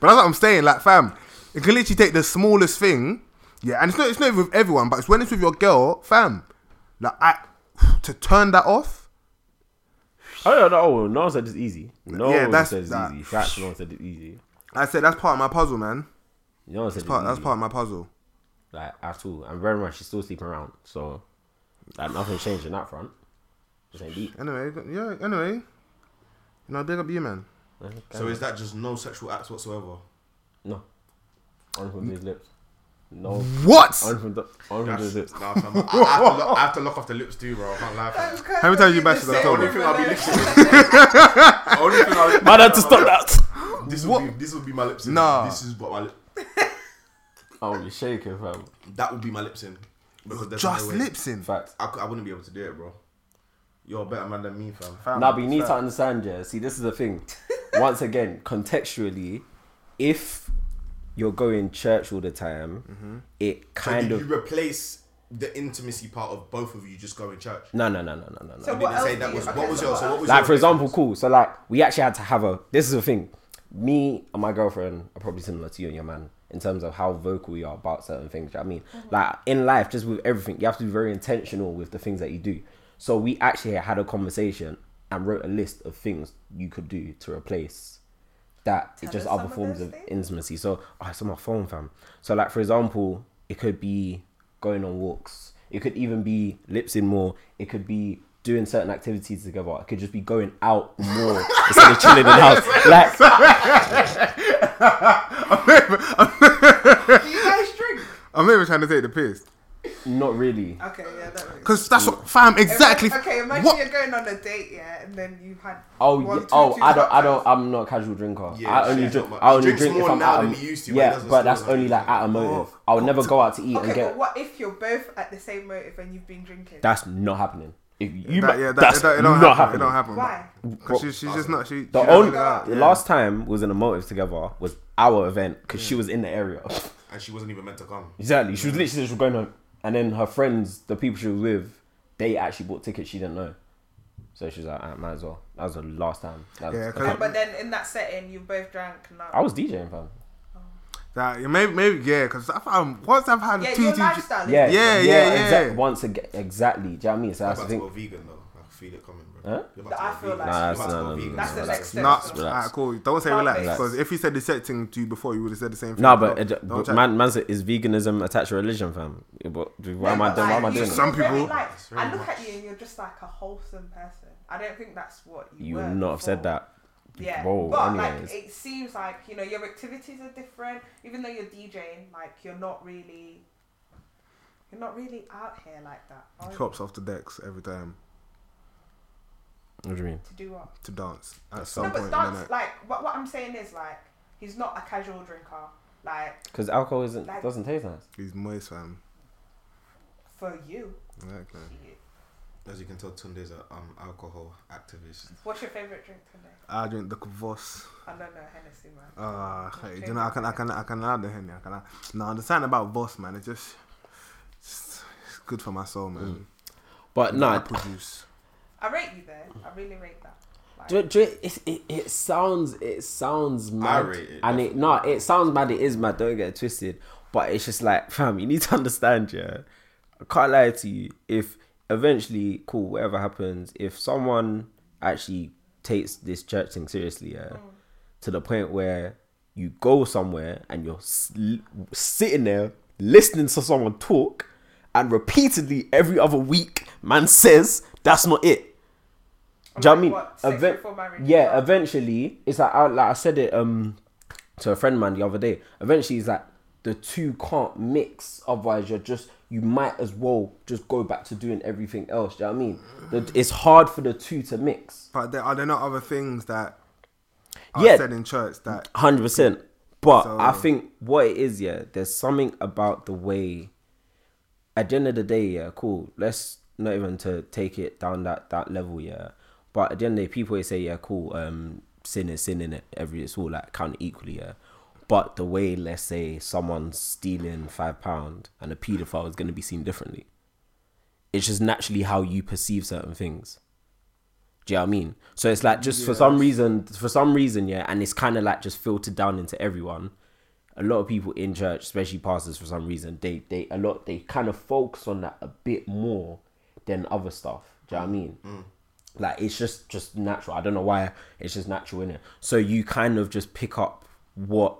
Speaker 3: But that's what I'm saying, like fam, you can literally take the smallest thing, yeah, and it's not it's not even with everyone, but it's when it's with your girl, fam. Like I to turn that off,
Speaker 5: Oh no, no, no one said it's easy. No
Speaker 3: Yeah,
Speaker 5: one
Speaker 3: that's-
Speaker 5: says it's
Speaker 3: that-
Speaker 5: easy. Facts, no one said it's easy.
Speaker 3: I said that's part of my puzzle, man.
Speaker 5: No one said it's
Speaker 3: Part,
Speaker 5: easy.
Speaker 3: that's part of my puzzle.
Speaker 5: Like at all. And very much she's still sleeping around, so like nothing changed in that front. Just ain't deep.
Speaker 3: Anyway, yeah, anyway. You know, big up you man.
Speaker 2: So is that just no sexual acts whatsoever?
Speaker 5: No. On from his lips. No.
Speaker 3: What?
Speaker 5: On from the on from his lips.
Speaker 8: Nah, fam, I, I, have to look, I have to look off the lips too, bro. I can't lie. fam.
Speaker 4: Because
Speaker 3: How many times you
Speaker 4: we're in
Speaker 3: bashed
Speaker 4: the
Speaker 3: it on
Speaker 4: same
Speaker 3: October?
Speaker 8: Only thing I'll be
Speaker 4: relationship.
Speaker 8: The only thing I'll-
Speaker 5: Man had to stop that.
Speaker 8: This will be this will be my lips in.
Speaker 3: Nah.
Speaker 8: This is what my lip,
Speaker 5: I'll be shaking, fam.
Speaker 2: That would be my lips in. Because there's
Speaker 3: Just
Speaker 2: no way.
Speaker 3: lips in.
Speaker 5: Facts.
Speaker 2: I, cou- I wouldn't be able to do it, bro. You're a better man than me, fam.
Speaker 5: Now, but you need to understand, yeah. See, this is the thing. Once again, contextually, if you're going church all the time, it
Speaker 2: Mm-hmm. So
Speaker 5: kind
Speaker 2: did
Speaker 5: of
Speaker 2: you replace the intimacy part of both of you just going church?
Speaker 5: no, no, no, no, no, no, no.
Speaker 4: So
Speaker 2: You
Speaker 4: what
Speaker 2: didn't
Speaker 4: else
Speaker 2: say
Speaker 4: do
Speaker 2: that
Speaker 4: you-
Speaker 2: was
Speaker 4: okay,
Speaker 2: what was
Speaker 4: so
Speaker 2: your so what was
Speaker 5: like
Speaker 2: your
Speaker 5: for example, cool. So like we actually had to have a. This is the thing. Me and my girlfriend are probably similar to you and your man in terms of how vocal we are about certain things. do you know what I
Speaker 2: Mm-hmm.
Speaker 5: mean, like in life, just with everything, you have to be very intentional with the things that you do. So we actually had a conversation and wrote a list of things you could do to replace that.
Speaker 4: Tell
Speaker 5: it's just
Speaker 4: us
Speaker 5: other
Speaker 4: some of
Speaker 5: forms
Speaker 4: those
Speaker 5: of
Speaker 4: things.
Speaker 5: intimacy. So oh, it's on my phone, fam. So like for example, it could be going on walks. It could even be lips in more. It could be doing certain activities together. It could just be going out more instead of chilling in the house. Like
Speaker 4: Do you guys drink?
Speaker 3: I'm not even trying to take the piss.
Speaker 5: not really.
Speaker 4: Okay, yeah, that makes
Speaker 3: Cause that's what fam exactly
Speaker 4: Okay, imagine
Speaker 3: what
Speaker 4: you're going on a date, yeah, and then you've had.
Speaker 5: Oh,
Speaker 4: one,
Speaker 5: yeah,
Speaker 4: two,
Speaker 5: oh,
Speaker 4: two
Speaker 5: I don't, I
Speaker 4: cocktails.
Speaker 5: don't, I'm not a casual drinker.
Speaker 2: Yeah,
Speaker 5: I only
Speaker 2: shit,
Speaker 5: drink,
Speaker 2: not much.
Speaker 5: I
Speaker 2: He
Speaker 5: only
Speaker 2: drinks
Speaker 5: drink if
Speaker 2: more
Speaker 5: I'm
Speaker 2: now
Speaker 5: at
Speaker 2: than
Speaker 5: a,
Speaker 2: he used to, but he
Speaker 5: yeah,
Speaker 2: doesn't
Speaker 5: but
Speaker 2: still
Speaker 5: that's
Speaker 2: doesn't
Speaker 5: only
Speaker 2: drink.
Speaker 5: like at a motive. I would never go out to eat and
Speaker 4: Okay,
Speaker 5: get.
Speaker 4: but what if you're both at the same motive and you've been drinking?
Speaker 5: That's not happening. If you,
Speaker 3: that, yeah, that,
Speaker 5: that's
Speaker 3: it, don't, it don't
Speaker 5: not
Speaker 3: happen. It
Speaker 5: happening.
Speaker 3: don't happen.
Speaker 4: Why?
Speaker 3: Cause she, she's just not.
Speaker 5: The
Speaker 3: She. she doesn't
Speaker 5: only
Speaker 3: go out,
Speaker 5: the
Speaker 3: yeah.
Speaker 5: last time was in a motive together was our event because she was in the area.
Speaker 2: and she wasn't even meant to come.
Speaker 5: exactly, she was literally just going home, and then her friends, the people she was with, they actually bought tickets she didn't know, so she was like, I might as well. That was the last time. That was-
Speaker 3: Yeah,
Speaker 5: I
Speaker 3: 'cause-
Speaker 5: can't-
Speaker 4: But then in that setting, you both drank. No.
Speaker 5: I was DJing fam.
Speaker 3: That yeah, maybe maybe yeah, because I found once I've had
Speaker 4: Yeah,
Speaker 3: two
Speaker 4: your
Speaker 3: two.
Speaker 4: lifestyle.
Speaker 5: Yeah,
Speaker 4: is-
Speaker 3: Yeah, yeah, yeah.
Speaker 5: exact- once again, exactly. Do you know what I mean? So that's the
Speaker 2: about to
Speaker 5: thing.
Speaker 2: go vegan though. I can feel it coming, bro.
Speaker 5: Huh?
Speaker 2: You're
Speaker 4: I
Speaker 2: about to
Speaker 4: feel
Speaker 2: go vegan.
Speaker 4: like-
Speaker 5: Nah,
Speaker 2: You're
Speaker 5: that's- no,
Speaker 2: about to
Speaker 5: no,
Speaker 2: go
Speaker 5: no,
Speaker 2: vegan.
Speaker 4: That's the
Speaker 2: bro.
Speaker 4: next step.
Speaker 3: Nah,
Speaker 4: so-
Speaker 5: Relax.
Speaker 3: alright, cool. Don't say
Speaker 4: Relax.
Speaker 3: relax
Speaker 4: Relax.
Speaker 3: because if he said the same thing to you before, you would have said the same thing.
Speaker 5: No, but,
Speaker 3: Don't-
Speaker 5: it,
Speaker 3: don't
Speaker 5: but
Speaker 3: try-
Speaker 5: man, man, said, is veganism attached to religion, fam? But why am I doing? Why am I doing?
Speaker 3: Some
Speaker 5: It?
Speaker 4: Very,
Speaker 3: people-
Speaker 4: like,
Speaker 2: It's very
Speaker 4: I look
Speaker 2: much-
Speaker 4: at you and you're just like a wholesome person. I don't think that's what you.
Speaker 5: You
Speaker 4: were
Speaker 5: would not have said
Speaker 4: before.
Speaker 5: that.
Speaker 4: Yeah,
Speaker 5: Whoa,
Speaker 4: but
Speaker 5: anyways.
Speaker 4: like it seems like you know your activities are different. Even though you're DJing, like you're not really, you're not really out here like that. are you?
Speaker 3: Cops off the decks every time
Speaker 5: What do you mean?
Speaker 4: To do what?
Speaker 3: to dance at
Speaker 5: That's
Speaker 3: some
Speaker 4: no,
Speaker 3: point
Speaker 4: but
Speaker 3: in the night.
Speaker 4: dance. Like what, what I'm saying is like he's not a casual drinker. Like
Speaker 5: Because alcohol isn't
Speaker 4: Like-
Speaker 5: doesn't taste nice.
Speaker 3: He's moist, fam.
Speaker 4: for you,
Speaker 3: Exactly.
Speaker 2: As you can tell, Tunde's a um alcohol activist.
Speaker 4: what's your favorite drink today?
Speaker 3: I drink the kvos.
Speaker 4: I don't know Hennessy, man.
Speaker 3: Ah,
Speaker 4: My
Speaker 3: you know, I can, I can, I can allow the henny. I can. allow- No, the sign about Voss, man, it's just, it's, it's good for my soul,
Speaker 2: Mm.
Speaker 3: man.
Speaker 5: But no,
Speaker 3: Apple juice.
Speaker 4: I rate you there. I really rate that. Like,
Speaker 5: Do, do it, it, it, it sounds it sounds mad,
Speaker 2: rate it,
Speaker 5: and it no, it sounds mad. It is mad. Don't get it twisted, but it's just like fam. You need to understand, yeah. I can't lie to you. If eventually, cool, whatever happens, if someone actually takes this church thing seriously, yeah, to the point where you go somewhere and you're sl- sitting there listening to someone talk, and repeatedly every other week, man says that's not it. Do you know what
Speaker 4: What,
Speaker 5: I
Speaker 4: sex
Speaker 5: mean? Even-
Speaker 4: before marriage?
Speaker 5: yeah, eventually it's like I, like I said it um to a friend man the other day. Eventually, it's like the two can't mix. Otherwise, you're just you might as well just go back to doing everything else. Do you know what I mean? The, it's hard for the two to mix.
Speaker 3: But there, are there not other things that are
Speaker 5: Yeah.
Speaker 3: said in church that
Speaker 5: Hundred percent. But
Speaker 3: So-
Speaker 5: I think what it is, yeah, there's something about the way. At the end of the day, yeah, cool. Let's not even to take it down that that level, yeah. But at the end of the day, people always say, yeah, cool. Um, sin is sin in it. Every it's all like count equally, yeah. But the way, let's say, someone's stealing five pound and a paedophile is going to be seen differently. It's just naturally how you perceive certain things. Do you know what I mean? So it's like just for some reason, for some reason, yeah, and it's kind of like just filtered down into everyone. A lot of people in church, especially pastors, for some reason, they they a lot they kind of focus on that a bit more than other stuff. Do you know what I mean? Like it's just just natural. I don't know why it's just natural in it. So you kind of just pick up what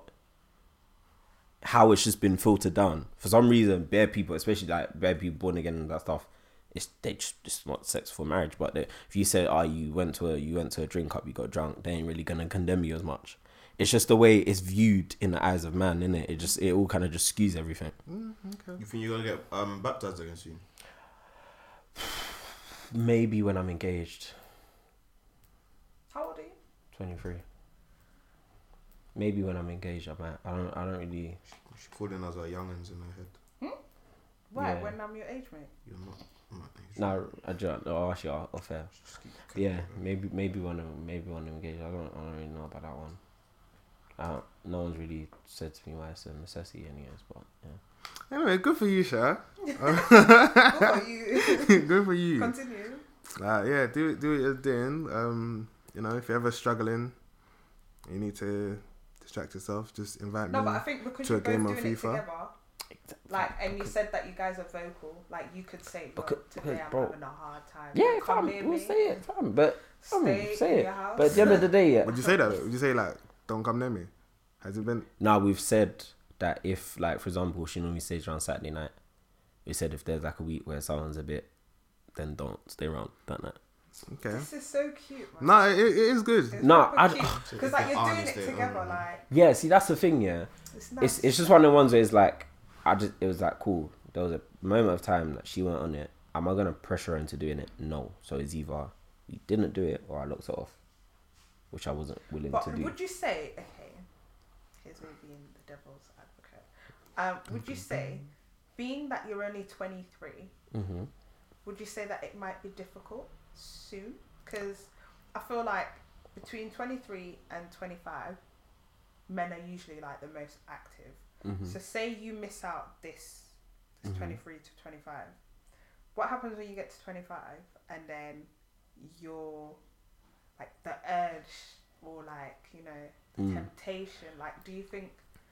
Speaker 5: how it's just been filtered down. For some reason, bare people, especially like bare people born again and that stuff, it's they just it's not sex for marriage. But they, if you said, "Oh, you went to a you went to a drink up, you got drunk," they ain't really gonna condemn you as much. It's just the way it's viewed in the eyes of man, innit? It just it all kind of just skews everything.
Speaker 2: You think you're gonna get um baptized again soon?
Speaker 5: Maybe when I'm engaged,
Speaker 4: How old are you?
Speaker 5: twenty three. Maybe when I'm engaged, I might. I don't. I don't really.
Speaker 2: She's calling us our youngins in her head.
Speaker 4: Why?
Speaker 5: Yeah.
Speaker 4: When I'm your age, mate.
Speaker 2: You're not. I'm not age.
Speaker 5: No, I don't. Oh, actually, I'll, I'll fair. Yeah, maybe maybe one of maybe one of them gauge. I don't I don't really know about that one. I don't, no one's really said to me why it's a necessity, anyways. But yeah,
Speaker 3: anyway, good for you, Sha.
Speaker 4: What are you?
Speaker 3: good for you.
Speaker 4: Continue.
Speaker 3: Uh, yeah, do do what you're doing. Um, you know, if you're ever struggling, you need to distract yourself. Just invite
Speaker 4: No,
Speaker 3: me.
Speaker 4: but I think because
Speaker 3: To a
Speaker 4: you're both
Speaker 3: game
Speaker 4: doing
Speaker 3: of
Speaker 4: it
Speaker 3: FIFA.
Speaker 4: together, like, and you said that you guys are vocal, like, you could say, "Look,
Speaker 5: Because-
Speaker 4: today
Speaker 5: because,
Speaker 4: I'm
Speaker 5: bro-
Speaker 4: having a hard time.
Speaker 5: yeah,
Speaker 4: Come
Speaker 5: fam,
Speaker 4: near
Speaker 5: we'll
Speaker 4: me.
Speaker 5: say it, fam. But fam,
Speaker 4: Stay in
Speaker 5: say it.
Speaker 4: your house.
Speaker 5: But at the end of the day, yeah.
Speaker 3: Would you say that? Would you say like, don't come near me? Has it been?
Speaker 5: Now we've said that if, like, for example, she normally stays around Saturday night. We said if there's like a week where someone's a bit, then don't stay around that night.
Speaker 3: Okay.
Speaker 4: This is so cute, man.
Speaker 3: No, it, it is good.
Speaker 5: No, I-
Speaker 4: because like you're doing it
Speaker 2: Honestly,
Speaker 4: together,
Speaker 2: um,
Speaker 4: like
Speaker 5: Yeah, see, that's the thing, yeah.
Speaker 4: it's nice.
Speaker 5: It's it's just one of the ones where it's like I just it was like cool. There was a moment of time that she went on it. Am I gonna pressure her into doing it? No. So it's either we didn't do it or I locked it off, which I wasn't willing
Speaker 4: But
Speaker 5: to do.
Speaker 4: would you say okay? Here's me being the devil's advocate. Um, would you say,
Speaker 5: Mm-hmm.
Speaker 4: being that you're only 23, would you say that it might be difficult soon? Because I feel like between 23 and 25, men are usually like the most active.
Speaker 5: Mm-hmm.
Speaker 4: So say you miss out this, this 23 to 25. What happens when you get to 25 and then you're like the urge or like you know the temptation like do you think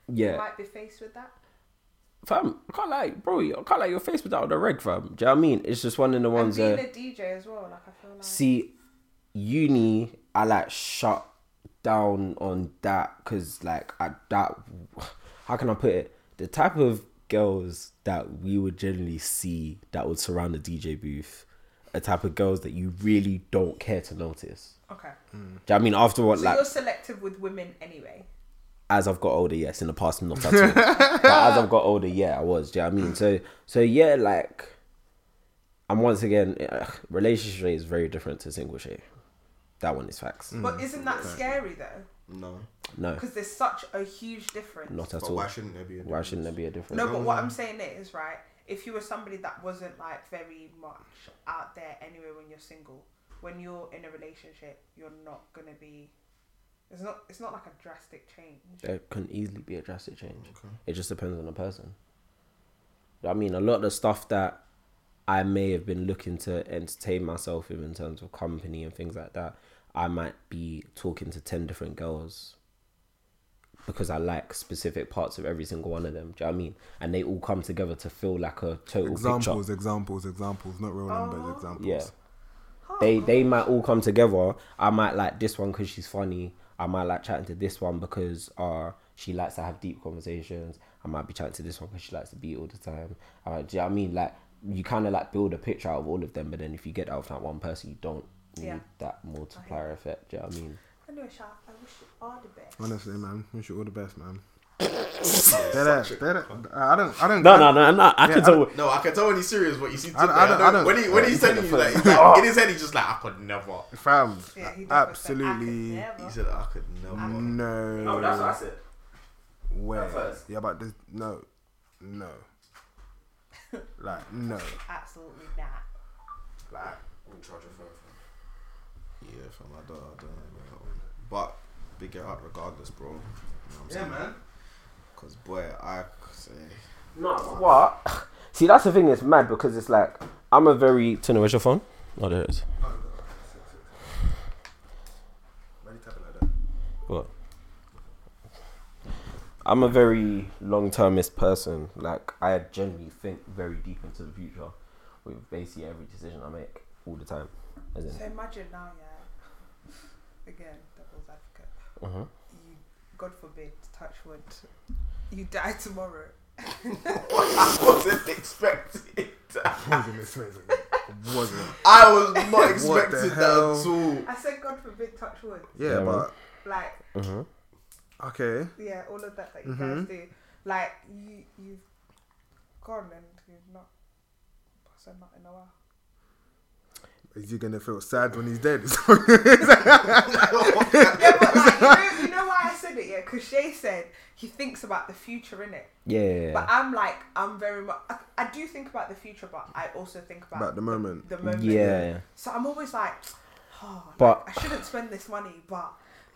Speaker 4: You
Speaker 5: Hmm. yeah,
Speaker 4: might be faced with that.
Speaker 5: fam. I can't like, bro. I can't like your face without the red, fam. Do you know what I mean? It's just one of the
Speaker 4: And
Speaker 5: ones.
Speaker 4: being
Speaker 5: Uh,
Speaker 4: a DJ as well, like I feel like.
Speaker 5: see, uni, I like shut down on that because like I that. How can I put it? The type of girls that we would generally see that would surround the DJ booth, a type of girls that you really don't care to notice.
Speaker 4: okay.
Speaker 5: Do you know what I mean? After what,
Speaker 4: So
Speaker 5: like,
Speaker 4: you're selective with women anyway.
Speaker 5: as I've got older, yes, in the past not at all. but as I've got older, yeah, I was. Do you know what I mean? So so yeah, like I'm once again uh, relationship rate is very different to single shit. That one is facts.
Speaker 4: But isn't that scary though?
Speaker 2: No.
Speaker 5: No,
Speaker 4: Because there's such a huge difference.
Speaker 5: not at
Speaker 2: But
Speaker 5: all.
Speaker 2: why shouldn't there be a
Speaker 5: Why shouldn't there be a difference?
Speaker 4: No, but what I'm saying is, right, if you were somebody that wasn't like very much out there anyway when you're single, when you're in a relationship, you're not gonna be it's not it's not like a drastic change.
Speaker 5: There can easily be a drastic change. It just depends on the person. I mean, a lot of the stuff that I may have been looking to entertain myself in, in terms of company and things like that, I might be talking to 10 different girls because I like specific parts of every single one of them. Do you know what I mean? And they all come together to feel like a total picture.
Speaker 3: Examples, examples, examples, not real numbers, examples.
Speaker 5: Yeah. They they might all come together. I might like this one because she's funny. I might like chatting to this one because uh she likes to have deep conversations. I might be chatting to this one because she likes to be all the time. Uh, do you know what I mean? Like you kind of like build a picture out of all of them, but then if you get out of that one person, you don't need
Speaker 4: Yeah.
Speaker 5: that multiplier effect. Do you know what I mean?
Speaker 4: Anyway, Sha, I wish you all the best.
Speaker 3: Honestly, man, wish you all the best, man. Dead ass, dead ass. I don't, I don't.
Speaker 5: No, no, no, no. I can tell.
Speaker 2: No, I can tell when he's serious, but you see,
Speaker 3: I don't- I don't- I don't-
Speaker 2: when he when
Speaker 3: I
Speaker 2: he's
Speaker 3: don't
Speaker 2: telling you that,
Speaker 3: think
Speaker 2: he's like, in his head, he's just like, I could never.
Speaker 3: Fam,
Speaker 4: Yeah, he definitely said, "I could
Speaker 3: absolutely
Speaker 4: never."
Speaker 2: He said, I could never.
Speaker 3: no.
Speaker 5: said.
Speaker 3: Where?
Speaker 5: first.
Speaker 3: Yeah, but this, no, no. like no,
Speaker 4: Absolutely not.
Speaker 3: like
Speaker 2: Yeah, from I don't, I don't know about that one. But big it up regardless, bro. You know what I'm yeah, man. Cause boy, I could say
Speaker 5: No, what? See, that's the thing. It's mad because it's like I'm a very. Turn away your phone. Oh, there it is. What? I'm a very long-termist person. Like I generally think very deep into the future with basically every decision I make all the time. As in,
Speaker 4: So imagine now, yeah. Again, devil's advocate.
Speaker 5: uh-huh.
Speaker 4: You God forbid, touch wood. You die tomorrow.
Speaker 2: I wasn't expecting that.
Speaker 3: wasn't expecting it. Wasn't.
Speaker 2: I was not
Speaker 3: What the
Speaker 2: expecting that
Speaker 3: hell?
Speaker 2: at all.
Speaker 4: I said God forbid touch wood.
Speaker 3: Yeah,
Speaker 5: Yeah,
Speaker 3: but
Speaker 4: Like
Speaker 3: okay.
Speaker 4: yeah, all of that that you guys do. Like you, you've gone and you've not said nothing in a while.
Speaker 3: Is he gonna feel sad when he's dead?
Speaker 4: yeah, but like, you, know, you know why I said it, yeah? Because Shay said he thinks about the future in it,
Speaker 5: yeah, yeah,
Speaker 4: but I'm like, I'm very much. I, I do think about the future, but I also think about
Speaker 3: About the moment.
Speaker 4: The, moment.
Speaker 5: Yeah.
Speaker 4: So I'm always like, oh, like,
Speaker 5: But-
Speaker 4: I shouldn't spend this money, but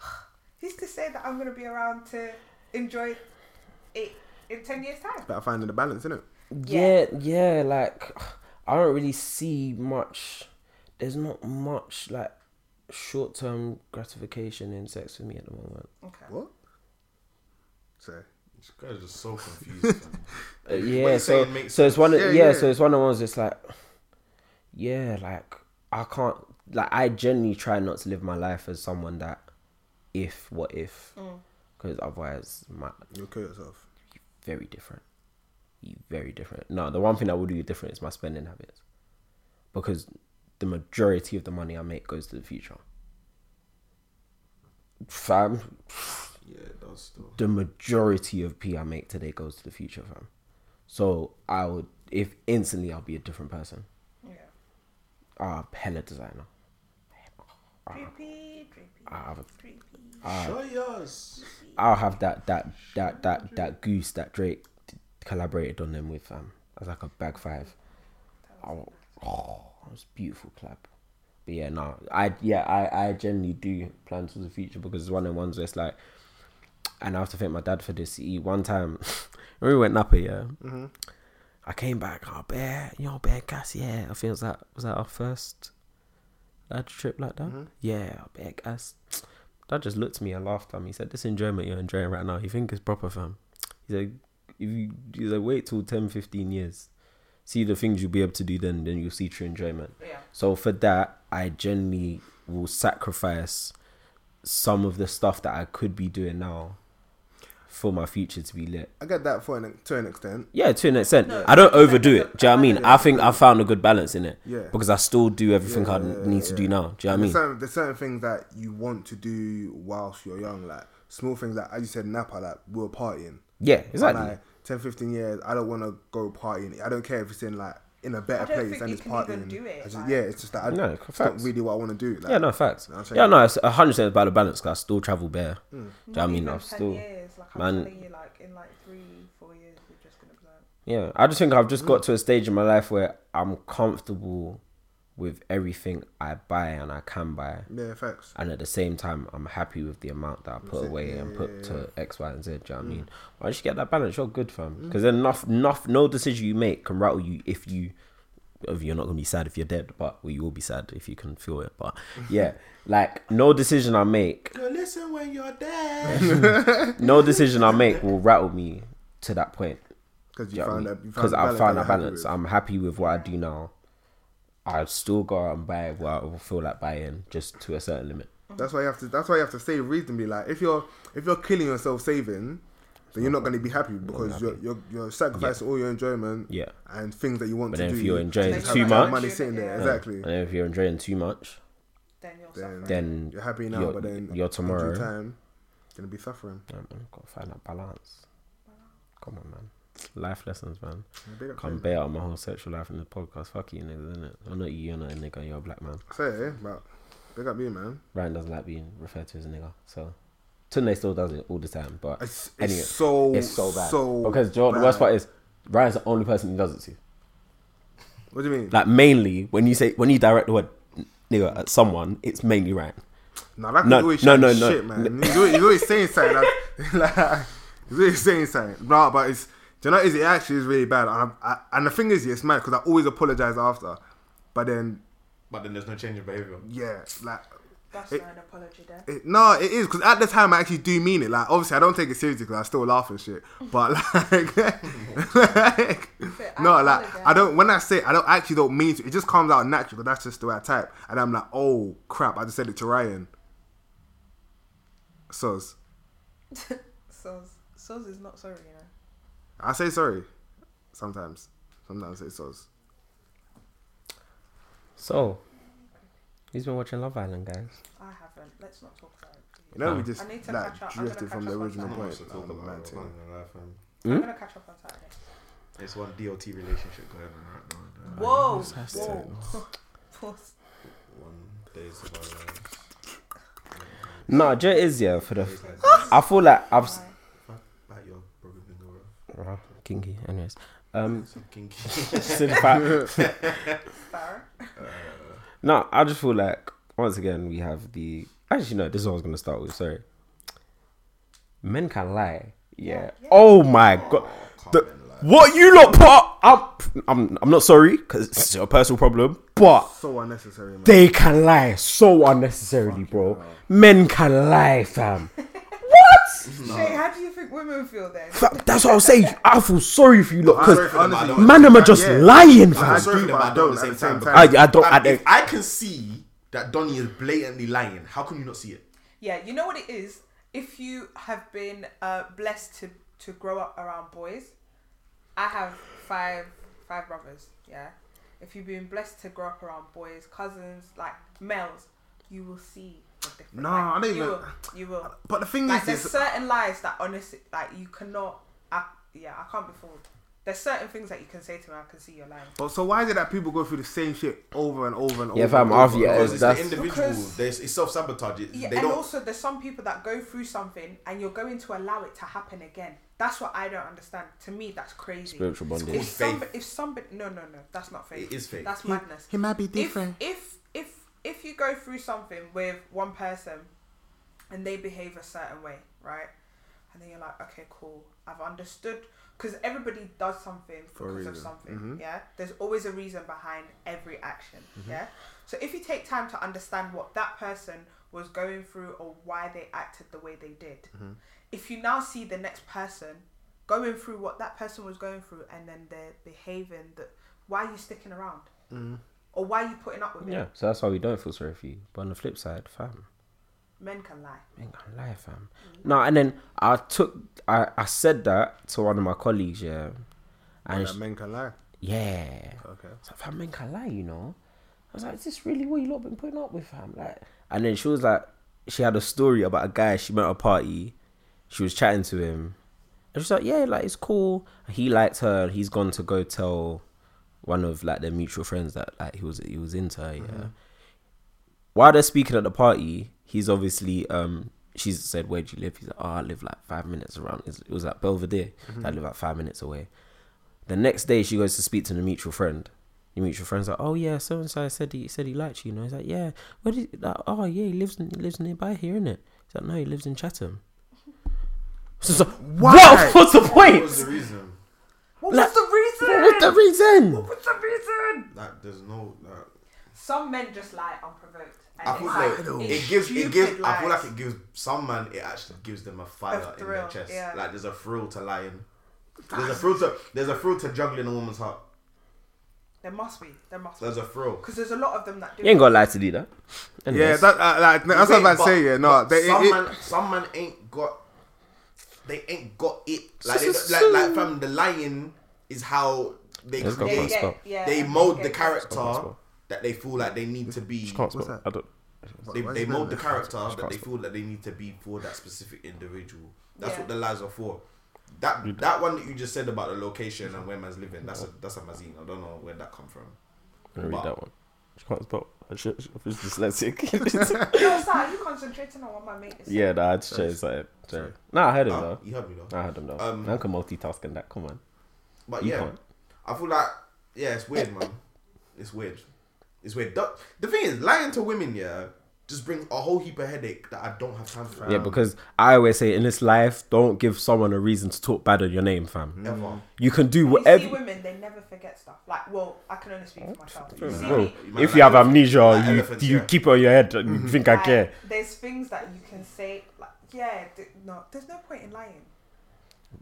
Speaker 4: who's to say that I'm gonna be around to enjoy it in ten years time?
Speaker 3: About finding the balance, innit?
Speaker 5: yeah, yeah, Like I don't really see much. There's not much like short-term gratification in sex for me at the moment.
Speaker 4: Okay.
Speaker 3: What? So
Speaker 2: This guy's just so confused. man.
Speaker 5: Uh,
Speaker 2: What
Speaker 5: yeah,
Speaker 2: you're
Speaker 5: so
Speaker 2: saying makes
Speaker 5: so it's one of,
Speaker 3: Yeah,
Speaker 5: yeah,
Speaker 3: yeah.
Speaker 5: so it's one of the ones that's like yeah, like I can't like I generally try not to live my life as someone that if what if because otherwise my
Speaker 3: you'll kill yourself.
Speaker 5: very different. You very different. No, the one thing that will do different is my spending habits. Because the majority of the money I make goes to the future. Fam,
Speaker 2: yeah, it does though.
Speaker 5: the majority of P I make today goes to the future, fam. So I would, if instantly, I'll be a different person.
Speaker 4: Yeah.
Speaker 5: Ah, hella designer.
Speaker 4: Creepy, creepy,
Speaker 5: Ah. I have a,
Speaker 4: creepy.
Speaker 2: Show us.
Speaker 5: I'll have that that that that that goose that Drake d- collaborated on them with fam as like a bag five. Oh, oh, it was a beautiful collab. But yeah, no, I yeah I I generally do plan for the future because it's one of the ones where it's like, and I have to thank my dad for this. He one time when we went up yeah. I came back, oh bear, you know, bear gas, yeah. I think it was that was that our first lad trip like that?
Speaker 3: Mm-hmm.
Speaker 5: Yeah, bear gas. Dad just looked at me and laughed at me. He said, This enjoyment you're enjoying right now, you think it's proper fam. He's like, if you he's like, wait till 10, 15 years. See the things you'll be able to do then, then you'll see true enjoyment.
Speaker 4: Yeah.
Speaker 5: So for that, I generally will sacrifice some of the stuff that I could be doing now for my future to be lit.
Speaker 3: I get that for an, to an extent.
Speaker 5: Yeah, to an extent. I don't overdo it. Do you know what I mean? I think I found a good balance in it.
Speaker 3: Yeah.
Speaker 5: Because I still do everything I
Speaker 3: yeah,
Speaker 5: need to do now. Do you know what I
Speaker 3: There's
Speaker 5: mean?
Speaker 3: certain, there's certain things that you want to do whilst you're young, like small things like as you said, Napa, like we were partying.
Speaker 5: Yeah, exactly.
Speaker 3: Like 10, 15 years, I don't want to go partying. I don't care if it's in like in a better
Speaker 4: I don't
Speaker 3: place
Speaker 4: think
Speaker 3: and
Speaker 4: you
Speaker 3: it's
Speaker 4: can
Speaker 3: partying.
Speaker 4: even do it,
Speaker 3: I just-
Speaker 4: like-
Speaker 3: yeah, it's just that I,
Speaker 5: No,
Speaker 3: it's not
Speaker 5: facts.
Speaker 3: really what I want to do. Like,
Speaker 5: yeah, no facts.
Speaker 3: I'll tell
Speaker 5: Yeah,
Speaker 3: you.
Speaker 5: no, it's hundred percent about the balance. Cause I still travel bare. Do you
Speaker 3: Hmm.
Speaker 5: know what I
Speaker 4: Not
Speaker 5: mean?
Speaker 4: even
Speaker 5: I've
Speaker 4: 10
Speaker 5: still,
Speaker 4: years, like, I'm
Speaker 5: man-
Speaker 4: telling you, like in like three, four years, you're just gonna be like,
Speaker 5: yeah. I just think I've
Speaker 3: Hmm.
Speaker 5: just got to a stage in my life where I'm comfortable with everything I buy and I can buy,
Speaker 3: Yeah, facts.
Speaker 5: and at the same time, I'm happy with the amount that I put away and put to X, Y, and Z. Do you
Speaker 3: Hmm.
Speaker 5: know what I mean? Once you get that balance, you're good, fam. Because then enough, enough, no decision you make can rattle you if you. If you're not gonna be sad if you're dead, but well, you will be sad if you can feel it. But yeah, like no decision I make
Speaker 2: Yo, listen when you're dead.
Speaker 5: no decision I make will rattle me to that point.
Speaker 3: Because
Speaker 5: Do you
Speaker 3: you,
Speaker 5: know what I
Speaker 3: found
Speaker 5: mean?
Speaker 3: that you found
Speaker 5: 'Cause
Speaker 3: the
Speaker 5: I found a
Speaker 3: that you're happy
Speaker 5: balance.
Speaker 3: with.
Speaker 5: I'm happy with what I do now. I still go out and buy what I feel like buying, just to a certain limit.
Speaker 3: That's why you have to. That's why you have to save reasonably. Like if you're if you're killing yourself saving, then you're not going to be happy because
Speaker 5: happy.
Speaker 3: you're you're you're sacrificing all your enjoyment.
Speaker 5: Yeah.
Speaker 3: And things that you want
Speaker 5: But
Speaker 3: to
Speaker 5: then
Speaker 3: do.
Speaker 5: if you're
Speaker 3: to
Speaker 5: enjoying
Speaker 3: have
Speaker 5: too
Speaker 3: that
Speaker 5: much-
Speaker 3: money sitting there
Speaker 4: Yeah.
Speaker 3: exactly.
Speaker 5: Uh,
Speaker 3: Mm.
Speaker 5: And if you're enjoying too much,
Speaker 4: then you're
Speaker 3: Then-
Speaker 4: suffering.
Speaker 5: then
Speaker 3: You're happy now,
Speaker 5: your-
Speaker 3: but then
Speaker 5: your
Speaker 3: in due
Speaker 5: tomorrow-
Speaker 3: time, you're gonna be suffering.
Speaker 5: yeah, man, gotta find that balance. Come on, man. Life lessons, man.
Speaker 3: Big up
Speaker 5: Can't
Speaker 3: to you.
Speaker 5: bear out my whole sexual life in this podcast. Fuck you, niggas, innit? I'm not you, you're not a nigga, you're a black man.
Speaker 3: Say, it, but big up you, man.
Speaker 5: Ryan doesn't like being referred to as a nigga, so. Tunde still does it all the time, but
Speaker 3: It's, it's
Speaker 5: anyway.
Speaker 3: so
Speaker 5: It's so bad.
Speaker 3: So
Speaker 5: because do you know what the
Speaker 3: bad.
Speaker 5: worst part is, Ryan's the only person he does it to.
Speaker 3: What do you mean?
Speaker 5: Like mainly when you say when you direct the word n- nigga at someone, it's mainly Ryan.
Speaker 3: Nah, that
Speaker 5: No,
Speaker 3: no, always
Speaker 5: no,
Speaker 3: no,
Speaker 5: no, no.
Speaker 3: shit, man. He's always, he's always saying something. Like, like, he's always saying something. Nah, but it's do you know what it is it actually is really bad. And, I, I, and the thing is, yeah, it's mad because I always apologize after, but then
Speaker 2: but then there's no change in behavior.
Speaker 3: yeah, like.
Speaker 4: That's
Speaker 3: It-
Speaker 4: not an apology there.
Speaker 3: It, no, it is because at the time I actually do mean it. Like, obviously, I don't take it seriously because I still laugh and shit. But like, like no, like I don't. When I say it, I don't I actually don't mean to. It just comes out natural. But that's just the way I type. And I'm like, oh crap! I just said it to Ryan. Sus.
Speaker 4: Soz, Soz is not sorry, you know.
Speaker 3: I say sorry. Sometimes. Sometimes I say soz.
Speaker 5: So he's been watching Love Island, guys.
Speaker 4: I haven't. Let's not talk about it. please.
Speaker 3: You know, we
Speaker 5: Nah.
Speaker 3: just
Speaker 4: I need to
Speaker 3: like
Speaker 4: catch up. I'm gonna
Speaker 3: drifted from
Speaker 4: catch
Speaker 3: the
Speaker 4: up on
Speaker 3: original
Speaker 4: that.
Speaker 3: point.
Speaker 2: to talk
Speaker 3: Um,
Speaker 2: about
Speaker 3: man,
Speaker 2: what's
Speaker 3: too.
Speaker 2: going on in life, man.
Speaker 5: Hmm?
Speaker 4: I'm gonna catch up on Saturday.
Speaker 2: It's one DOT relationship going on right now. man.
Speaker 4: Whoa! Whoa! Pause.
Speaker 2: One days of our lives.
Speaker 5: No, Joe is yeah for the. I feel like I've s-
Speaker 2: Bite your broken finger off.
Speaker 5: Rah, kinky. Anyways, um,
Speaker 2: Some kinky.
Speaker 5: since I-
Speaker 4: Sorry.
Speaker 5: no, I just feel like once again we have the. Actually, no, this is what I was gonna start with. Sorry. Men can lie. Yeah. Oh my god. The- what you lot put up? I'm, I'm, I'm not sorry because it's a personal problem, but
Speaker 3: So unnecessary, man.
Speaker 5: They can lie so unnecessarily, bro. Men can lie, fam. what?
Speaker 4: Shay, how do you think women feel then?
Speaker 5: Fam, That's what I'm saying. I feel sorry for you lot
Speaker 3: I'm sorry
Speaker 5: because
Speaker 3: for them, but I don't-
Speaker 5: man, them are just
Speaker 3: Yeah.
Speaker 5: lying,
Speaker 3: I
Speaker 5: fam.
Speaker 2: sorry for
Speaker 3: do,
Speaker 2: them,
Speaker 3: but I don't at the same time.
Speaker 5: I, I don't. I,
Speaker 2: Fam,
Speaker 5: don't
Speaker 2: if I can see that Donnie is blatantly lying, how can you not see it?
Speaker 4: Yeah, you know what it is. If you have been uh, blessed to to grow up around boys, I have five five brothers. Yeah, if you've been blessed to grow up around boys, cousins, like males, you will see. a different
Speaker 3: No,
Speaker 4: life.
Speaker 3: I don't
Speaker 4: You
Speaker 3: even-
Speaker 4: will. You will.
Speaker 3: But the thing
Speaker 4: Like
Speaker 3: is,
Speaker 4: there's
Speaker 3: is
Speaker 4: certain lies that honestly, like you cannot. I, yeah, I can't be fooled. There's certain things that you can say to me. I can see you're lying.
Speaker 3: but so why is it that people go through the same shit over and over and over?
Speaker 5: Yeah, fam,
Speaker 3: and over
Speaker 5: I've-
Speaker 3: and
Speaker 5: yeah,
Speaker 3: over?
Speaker 2: Because it's
Speaker 5: that's-
Speaker 2: the individual.
Speaker 4: Because-
Speaker 2: There's, it's self sabotage.
Speaker 4: Yeah,
Speaker 2: they
Speaker 4: and
Speaker 2: don't.
Speaker 4: also there's some people that go through something and you're going to allow it to happen again. That's what I don't understand. To me, that's crazy.
Speaker 5: Spiritual bondage.
Speaker 4: If
Speaker 2: It's called
Speaker 4: somebody,
Speaker 2: faith.
Speaker 4: if somebody, no, no, no, that's not faith.
Speaker 2: It is faith.
Speaker 4: That's madness.
Speaker 3: He might be
Speaker 4: If-
Speaker 3: different.
Speaker 4: If if if you go through something with one person and they behave a certain way, right? And then you're like, okay, cool, I've understood. Because everybody does something because of something, yeah? There's always a reason behind every action, yeah? So if you take time to understand what that person was Mm-hmm. going through or why they acted the way they did, if you now see the next person going through what that person was going through and then they're behaving that why are you sticking around or why are you putting up with
Speaker 5: Yeah,
Speaker 4: it
Speaker 5: so that's why we don't feel sorry for you. But on the flip side, fam,
Speaker 4: men can lie
Speaker 5: I ain't gonna lie, fam. No, and then I took, I, I said that to one of my colleagues, yeah, and
Speaker 3: That
Speaker 5: she-
Speaker 3: men can lie.
Speaker 5: yeah,
Speaker 3: Okay.
Speaker 5: So fam, men can lie, you know. I was like, is this really what you lot been putting up with, fam? Like, and then she was like, she had a story about a guy she met at a party. She was chatting to him, and she's like, yeah, like it's cool. He liked her. and He's gone to go tell one of like their mutual friends that like he was he was into her. Yeah. While they're speaking at the party, he's obviously um. She said, "Where do you live?" He's like, "Oh, I live like five minutes around." It was like Belvedere. I live like five minutes away. The next day, she goes to speak to the mutual friend. Your mutual friend's like, "Oh yeah, so and so said he said he liked you." You know, he's like, "Yeah, where did?" Like, oh yeah, he lives he lives nearby here, isn't it? He's like, "No, he lives in Chatham." So it's like, what? What's the point?
Speaker 2: What's the reason?
Speaker 4: what
Speaker 5: Like-
Speaker 4: was the reason
Speaker 5: What's the reason?
Speaker 4: what's the reason
Speaker 2: Like, there's no. Like,
Speaker 4: some men just lie unprovoked and
Speaker 2: I feel
Speaker 4: it's
Speaker 2: like
Speaker 4: it's
Speaker 2: it gives it gives.
Speaker 4: stupid
Speaker 2: I feel like
Speaker 4: lies.
Speaker 2: it gives some man. It actually gives them a fire in their
Speaker 4: thrill,
Speaker 2: chest.
Speaker 4: yeah.
Speaker 2: Like there's a thrill to lying. There's a thrill to there's a thrill to juggling a woman's heart.
Speaker 4: there must be there must be
Speaker 2: There's a thrill.
Speaker 4: because there's a lot of them that do
Speaker 5: You ain't gotta lie to do that.
Speaker 3: Yeah, that, uh, like, that's what I'm about to say. Yeah, no, they,
Speaker 2: some
Speaker 3: it, it,
Speaker 2: man some man ain't got they ain't got it. Like
Speaker 5: so,
Speaker 2: they, don't-
Speaker 5: so.
Speaker 2: like like from the lying is how they
Speaker 5: Let's go
Speaker 2: create-
Speaker 5: for can't
Speaker 4: they, get,
Speaker 5: stop.
Speaker 4: Yeah,
Speaker 2: they
Speaker 4: they
Speaker 2: mold
Speaker 4: get-
Speaker 2: the character
Speaker 5: stop.
Speaker 2: that they feel like they need to be.
Speaker 5: spell. I don't.
Speaker 2: They,
Speaker 3: Why is
Speaker 2: they
Speaker 3: his
Speaker 2: mold the
Speaker 3: name
Speaker 2: character that
Speaker 5: can't
Speaker 2: they
Speaker 5: spell.
Speaker 2: feel that they need to be for that specific individual. That's
Speaker 4: Yeah.
Speaker 2: what the lies are for. That that one that you just said about the location and where man's living, that's a that's a magazine. I don't know where that come from.
Speaker 5: I read
Speaker 2: But-
Speaker 5: that one. She can't spell. I should- I was dyslexic.
Speaker 4: No, sir, are you concentrating on what my mate is saying?
Speaker 5: yeah, nah, I just changed that. Nah, I heard him
Speaker 2: Huh?
Speaker 5: though.
Speaker 2: You heard me though.
Speaker 5: I heard him though.
Speaker 2: Uh, Um,
Speaker 5: I can multitask and that. Come on.
Speaker 2: But
Speaker 5: You
Speaker 2: yeah,
Speaker 5: can't.
Speaker 2: I feel like yeah, it's weird, man. It's weird. It's weird. The, the thing is, lying to women, yeah, just brings a whole heap of headache that I don't have time for.
Speaker 5: Yeah, because I always say in this life, don't give someone a reason to talk bad on your name, fam.
Speaker 2: ever.
Speaker 5: You can do
Speaker 4: You see
Speaker 5: whatever.
Speaker 4: women, they never forget stuff. Like, well, I can only speak for myself. You see
Speaker 5: Bro,
Speaker 4: me,
Speaker 2: man,
Speaker 5: if
Speaker 2: like
Speaker 5: you have
Speaker 2: elephants-
Speaker 5: amnesia,
Speaker 2: like
Speaker 5: you,
Speaker 2: elephants,
Speaker 5: you
Speaker 2: yeah.
Speaker 5: keep it on your head and you think I
Speaker 4: like,
Speaker 5: care.
Speaker 4: There's things that you can say, like, yeah, th- no, there's no point in lying.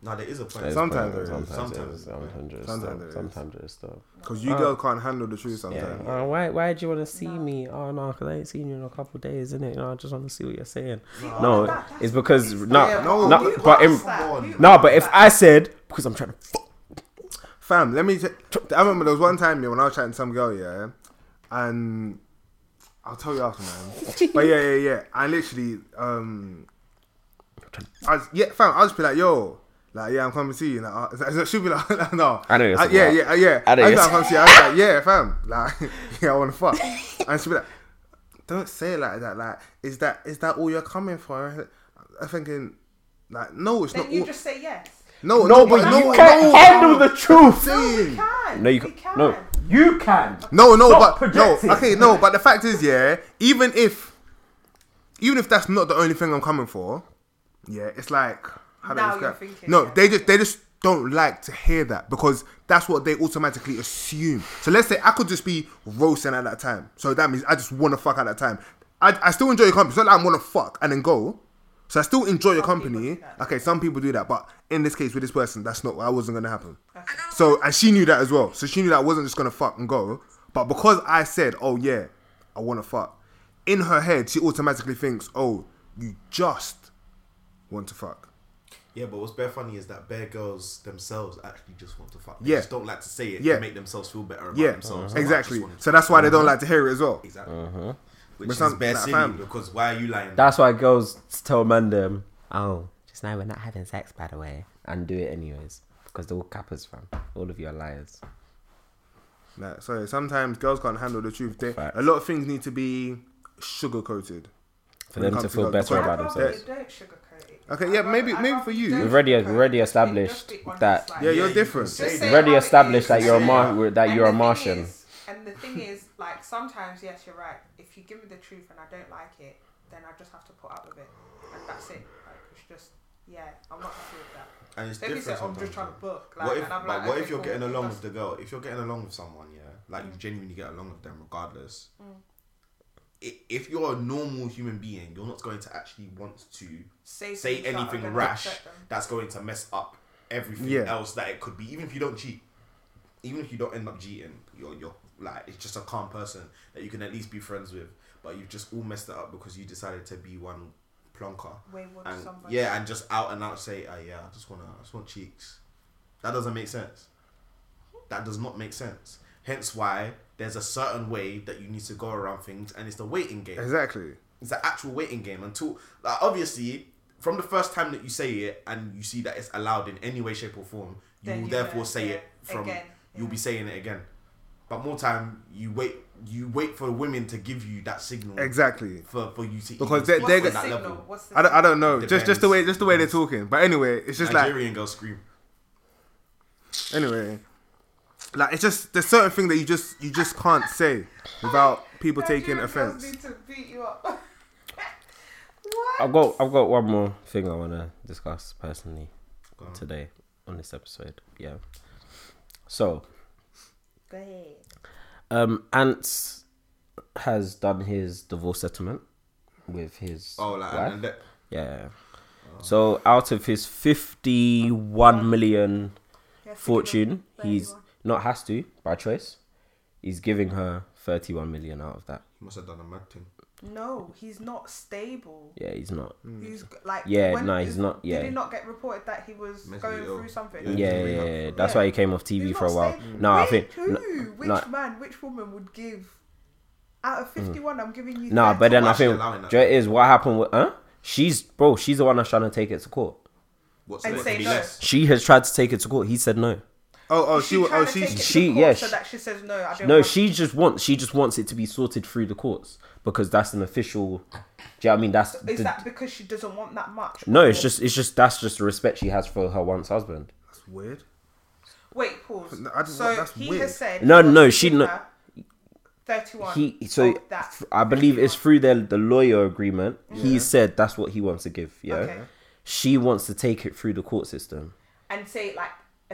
Speaker 2: No, there is a point.
Speaker 5: It's
Speaker 3: Sometimes
Speaker 5: probably-
Speaker 3: there
Speaker 2: is.
Speaker 5: sometimes,
Speaker 2: Sometimes.
Speaker 5: sometimes, it's
Speaker 3: Sometimes
Speaker 5: stuff.
Speaker 3: there is.
Speaker 5: sometimes it's stuff.
Speaker 3: because you girls can't handle the truth sometimes.
Speaker 5: Uh, why why do you want to see me? Oh no, because I ain't seen you in a couple of days, innit? You know, I just want to see what you're saying.
Speaker 4: all
Speaker 5: No,
Speaker 4: of that, that's
Speaker 5: it's because
Speaker 4: what
Speaker 5: no,
Speaker 3: Yeah,
Speaker 5: no,
Speaker 3: no,
Speaker 5: no,
Speaker 3: you
Speaker 5: but in,
Speaker 4: What's that? You-
Speaker 5: no, but if I said because I'm trying to fuck,
Speaker 3: Fam, let me. T- I remember there was one time yeah, when I was chatting to some girl, yeah, and I'll tell you after, man. but yeah, yeah, yeah. I literally, um, I was, yeah, fam, I'll just be like, yo, like, yeah, I'm coming to see you. Like, uh, she'll be like, like, no,
Speaker 5: I know you're
Speaker 3: I,
Speaker 5: talking
Speaker 3: yeah,
Speaker 5: about.
Speaker 3: yeah, yeah.
Speaker 5: I know
Speaker 3: I
Speaker 5: you're
Speaker 3: was like, I'm coming to see you. I was like, yeah, fam, like, yeah, I want to fuck. And she'll be like, don't say it like that. Like, is that is that all you're coming for? I'm thinking, like, no, it's
Speaker 4: Then
Speaker 3: not.
Speaker 4: you
Speaker 3: All,
Speaker 4: just say yes.
Speaker 3: no,
Speaker 5: no,
Speaker 3: no,
Speaker 5: but
Speaker 3: no,
Speaker 5: you
Speaker 3: no,
Speaker 5: can't handle the truth.
Speaker 4: We
Speaker 3: saying.
Speaker 4: can.
Speaker 5: No, you
Speaker 4: we
Speaker 5: can.
Speaker 4: can.
Speaker 5: No, you can.
Speaker 3: No, no,
Speaker 5: Stop
Speaker 3: but
Speaker 5: projecting.
Speaker 3: no. Okay, no, but the fact is, yeah. Even if, even if that's not the only thing I'm coming for, yeah, it's like how do I
Speaker 4: Now
Speaker 3: describe-
Speaker 4: you're thinking,
Speaker 3: No,
Speaker 4: yeah.
Speaker 3: they just they just don't like to hear that because that's what they automatically assume. So let's say I could just be roasting at that time. So that means I just want to fuck at that time. I, I still enjoy your company. It's not like I'm gonna fuck and then go. So I still enjoy your
Speaker 4: Some people
Speaker 3: company.
Speaker 4: do that.
Speaker 3: Okay, some people do that, but in this case with this person, that's not that wasn't gonna happen. So and she knew that as well. So she knew that I wasn't just gonna fuck and go. But because I said, "Oh yeah, I wanna fuck," in her head she automatically thinks, "Oh, you just want to fuck."
Speaker 2: Yeah, but what's bare funny is that bare girls themselves actually just want to fuck. They
Speaker 3: Yeah.
Speaker 2: just don't like to say it
Speaker 3: Yeah.
Speaker 2: to make themselves feel better about
Speaker 3: Yeah,
Speaker 5: Uh-huh.
Speaker 2: themselves. So I
Speaker 3: exactly.
Speaker 2: just wanted to- Uh-huh.
Speaker 3: So that's why they don't like to hear it as well.
Speaker 2: exactly. Which
Speaker 3: But
Speaker 2: is
Speaker 3: some-
Speaker 2: bare
Speaker 3: like,
Speaker 2: silly
Speaker 3: fam-
Speaker 2: because why are you lying?
Speaker 5: That's why girls tell man them. Oh, just now we're not having sex, by the way, and do it anyways because they're all cappers, fam. All of you are liars.
Speaker 3: Like, so sometimes girls can't handle the truth. They,
Speaker 5: Facts.
Speaker 3: a lot of things need to be sugar coated.
Speaker 5: For
Speaker 3: When it
Speaker 5: them
Speaker 3: comes
Speaker 5: to
Speaker 3: to
Speaker 5: feel
Speaker 3: girls,
Speaker 5: better
Speaker 3: because-
Speaker 5: about
Speaker 4: I'd rather
Speaker 5: themselves.
Speaker 4: you don't sugarcoat it.
Speaker 3: Okay,
Speaker 4: I'd
Speaker 3: yeah,
Speaker 4: rather-
Speaker 3: maybe-
Speaker 4: I'd
Speaker 3: maybe
Speaker 4: rather
Speaker 3: for
Speaker 4: you
Speaker 3: you.
Speaker 4: don't
Speaker 5: We've already-
Speaker 4: sugarcoat
Speaker 5: already
Speaker 4: it. Just be- just
Speaker 5: established
Speaker 4: be honest,
Speaker 5: that-
Speaker 4: like-
Speaker 3: Yeah,
Speaker 2: you
Speaker 3: you're
Speaker 2: can
Speaker 3: different.
Speaker 2: say
Speaker 4: Just
Speaker 2: that.
Speaker 4: say
Speaker 5: You've already
Speaker 4: how it
Speaker 5: established
Speaker 4: is.
Speaker 5: that you're a mar- that
Speaker 4: And
Speaker 5: you're a
Speaker 4: the thing
Speaker 5: Martian.
Speaker 4: is- and the thing is, like sometimes, yes, you're right. If you give me the truth and I don't like it, then I just have to put up with it, and that's it. Like it's just, yeah, I'm not happy with that.
Speaker 2: And it's
Speaker 4: So if you
Speaker 2: different.
Speaker 4: say I'm
Speaker 2: sometimes,
Speaker 4: just trying to
Speaker 2: though.
Speaker 4: book, like,
Speaker 2: What if,
Speaker 4: and I'm
Speaker 2: but
Speaker 4: like,
Speaker 2: what
Speaker 4: okay,
Speaker 2: if you're
Speaker 4: cool,
Speaker 2: getting along
Speaker 4: that's-
Speaker 2: with the girl? If you're getting along with someone, yeah, like you genuinely get along with them regardless.
Speaker 4: Mm.
Speaker 2: I- If you're a normal human being, you're not going to actually want to say
Speaker 4: Say things that are
Speaker 2: anything
Speaker 4: gonna
Speaker 2: rash
Speaker 4: upset them.
Speaker 2: that's going to mess up everything
Speaker 3: Yeah.
Speaker 2: else that it could be. Even if you don't cheat, even if you don't end up cheating, you're you're like it's just a calm person that you can at least be friends with. But you've just all messed it up because you decided to be one plonker.
Speaker 4: Wayward
Speaker 2: And,
Speaker 4: somebody.
Speaker 2: yeah, and just out and out say, oh, yeah, I just wanna, I just want cheeks. That doesn't make sense. That does not make sense. Hence why there's a certain way that you need to go around things, and it's the waiting game.
Speaker 3: Exactly.
Speaker 2: It's the actual waiting game until like obviously from the first time that you say it and you see that it's allowed in any way, shape or form, you
Speaker 4: Then
Speaker 2: will
Speaker 4: you
Speaker 2: therefore
Speaker 4: learn,
Speaker 2: say
Speaker 4: yeah,
Speaker 2: it from
Speaker 4: again,
Speaker 2: you'll
Speaker 4: yeah.
Speaker 2: be saying it again. But more time you wait you wait for women to give you that signal
Speaker 3: Exactly.
Speaker 2: for, for you to even
Speaker 4: What's
Speaker 3: Because they're- they're
Speaker 2: on
Speaker 4: the
Speaker 3: got-
Speaker 2: that
Speaker 4: signal?
Speaker 2: level.
Speaker 4: What's the
Speaker 3: I don't, I don't know.
Speaker 2: It
Speaker 3: Just just the way
Speaker 2: depends.
Speaker 3: just the way they're talking. But anyway, it's just like
Speaker 2: Nigerian girls scream.
Speaker 3: anyway, like it's just there's certain thing that you just you just can't say without people taking
Speaker 4: Nigerian girls
Speaker 3: offense.
Speaker 4: Need to beat you up.
Speaker 5: I've
Speaker 4: what?
Speaker 5: got I've got one more thing I want to discuss personally
Speaker 2: Go on.
Speaker 5: today on this episode. Yeah. So,
Speaker 4: Go ahead.
Speaker 5: um, Ants has done his divorce settlement with his
Speaker 2: Oh like
Speaker 5: wife.
Speaker 2: and, and that,
Speaker 5: yeah. So out of his fifty-one million
Speaker 4: He has to give
Speaker 5: fortune,
Speaker 4: her
Speaker 5: he's
Speaker 4: 31.
Speaker 5: not has to by choice. He's giving her thirty-one million out of that.
Speaker 2: he must have done a mad thing.
Speaker 4: No, he's not stable.
Speaker 5: Yeah, he's not.
Speaker 4: He's g- like
Speaker 5: Mm. Yeah,
Speaker 4: when-
Speaker 5: no, he's not- yeah.
Speaker 4: Did he not get reported that he was
Speaker 2: Mentally
Speaker 4: going
Speaker 2: ill.
Speaker 4: through something?
Speaker 5: Yeah,
Speaker 2: Yeah,
Speaker 5: yeah,
Speaker 2: yeah.
Speaker 5: yeah. That's
Speaker 4: Yeah.
Speaker 5: why he came off TV
Speaker 4: He's
Speaker 5: for a
Speaker 4: not
Speaker 5: while.
Speaker 4: stable.
Speaker 5: No, I
Speaker 4: Wait,
Speaker 5: think.
Speaker 4: who?
Speaker 5: n-
Speaker 4: which
Speaker 5: no,
Speaker 4: man? Which woman would give? Out of fifty-one, I'm giving you.
Speaker 5: Mm. Nah, but then
Speaker 2: why
Speaker 5: I
Speaker 2: is she
Speaker 5: think
Speaker 2: allowing that?
Speaker 5: do you know what it is what happened with huh? She's bro, she's the one that's trying to take it to court.
Speaker 2: What's
Speaker 4: And
Speaker 2: it
Speaker 4: say
Speaker 2: be
Speaker 4: no.
Speaker 2: less?
Speaker 5: She has tried to take it to court. He said no.
Speaker 3: Oh oh
Speaker 4: Is
Speaker 3: she
Speaker 4: she
Speaker 3: oh
Speaker 4: trying to take it to
Speaker 3: she's
Speaker 5: she-
Speaker 4: court
Speaker 5: yeah,
Speaker 4: so
Speaker 5: she-
Speaker 4: that she says no. I don't
Speaker 5: No,
Speaker 4: want
Speaker 5: she just wants she just wants it to be sorted through the courts because that's an official. Do you know what I mean? That's
Speaker 4: Is
Speaker 5: the-
Speaker 4: that because she doesn't want that much?
Speaker 5: no.
Speaker 4: or-
Speaker 5: It's just it's just that's just the respect she has for her once husband.
Speaker 3: weird.
Speaker 4: wait. Pause.
Speaker 3: No, I don't-
Speaker 4: so
Speaker 3: that's
Speaker 4: he
Speaker 3: weird.
Speaker 4: has said
Speaker 5: No,
Speaker 4: he
Speaker 5: no,
Speaker 4: wants to
Speaker 5: she
Speaker 4: give
Speaker 5: no-
Speaker 4: her Thirty-one.
Speaker 5: He so
Speaker 4: of Oh, that
Speaker 5: f- I believe it's
Speaker 4: 51.
Speaker 5: through their the lawyer agreement. He said that's what he wants to give. Yeah,
Speaker 4: Okay.
Speaker 5: she wants to take it through the court system.
Speaker 4: and say like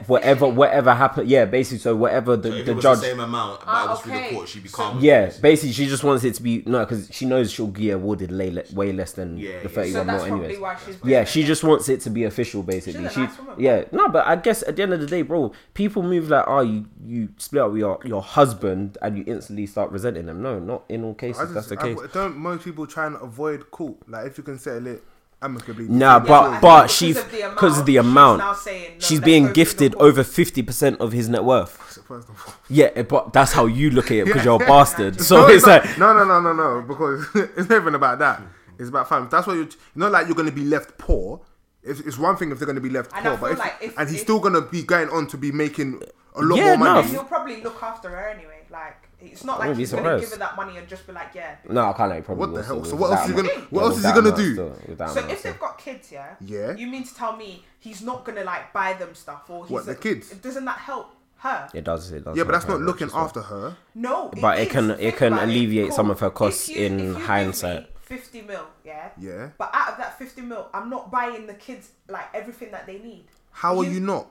Speaker 5: Whatever,
Speaker 4: officially-
Speaker 5: whatever happened. Yeah, basically. So whatever the,
Speaker 2: If
Speaker 5: the
Speaker 2: it was
Speaker 5: judge.
Speaker 2: the same amount, but
Speaker 4: Ah,
Speaker 2: I was through the
Speaker 4: okay.
Speaker 2: court, she'd be calm.
Speaker 5: Yeah, basically, she just wants it to be no, because she knows she'll get awarded lay, le- way less than
Speaker 2: Yeah,
Speaker 5: the
Speaker 2: yeah.
Speaker 5: thirty-one
Speaker 4: So that's
Speaker 5: more,
Speaker 4: probably
Speaker 5: anyways.
Speaker 4: why she's.
Speaker 5: Yeah, she just wants it to be official, basically.
Speaker 4: She's a
Speaker 5: She,
Speaker 4: nice woman.
Speaker 5: yeah, no, but I guess at the end of the day, bro, people move like, oh, you, you split up with your, your husband and you instantly start resenting them. No, not in all cases.
Speaker 3: I just,
Speaker 5: that's the
Speaker 3: I-
Speaker 5: case.
Speaker 3: don't most people try and avoid court? Like if you can settle it amicably.
Speaker 5: Nah,
Speaker 3: between
Speaker 5: but
Speaker 3: yourselves.
Speaker 5: but
Speaker 4: because
Speaker 5: she
Speaker 4: of the
Speaker 5: because of the
Speaker 4: amount,
Speaker 5: amount, she's,
Speaker 4: she's now saying, no, let's go
Speaker 5: being
Speaker 4: through the
Speaker 5: gifted
Speaker 4: court.
Speaker 5: over fifty percent of his net worth.
Speaker 3: First of all.
Speaker 5: Yeah, eh, but that's how you look at it because you're a bastard. So
Speaker 3: No,
Speaker 5: it's
Speaker 3: not-
Speaker 5: like
Speaker 3: no, no, no, no, no. Because it's not even about that. It's about fam. That's why you. You know, like you're gonna be left poor. It's, it's one thing if they're gonna be left
Speaker 4: And I
Speaker 3: poor, but
Speaker 4: feel
Speaker 3: if,
Speaker 4: like if-
Speaker 3: and he's
Speaker 4: if-
Speaker 3: still gonna be going on to be making a lot
Speaker 5: Yeah,
Speaker 3: more money.
Speaker 4: And he'll probably look after her anyway. Like it's not like
Speaker 5: wouldn't be
Speaker 4: he's gonna give
Speaker 5: surprised.
Speaker 4: her that money and just be like, yeah.
Speaker 5: no, I can't. Like, probably
Speaker 3: What the
Speaker 5: will still
Speaker 3: hell? So
Speaker 5: with
Speaker 3: what
Speaker 5: that
Speaker 3: else is he
Speaker 5: amount.
Speaker 3: gonna- what
Speaker 5: Yeah,
Speaker 3: else
Speaker 5: with
Speaker 3: is he
Speaker 5: that
Speaker 3: gonna
Speaker 5: amount
Speaker 3: do?
Speaker 5: still, with that
Speaker 4: So
Speaker 5: amount
Speaker 4: if
Speaker 5: still.
Speaker 4: they've got kids, yeah.
Speaker 3: Yeah.
Speaker 4: You mean to tell me he's not gonna like buy them stuff or he's
Speaker 3: What, the kids?
Speaker 4: Doesn't that help her?
Speaker 5: It does. It does.
Speaker 3: yeah, but that's
Speaker 5: help
Speaker 3: not
Speaker 5: her,
Speaker 3: looking
Speaker 5: which is
Speaker 3: after her.
Speaker 4: No,
Speaker 5: But it
Speaker 4: is.
Speaker 5: can- it
Speaker 4: Think
Speaker 5: can
Speaker 4: about
Speaker 5: alleviate some of her costs
Speaker 4: If you-
Speaker 5: in
Speaker 4: if you give me
Speaker 5: hindsight.
Speaker 4: Fifty mil, yeah.
Speaker 3: Yeah.
Speaker 4: But out of that fifty mil, I'm not buying the kids like everything that they need.
Speaker 3: How are you not?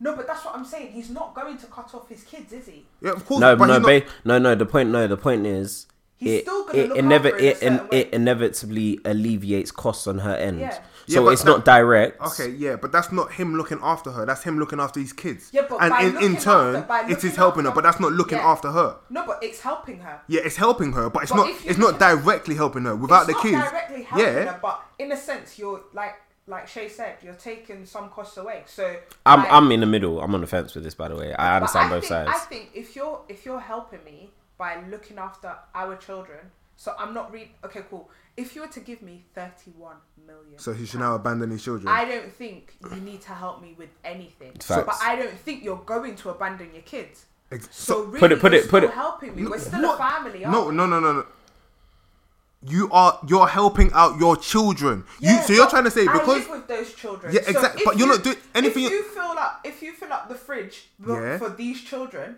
Speaker 4: No, but that's what I'm saying. He's not going to cut off his kids, is he?
Speaker 3: Yeah, of course.
Speaker 5: No,
Speaker 3: but
Speaker 5: no,
Speaker 3: he's not,
Speaker 5: ba- no, no. The point, no, the point is,
Speaker 4: He's
Speaker 5: it,
Speaker 4: still gonna
Speaker 5: it,
Speaker 4: look
Speaker 5: it never,
Speaker 4: after her in a
Speaker 5: it, and
Speaker 4: certain way.
Speaker 5: it inevitably alleviates costs on her end.
Speaker 4: Yeah.
Speaker 3: Yeah,
Speaker 5: So
Speaker 3: but
Speaker 5: it's not
Speaker 3: that-
Speaker 5: direct.
Speaker 3: Okay, yeah, but that's not him looking after her. That's him looking after his kids.
Speaker 4: Yeah, but
Speaker 3: and
Speaker 4: by
Speaker 3: in, in
Speaker 4: looking
Speaker 3: turn,
Speaker 4: after- by
Speaker 3: it
Speaker 4: looking
Speaker 3: is helping her.
Speaker 4: after-
Speaker 3: But that's not looking
Speaker 4: Yeah.
Speaker 3: after her.
Speaker 4: No, but it's helping her.
Speaker 3: Yeah, it's helping her, but it's
Speaker 4: But
Speaker 3: not.
Speaker 4: if you
Speaker 3: It's not
Speaker 4: look at-
Speaker 3: directly helping her. Without
Speaker 4: it's
Speaker 3: the
Speaker 4: not
Speaker 3: kids,
Speaker 4: directly helping
Speaker 3: yeah.
Speaker 4: her, but in a sense, you're like like Shay said, you're taking some costs away. So
Speaker 5: I'm,
Speaker 4: like,
Speaker 5: I'm in the middle. I'm on the fence with this, by the way. I
Speaker 4: but
Speaker 5: understand
Speaker 4: I
Speaker 5: both
Speaker 4: think,
Speaker 5: sides.
Speaker 4: I think if you're if you're helping me by looking after our children, so I'm not read. Okay, cool. If you were to give me thirty-one million,
Speaker 3: So he should now abandon his children.
Speaker 4: I don't think you need to help me with anything.
Speaker 5: Facts.
Speaker 4: But I don't think you're going to abandon your kids.
Speaker 3: Ex-
Speaker 4: So really,
Speaker 5: put it- put
Speaker 4: you're
Speaker 5: it- put
Speaker 4: still
Speaker 5: it-
Speaker 4: helping me. We're still
Speaker 3: What?
Speaker 4: a family. aren't
Speaker 3: No,
Speaker 4: we?
Speaker 3: no, no, no, no. You are you're helping out your children. you
Speaker 4: Yeah,
Speaker 3: so you're
Speaker 4: but
Speaker 3: trying to say
Speaker 4: I
Speaker 3: because
Speaker 4: live with those children.
Speaker 3: Yeah,
Speaker 4: So
Speaker 3: exact-
Speaker 4: if
Speaker 3: but you're
Speaker 4: you-
Speaker 3: not doing anything-
Speaker 4: If you fill up, if you fill up the fridge look,
Speaker 3: Yeah.
Speaker 4: for these children,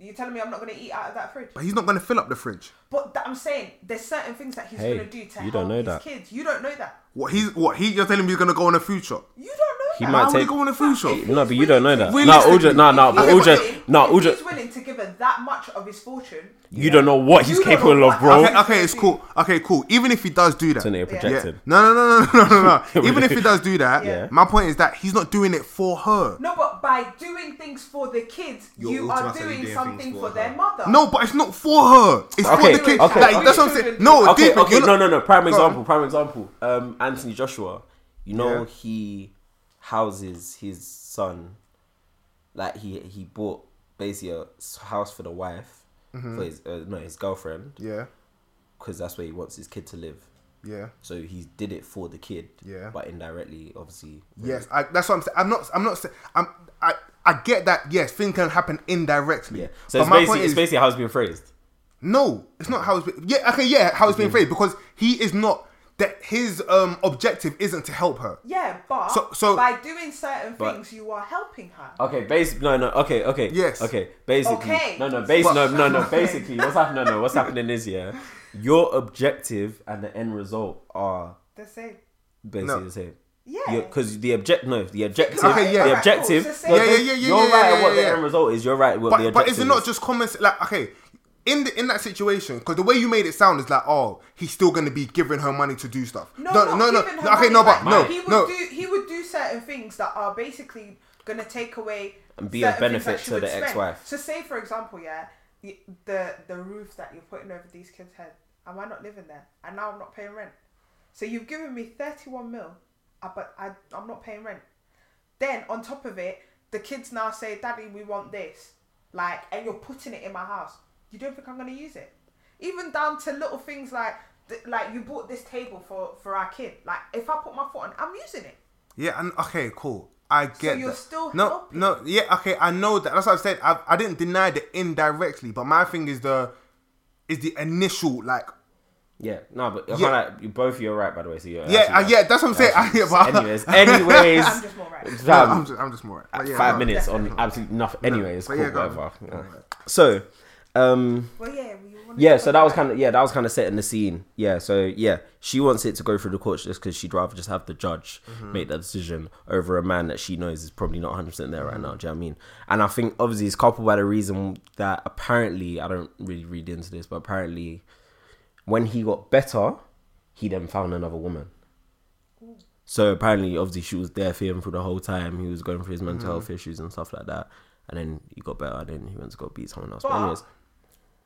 Speaker 4: you're telling me I'm not going to eat out of that fridge.
Speaker 3: but he's not going to fill up the fridge.
Speaker 4: But th- I'm saying there's certain things that he's
Speaker 5: Hey,
Speaker 4: going to do to
Speaker 5: you
Speaker 4: help
Speaker 5: don't know
Speaker 4: his
Speaker 5: that.
Speaker 4: kids. You don't know that.
Speaker 3: What he's what he? You're telling me he's gonna go on a food shop?
Speaker 4: You don't know
Speaker 5: He
Speaker 4: that.
Speaker 5: might
Speaker 3: How would he
Speaker 5: take-
Speaker 3: go on a food shop?
Speaker 5: No, but you don't know that. No,
Speaker 3: Realistically-
Speaker 5: Uja, no, no, but
Speaker 4: If he's
Speaker 5: Uja,
Speaker 4: willing-
Speaker 5: no,
Speaker 4: if
Speaker 5: Uja.
Speaker 4: He's willing to give her that much of his fortune.
Speaker 5: You don't know what he's
Speaker 4: You don't
Speaker 5: capable
Speaker 4: know
Speaker 5: of,
Speaker 4: what-
Speaker 5: bro.
Speaker 3: Okay, okay, it's cool. Okay, cool. Even if he does do that,
Speaker 5: Isn't it projected?
Speaker 3: Yeah. No, no, no, no, no, no, no. Even if he does do that,
Speaker 4: Yeah.
Speaker 3: my point is that he's not doing it for her.
Speaker 4: No, but by doing things for the kids,
Speaker 2: You're
Speaker 4: you are
Speaker 2: automatically
Speaker 4: doing
Speaker 2: doing
Speaker 4: something
Speaker 2: things
Speaker 4: for,
Speaker 2: for
Speaker 4: their
Speaker 2: her.
Speaker 4: mother.
Speaker 3: No, but it's not for her. It's
Speaker 5: Okay,
Speaker 3: for the kid.
Speaker 5: okay,
Speaker 3: like,
Speaker 5: okay.
Speaker 3: That's what I'm saying. No,
Speaker 5: okay,
Speaker 3: Deepak,
Speaker 5: okay,
Speaker 3: Oh, you're
Speaker 5: no,
Speaker 3: not-
Speaker 5: no, no. Prime
Speaker 3: Go
Speaker 5: example,
Speaker 3: on.
Speaker 5: prime example. Um, Anthony Joshua. You know
Speaker 3: Yeah.
Speaker 5: he houses his son. Like he he bought basically a s- house for the wife, for his uh, no his girlfriend,
Speaker 3: Mm-hmm. Yeah,
Speaker 5: because that's where he wants his kid to live.
Speaker 3: yeah.
Speaker 5: So he did it for the kid.
Speaker 3: Yeah.
Speaker 5: But indirectly, obviously.
Speaker 3: Yes, I, that's what I'm saying. I'm not. I'm not saying. I'm. I. I get that. Yes, things can happen indirectly.
Speaker 5: Yeah. So
Speaker 3: But
Speaker 5: it's basically, it's basically how it's being phrased.
Speaker 3: No, it's not how it's been, yeah okay yeah how it's being
Speaker 5: Mm-hmm.
Speaker 3: phrased because he is not that his um objective isn't to help her.
Speaker 4: Yeah, but
Speaker 3: So- so-
Speaker 4: by doing certain
Speaker 5: But-
Speaker 4: things, you are helping her.
Speaker 5: Okay, base no no okay okay
Speaker 3: Yes.
Speaker 5: okay basically
Speaker 4: Okay.
Speaker 5: no no base no no no basically what's happening no no what's happening is yeah your objective and the end result are
Speaker 4: The same.
Speaker 5: basically
Speaker 3: No.
Speaker 5: the same
Speaker 4: Yeah.
Speaker 5: because the object no the objective
Speaker 3: Okay, yeah.
Speaker 5: the
Speaker 4: Alright, cool,
Speaker 5: objective
Speaker 4: so say-
Speaker 5: no,
Speaker 4: Yeah,
Speaker 5: no,
Speaker 3: yeah, yeah, yeah,
Speaker 5: you're
Speaker 3: yeah,
Speaker 5: right
Speaker 3: yeah,
Speaker 5: at what
Speaker 3: yeah.
Speaker 5: the end result is you're right at what the
Speaker 3: But
Speaker 5: objective
Speaker 3: but is it not just common s- like okay in the in that situation because the way you made it sound is like oh he's still gonna be giving her money to do stuff.
Speaker 4: No,
Speaker 3: no
Speaker 4: not
Speaker 3: no no,
Speaker 4: giving her
Speaker 3: no, okay
Speaker 4: money,
Speaker 3: no
Speaker 4: like,
Speaker 3: but no
Speaker 4: he would
Speaker 3: no.
Speaker 4: Do, he would do certain things that are basically gonna take away
Speaker 5: And be of
Speaker 4: certain things
Speaker 5: benefit
Speaker 4: that she
Speaker 5: to
Speaker 4: would
Speaker 5: the
Speaker 4: spend.
Speaker 5: ex-wife.
Speaker 4: So say for example, yeah, y- the the roof that you're putting over these kids' heads. Am I not living there? And now I'm not paying rent. So you've given me thirty one mil, uh, but I I'm not paying rent. Then on top of it, the kids now say, "Daddy, we want this," like, and you're putting it in my house. You don't think I'm gonna use it? Even down to little things like, th- like you bought this table for for our kid. Like, if I put my foot on, I'm using it.
Speaker 3: Yeah, and okay, cool. I get
Speaker 4: you're
Speaker 3: that.
Speaker 4: still
Speaker 3: no,
Speaker 4: helping.
Speaker 3: no, yeah, okay, I know that. That's what I said. I, I didn't deny the indirectly, but my thing is the is the initial like.
Speaker 5: yeah no but I
Speaker 3: Yeah.
Speaker 5: can't, like, you both you're right by the way so you're
Speaker 3: Yeah,
Speaker 5: actually
Speaker 3: uh,
Speaker 5: right.
Speaker 3: yeah, that's what I'm saying. I, yeah, but,
Speaker 5: anyways anyways
Speaker 4: I'm just more right.
Speaker 3: No,
Speaker 5: fam,
Speaker 3: I'm just, I'm just more. But yeah,
Speaker 5: five
Speaker 3: no.
Speaker 5: minutes on absolutely nothing anyways
Speaker 3: but
Speaker 5: cool,
Speaker 3: yeah, go on.
Speaker 5: whatever Yeah. so um.
Speaker 4: Well, yeah, we wanted
Speaker 5: Yeah,
Speaker 4: to
Speaker 5: so that was
Speaker 4: talk
Speaker 5: kind of yeah, that was kind of setting the scene. Yeah, so yeah, she wants it to go through the courts just because she'd rather just have the judge make that decision over a man that she knows is probably not 100 percent there right now. Do you know what I mean? And I think obviously it's coupled by the reason that apparently I don't really read into this, but apparently when he got better, he then found another woman. So apparently, obviously, she was there for him for the whole time. He was going through his mental health issues and stuff like that. And then he got better. Then he went to go beat someone else. But
Speaker 4: But-
Speaker 5: anyways,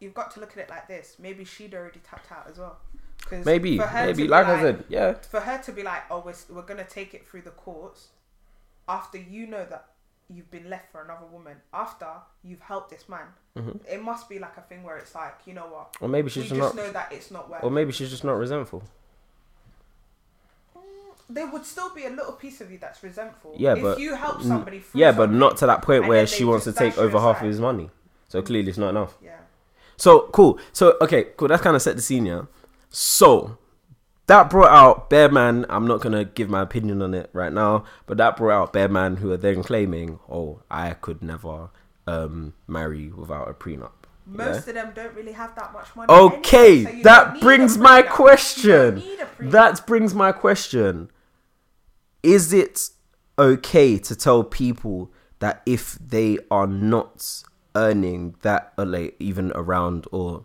Speaker 4: You've got to look at it like this. Maybe she'd already tapped out as well. 'Cause
Speaker 5: maybe,
Speaker 4: for her to
Speaker 5: maybe,
Speaker 4: be
Speaker 5: like I said, yeah.
Speaker 4: for her to be like, oh, we're, s- we're gonna take it through the courts after you know that you've been left for another woman after you've helped this man. It must be like a thing where it's like, you know what?
Speaker 5: Mm-hmm. Or maybe
Speaker 4: we
Speaker 5: she's
Speaker 4: just
Speaker 5: just not.
Speaker 4: know that it's not worth.
Speaker 5: Or maybe she's just not resentful.
Speaker 4: there would still be a little piece of you that's resentful.
Speaker 5: Yeah,
Speaker 4: if
Speaker 5: but
Speaker 4: you help somebody. through
Speaker 5: yeah, but
Speaker 4: something-
Speaker 5: not to that point
Speaker 4: and
Speaker 5: where
Speaker 4: then
Speaker 5: she
Speaker 4: they
Speaker 5: wants to
Speaker 4: just
Speaker 5: take
Speaker 4: dash you
Speaker 5: over half of
Speaker 4: aside.
Speaker 5: his money. So
Speaker 4: Mm.
Speaker 5: clearly, it's not enough.
Speaker 4: Yeah.
Speaker 5: So cool. So okay, cool. That's kind of set the scene, yeah. So that brought out Bear Man. I'm not gonna give my opinion on it right now, but that brought out Bear Man, who are then claiming, "Oh, I could never um, marry without a prenup."
Speaker 4: Most
Speaker 5: yeah?
Speaker 4: of them don't really have that much money. anyway,
Speaker 5: Okay,
Speaker 4: so you don't
Speaker 5: that
Speaker 4: need
Speaker 5: brings
Speaker 4: a
Speaker 5: my
Speaker 4: prenup.
Speaker 5: question.
Speaker 4: You don't need a prenup.
Speaker 5: That brings my question. Is it okay to tell people that if they are not earning that uh, like even around or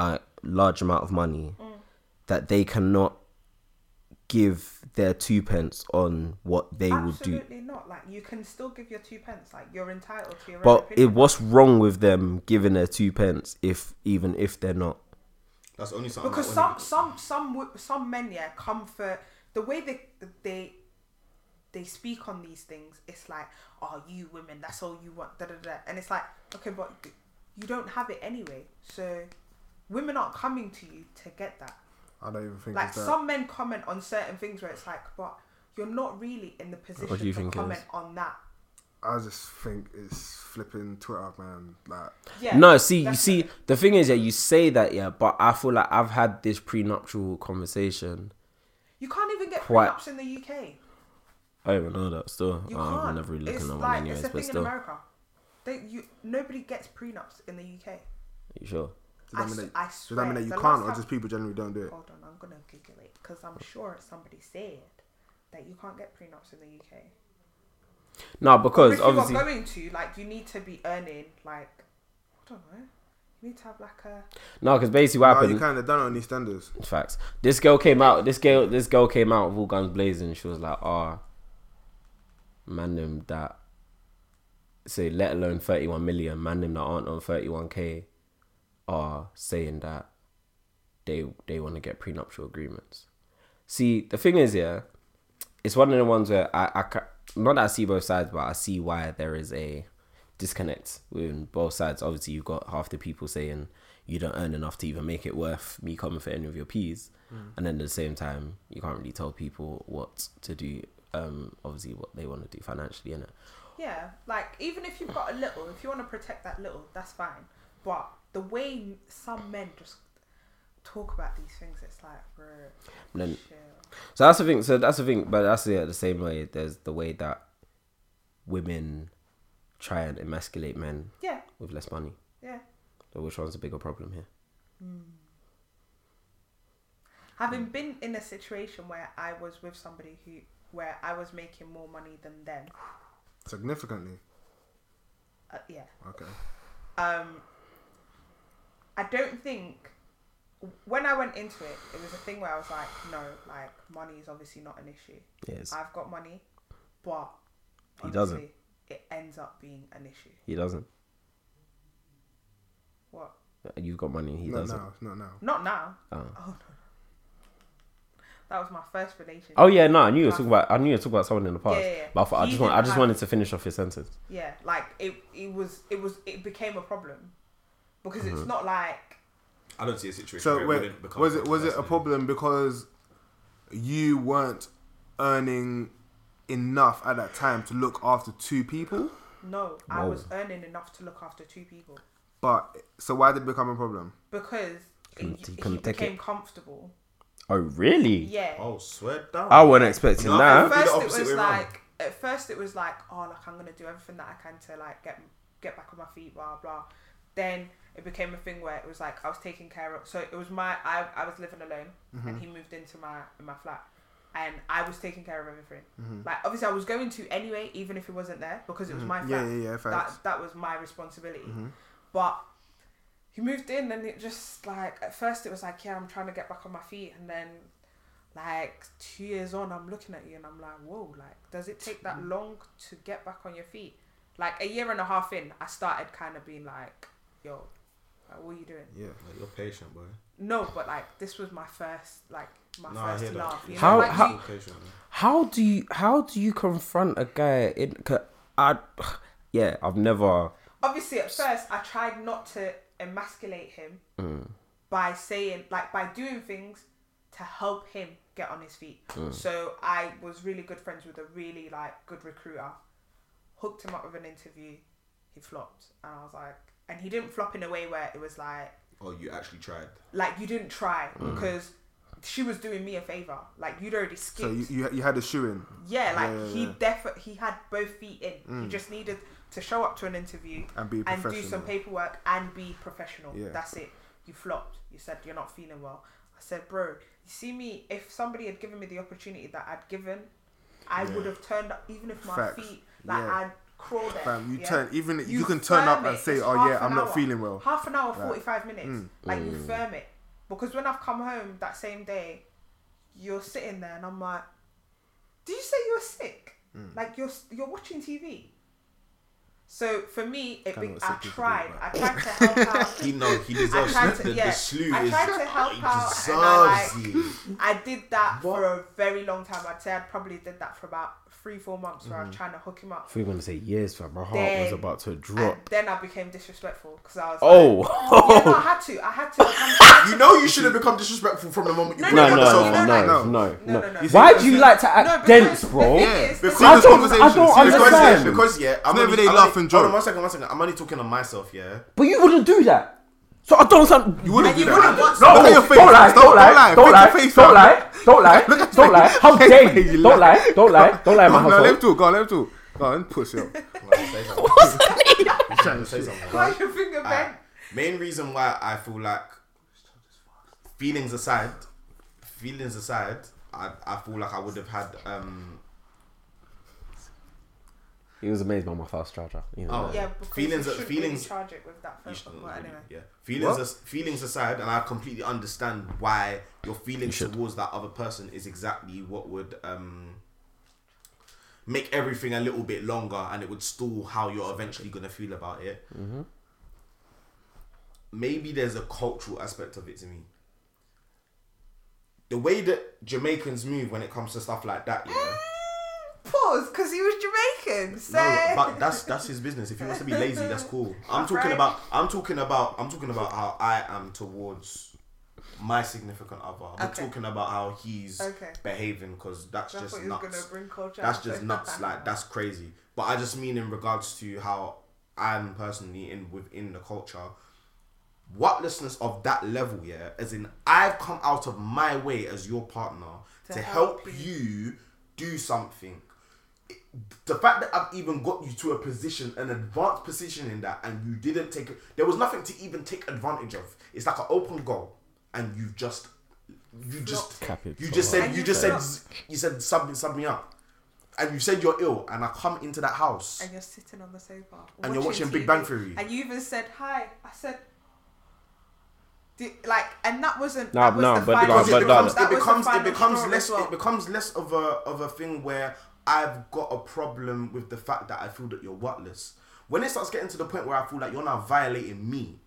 Speaker 5: a large amount of money
Speaker 4: Mm.
Speaker 5: that they cannot give their two pence on what they will do?
Speaker 4: Absolutely not. Like you can still give your two pence. Like you're entitled to your own
Speaker 5: But it,
Speaker 4: opinion.
Speaker 5: what's wrong with them giving their two pence if even if they're not?
Speaker 2: That's only something
Speaker 4: because
Speaker 2: that
Speaker 4: some
Speaker 2: wasn't-
Speaker 4: some some wo- some men yeah come for the way they they they speak on these things. It's like oh you women that's all you want da da da, and it's like okay but you don't have it anyway. So women aren't coming to you to get that.
Speaker 3: I don't even think
Speaker 4: Like
Speaker 3: it's that.
Speaker 4: some men comment on certain things where it's like but you're not really in the position
Speaker 5: you
Speaker 4: to
Speaker 5: think it
Speaker 4: comment
Speaker 5: is?
Speaker 4: on that.
Speaker 3: I just think it's flipping Twitter, man. Like,
Speaker 4: Yeah.
Speaker 5: no, see, you
Speaker 4: that's-
Speaker 5: see, the thing is, yeah, you say that, yeah, but I feel like I've had this prenuptial conversation.
Speaker 4: You can't even get
Speaker 5: Quite-
Speaker 4: prenups in the UK.
Speaker 5: I don't even know that still.
Speaker 4: You
Speaker 5: Oh, I've
Speaker 4: can't.
Speaker 5: never really
Speaker 4: it's
Speaker 5: looking at one
Speaker 4: like
Speaker 5: anyways,
Speaker 4: it's a
Speaker 5: but
Speaker 4: thing in
Speaker 5: still.
Speaker 4: America. They, you, nobody gets prenups in the UK.
Speaker 5: You sure?
Speaker 3: Does that
Speaker 4: I
Speaker 3: mean
Speaker 4: s- I
Speaker 3: that, does that mean
Speaker 4: swear,
Speaker 3: that you
Speaker 4: the
Speaker 3: can't,
Speaker 4: last
Speaker 3: or
Speaker 4: time-
Speaker 3: just people generally don't do it?
Speaker 4: Hold on, I'm gonna Google it because I'm sure somebody said that you can't get prenups in the UK.
Speaker 5: No, because
Speaker 4: if
Speaker 5: obviously
Speaker 4: you are going to, like, you need to be earning, like, I don't know, you need to have like a.
Speaker 5: no, because basically what
Speaker 3: Oh,
Speaker 5: happened.
Speaker 3: you kind of done it on these standards.
Speaker 5: Facts. This girl came out. This girl. This girl came out with all guns blazing. She was like, "Ah, man, them that." Say, let alone thirty-one million man, them that aren't on thirty-one k, are saying that they they want to get prenuptial agreements. See, the thing is, yeah, it's one of the ones where I, I ca- not that I see both sides, but I see why there is a disconnect with both sides. Obviously, you've got half the people saying you don't earn enough to even make it worth me coming for any of your peas, and then at the same time, you can't really tell people what to do. Um, obviously, what they want to do financially, in it.
Speaker 4: Yeah, like even if you've got a little, if you want to protect that little, that's fine. But the way some men just talk about these things, it's like, bro,
Speaker 5: Then-
Speaker 4: chill.
Speaker 5: So that's the thing. So that's the thing. But that's yeah, the same way. There's the way that women try and emasculate men
Speaker 4: Yeah,
Speaker 5: with less money.
Speaker 4: yeah.
Speaker 5: So which one's the bigger problem here?
Speaker 4: Having
Speaker 5: Mm.
Speaker 4: been in a situation where I was with somebody who, where I was making more money than them,
Speaker 3: Significantly.
Speaker 4: uh, yeah.
Speaker 3: Okay.
Speaker 4: um, I don't think when I went into it, it was a thing where I was like, no, like money is obviously not an issue.
Speaker 5: Yes.
Speaker 4: I've got money, but
Speaker 5: He doesn't.
Speaker 4: obviously It ends up being an issue.
Speaker 5: He doesn't.
Speaker 4: What?
Speaker 5: You've got money. He
Speaker 3: Not
Speaker 5: doesn't.
Speaker 3: now. Not now.
Speaker 4: Not now.
Speaker 5: Oh.
Speaker 4: Oh no. That was my first relationship.
Speaker 5: Oh yeah, no, I knew you were talking about. I knew you were talking about someone in the past.
Speaker 4: Yeah, yeah, yeah.
Speaker 5: But I, thought, I
Speaker 4: He
Speaker 5: just want, I
Speaker 4: didn't
Speaker 5: just
Speaker 4: have-
Speaker 5: wanted to finish off your sentence.
Speaker 4: Yeah, like it. It was. It was. It became a problem because
Speaker 5: Mm-hmm.
Speaker 4: it's not like
Speaker 2: I don't see a situation.
Speaker 3: So
Speaker 2: where
Speaker 3: wait,
Speaker 2: wouldn't become
Speaker 3: was it was it a
Speaker 2: contested.
Speaker 3: problem because you weren't earning enough at that time to look after two people?
Speaker 4: no. I was earning enough to look after two people.
Speaker 3: But so why did it become a problem?
Speaker 4: because it,
Speaker 5: Couldn't-
Speaker 4: he
Speaker 5: couldn't take
Speaker 4: became
Speaker 5: it.
Speaker 4: comfortable.
Speaker 5: Oh really?
Speaker 4: Yeah.
Speaker 2: Oh, swear down.
Speaker 5: I wasn't expecting
Speaker 2: No, I
Speaker 5: that.
Speaker 2: think
Speaker 4: At
Speaker 2: the
Speaker 4: first it
Speaker 2: opposite
Speaker 4: was
Speaker 2: way round.
Speaker 4: like at first it was like oh like I'm gonna do everything that I can to like get get back on my feet blah blah. Then it became a thing where it was like I was taking care of. So it was my I, I was living alone
Speaker 2: Mm-hmm.
Speaker 4: and he moved into my in my flat. And I was taking care of everything.
Speaker 3: Mm-hmm.
Speaker 4: Like obviously, I was going to anyway, even if it wasn't there, because it was my
Speaker 3: Mm-hmm. Yeah,
Speaker 4: flat.
Speaker 3: yeah, yeah, facts. Mm-hmm.
Speaker 4: That that was my responsibility. But he moved in and it just like at first it was like yeah i'm trying to get back on my feet and then like two years on i'm looking at you and i'm like whoa like does it take
Speaker 3: Mm-hmm.
Speaker 4: that long to get back on your feet like a year and a half in i started kind of being like yo like, what are you doing
Speaker 3: Yeah.
Speaker 2: Like, you're patient, boy.
Speaker 4: no but like this was my first like my
Speaker 2: No, I
Speaker 4: first
Speaker 2: hear that.
Speaker 4: laugh you know
Speaker 5: How-
Speaker 4: like,
Speaker 5: how-
Speaker 4: you-
Speaker 2: You're patient. man.
Speaker 5: How do you how do you confront a guy in? 'cause I yeah, I've never.
Speaker 4: obviously at first I tried not to emasculate him
Speaker 3: Mm.
Speaker 4: by saying like by doing things to help him get on his feet.
Speaker 3: Mm.
Speaker 4: So I was really good friends with a really like good recruiter. Hooked him up with an interview. He flopped and I was like and he didn't flop in a way where it was like
Speaker 2: Oh, you actually tried.
Speaker 4: like you didn't try
Speaker 3: Mm.
Speaker 4: because she was doing me a favor. Like you'd already
Speaker 3: So
Speaker 4: skipped
Speaker 3: you, you, you had a shoe in.
Speaker 4: yeah, like
Speaker 3: Yeah, yeah,
Speaker 4: he
Speaker 3: yeah. Mm.
Speaker 4: definitely he had both feet in. He just needed to show up to an interview
Speaker 3: And be
Speaker 4: do some
Speaker 3: professional.
Speaker 4: paperwork and be professional.
Speaker 3: Yeah.
Speaker 4: That's it. You flopped. You said you're not feeling well. I said, bro, you see me. If somebody had given me the opportunity that I'd given, I would have turned up. Even if my
Speaker 3: Facts.
Speaker 4: feet, like
Speaker 3: Yeah.
Speaker 4: I'd crawl there.
Speaker 3: Fam, you
Speaker 4: yeah?
Speaker 3: turn even you, can turn up
Speaker 4: firm
Speaker 3: and
Speaker 4: it.
Speaker 3: say,
Speaker 4: It's
Speaker 3: "Oh
Speaker 4: half
Speaker 3: yeah,
Speaker 4: an
Speaker 3: I'm not
Speaker 4: hour.
Speaker 3: feeling well." mm.
Speaker 4: Half an hour, forty five minutes. Like you firm it. Because when I've come home that same day, you're sitting there and I'm like, Did you say you were sick? Like you're you're watching TV. So for me, it
Speaker 3: Kinda
Speaker 4: be,
Speaker 3: what
Speaker 4: I
Speaker 3: sick people do,
Speaker 4: tried. I
Speaker 3: but-
Speaker 4: tried to help out.
Speaker 2: He know he
Speaker 4: I
Speaker 2: deserves
Speaker 4: tried
Speaker 2: it.
Speaker 4: to,
Speaker 2: the,
Speaker 4: yeah,
Speaker 2: the slew
Speaker 4: I
Speaker 2: is.
Speaker 4: tried to help out.
Speaker 2: He
Speaker 4: And I,
Speaker 2: deserves
Speaker 4: like,
Speaker 2: it.
Speaker 4: I did that for a very long time. I'd say I probably did that for about three, four months where I was trying to hook him up.
Speaker 5: If we want to say years, fam, my heart was
Speaker 4: Then-
Speaker 5: about to drop.
Speaker 4: And then I became disrespectful because I was like,
Speaker 5: oh,
Speaker 4: yeah, no, I had to. I had to. become- I had to
Speaker 2: You know you should have become disrespectful from the moment you
Speaker 4: No,
Speaker 2: put
Speaker 5: no,
Speaker 2: your
Speaker 5: no,
Speaker 2: hands
Speaker 5: no,
Speaker 2: up.
Speaker 4: you know, like-
Speaker 5: no, no, no.
Speaker 4: No, no, no.
Speaker 5: Why do you like to
Speaker 4: No,
Speaker 5: act
Speaker 4: because
Speaker 5: dense,
Speaker 4: the
Speaker 5: bro?
Speaker 4: thing
Speaker 3: Yeah,
Speaker 4: is,
Speaker 3: but
Speaker 4: the
Speaker 3: see
Speaker 4: thing
Speaker 5: I
Speaker 3: this
Speaker 4: is-
Speaker 5: don't-
Speaker 3: conversation,
Speaker 5: I don't
Speaker 3: see this
Speaker 2: Because,
Speaker 5: understand.
Speaker 2: yeah,
Speaker 3: conversation.
Speaker 2: because yeah, I'm
Speaker 3: Never
Speaker 2: only,
Speaker 3: they
Speaker 2: I'm
Speaker 3: laugh
Speaker 2: only-
Speaker 3: and
Speaker 2: Hold
Speaker 3: joke.
Speaker 2: on, one second, one second. I'm only talking to myself, yeah.
Speaker 5: But you wouldn't do that. So I don't understand.
Speaker 3: You wouldn't do
Speaker 4: you
Speaker 3: that.
Speaker 4: wouldn't want
Speaker 5: No,
Speaker 3: Look at your face.
Speaker 5: Don't lie,
Speaker 3: Stop-
Speaker 5: don't lie,
Speaker 3: Look
Speaker 5: don't
Speaker 3: at
Speaker 5: lie,
Speaker 3: your face,
Speaker 5: don't
Speaker 3: fam.
Speaker 5: lie, don't lie,
Speaker 3: Look at your
Speaker 5: don't lie.
Speaker 3: face.
Speaker 5: How
Speaker 3: Look at
Speaker 5: dare
Speaker 3: your face,
Speaker 5: you? Don't lie, don't lie, don't lie, in my
Speaker 3: No, let him
Speaker 5: household.
Speaker 3: talk. Go on, let him talk. Go on, push up.
Speaker 2: Like, say something. What's that? Say something.
Speaker 4: Why your finger bent?
Speaker 2: Main reason why I feel like feelings aside, feelings aside, I, I feel like I would have had um
Speaker 5: He was amazed by my fast charger. You know,
Speaker 2: Oh.
Speaker 5: like-
Speaker 4: Yeah, because
Speaker 2: Feelings-
Speaker 4: feelings, you should
Speaker 2: feelings-
Speaker 4: really charge it with that
Speaker 2: you
Speaker 4: first.
Speaker 2: shouldn't
Speaker 4: But
Speaker 2: really-
Speaker 4: anyway,
Speaker 2: yeah feelings
Speaker 5: What?
Speaker 2: as, feelings aside, and I completely understand why your feelings
Speaker 5: should.
Speaker 2: towards that other person is exactly what would um make everything a little bit longer, and it would stall how you're eventually gonna feel about it.
Speaker 5: Mm-hmm.
Speaker 2: Maybe there's a cultural aspect of it to me. The way that Jamaicans move when it comes to stuff like that, yeah.
Speaker 4: pause because he was Jamaican. So
Speaker 2: No, but that's that's his business. If he wants to be lazy, that's cool. I'm talking
Speaker 4: Right.
Speaker 2: about I'm talking about I'm talking about how I am towards my significant other. I'm
Speaker 4: Okay.
Speaker 2: talking about how he's
Speaker 4: Okay.
Speaker 2: behaving because that's,
Speaker 4: that's
Speaker 2: just
Speaker 4: what he was gonna
Speaker 2: nuts.
Speaker 4: bring culture.
Speaker 2: That's
Speaker 4: out,
Speaker 2: just
Speaker 4: so-
Speaker 2: nuts. Like that's crazy. But I just mean in regards to how I'm personally in within the culture. Whatlessness of that level, yeah, as in I've come out of my way as your partner to,
Speaker 4: To
Speaker 2: help,
Speaker 4: help you.
Speaker 2: you do something the fact that I've even got you to a position, an advanced position in that, and you didn't take it, there was nothing to even take advantage of. It's like an open goal, and you just, you just,
Speaker 5: Cap it
Speaker 2: you
Speaker 5: so
Speaker 2: just said,
Speaker 4: hard.
Speaker 2: you just said,
Speaker 4: And you
Speaker 2: you said sub me, sub me up, and you said you're ill, and I come into that house.
Speaker 4: and you're sitting on the sofa
Speaker 2: And you're watching Big Bang Theory.
Speaker 4: and you even said hi. I said. Di- Like and that wasn't
Speaker 5: No,
Speaker 4: that was
Speaker 5: no,
Speaker 4: the
Speaker 5: but-
Speaker 4: final
Speaker 5: but-
Speaker 2: Because
Speaker 5: but-
Speaker 2: it
Speaker 5: that-
Speaker 2: becomes,
Speaker 4: that
Speaker 2: it
Speaker 4: was the
Speaker 2: becomes, it
Speaker 4: final
Speaker 2: becomes
Speaker 4: straw
Speaker 2: less,
Speaker 4: as well.
Speaker 2: it becomes less of a of a thing where I've got a problem with the fact that I feel that you're worthless. When it starts getting to the point where I feel like you're now violating me,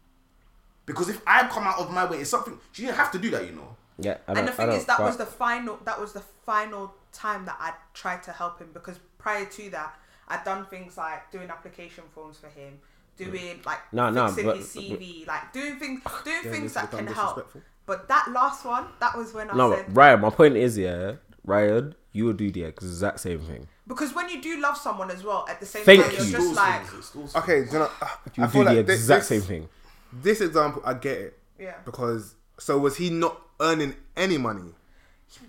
Speaker 2: because if I come out of my way, it's something she didn't have to do that, you know.
Speaker 5: yeah. I
Speaker 4: and the
Speaker 5: don't- I
Speaker 4: thing is
Speaker 5: don't
Speaker 4: that
Speaker 5: quite-
Speaker 4: was the final that was the final time that I tried to help him because prior to that I'd done things like doing application forms for him, doing like
Speaker 5: No, no,
Speaker 4: fixing
Speaker 5: but-
Speaker 4: his CV, like doing things doing things
Speaker 3: this
Speaker 4: that
Speaker 3: become
Speaker 4: can help.
Speaker 3: disrespectful?
Speaker 4: But that last one, that was when I
Speaker 5: No,
Speaker 4: said
Speaker 5: but Ryan, my point is, yeah, Ryan, you would do the exact same thing.
Speaker 4: because when you do love someone as well, at the same
Speaker 5: Thank
Speaker 4: time you're
Speaker 5: you.
Speaker 4: just like
Speaker 3: Okay, do you know,
Speaker 5: You
Speaker 3: I
Speaker 5: would do
Speaker 3: feel
Speaker 5: the
Speaker 3: like thi-
Speaker 5: exact
Speaker 3: this-
Speaker 5: same thing.
Speaker 3: This example, I get it.
Speaker 4: Yeah.
Speaker 3: Because so was he not earning any money?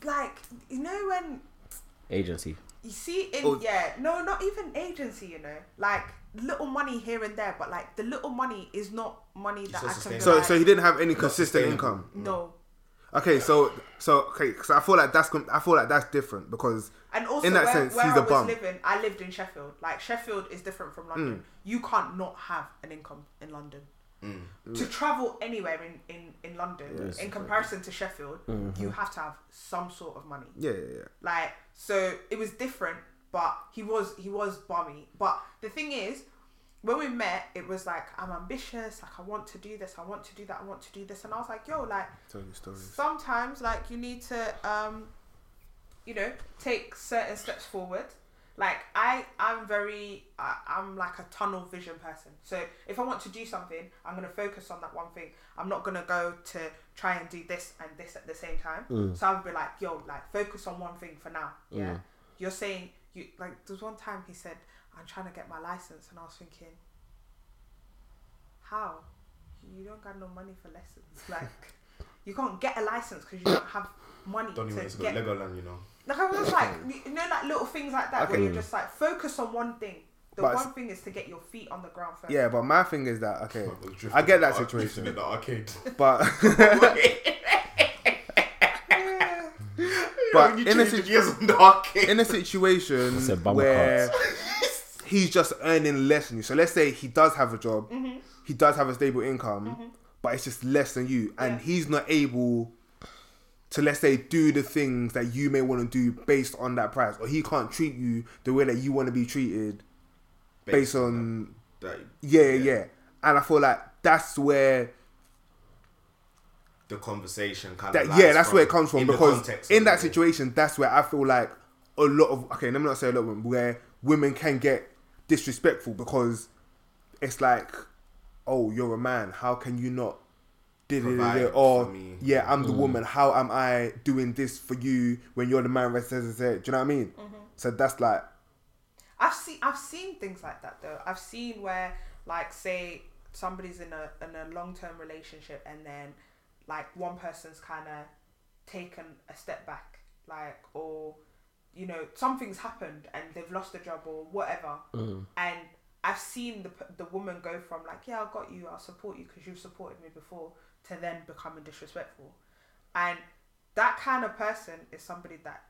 Speaker 4: like you know when
Speaker 5: Agency.
Speaker 4: you see in
Speaker 3: Oh.
Speaker 4: yeah no not even agency you know like little money here and there but like the little money is not money that I can
Speaker 2: sustainable.
Speaker 4: rely
Speaker 3: So so he didn't have any consistent income.
Speaker 4: no
Speaker 3: Okay, so so okay, because I feel like that's com- I feel like that's different because
Speaker 4: And also,
Speaker 3: in that
Speaker 4: where,
Speaker 3: sense,
Speaker 4: where
Speaker 3: he's
Speaker 4: I
Speaker 3: a
Speaker 4: was
Speaker 3: bum. Mm.
Speaker 4: living, I lived in Sheffield. Like Sheffield is different from London. You can't not have an income in London. To travel anywhere in in in London, in comparison to Sheffield,
Speaker 5: Mm-hmm.
Speaker 4: you have to have some sort of money.
Speaker 3: Yeah, yeah, yeah.
Speaker 4: Like so, it was different, but he was he was bummy. But the thing is, when we met, it was like I'm ambitious. Like I want to do this. I want to do that. I want to do this. And I was like, yo, like
Speaker 3: Tell your stories.
Speaker 4: sometimes like you need to um you know take certain steps forward like i i'm very I, i'm like a tunnel vision person so if i want to do something i'm going to focus on that one thing i'm not going to go to try and do this and this at the same time so i would be like yo like focus on one thing for now yeah you're saying you like there's one time he said i'm trying to get my license and i was thinking how you don't got no money for lessons like you can't get a license because you don't have money
Speaker 2: Don't even
Speaker 4: to
Speaker 2: to go
Speaker 4: get
Speaker 2: Legoland, you know.
Speaker 4: like I was like, you know, like little things like that where
Speaker 3: Mm. Okay.
Speaker 4: you're just like focus on one thing. The
Speaker 3: But
Speaker 4: one
Speaker 3: it's-
Speaker 4: thing is to get your feet on the ground first.
Speaker 3: Yeah, but my thing is that okay, I get that situation,
Speaker 2: The arcade.
Speaker 3: but but in a, situ-
Speaker 2: years on the arcade.
Speaker 3: in a situation
Speaker 5: said bummer
Speaker 3: where he's just earning less than you. So let's say he does have a job, he does have a stable income, but it's just less than you, and
Speaker 4: Yeah.
Speaker 3: he's not able to let's say do the things that you may want to do based on that price, or he can't treat you the way that you want to be treated based on
Speaker 2: That-
Speaker 3: yeah, yeah, yeah. And I feel like that's where
Speaker 2: the conversation kind
Speaker 3: that
Speaker 2: of
Speaker 3: yeah, that's where it comes from
Speaker 2: in the
Speaker 3: because
Speaker 2: context
Speaker 3: in
Speaker 2: of
Speaker 3: that
Speaker 2: it.
Speaker 3: situation, that's where I feel like a lot of okay, let me not say a lot of women, where women can get disrespectful because it's like, oh, you're a man, how can you not? da- da- da- da-
Speaker 2: Provide
Speaker 3: Or
Speaker 2: for me.
Speaker 3: yeah, I'm the woman. How am I doing this for you when you're the man? that says- says- says- Do you know what I mean? So that's like
Speaker 4: I've seen I've seen things like that though. I've seen where like say somebody's in a in a long term relationship and then like one person's kind of taken a step back, like or you know something's happened and they've lost a job or whatever, and I've seen the p- the woman go from like, yeah, I got you, I'll support you because you've supported me before, to then becoming disrespectful, and that kind of person is somebody that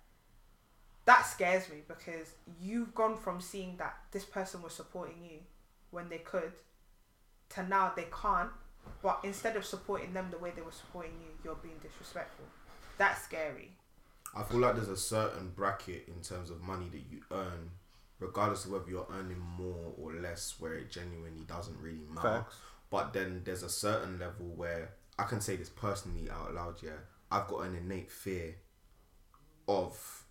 Speaker 4: that scares me because you've gone from seeing that this person was supporting you when they could to now they can't but instead of supporting them the way they were supporting you you're being disrespectful that's scary
Speaker 2: I feel like there's a certain bracket in terms of money that you earn, regardless of whether you're earning more or less, where it genuinely doesn't really matter.
Speaker 3: Facts.
Speaker 2: But then there's a certain level where I can say this personally out loud, yeah. I've got an innate fear of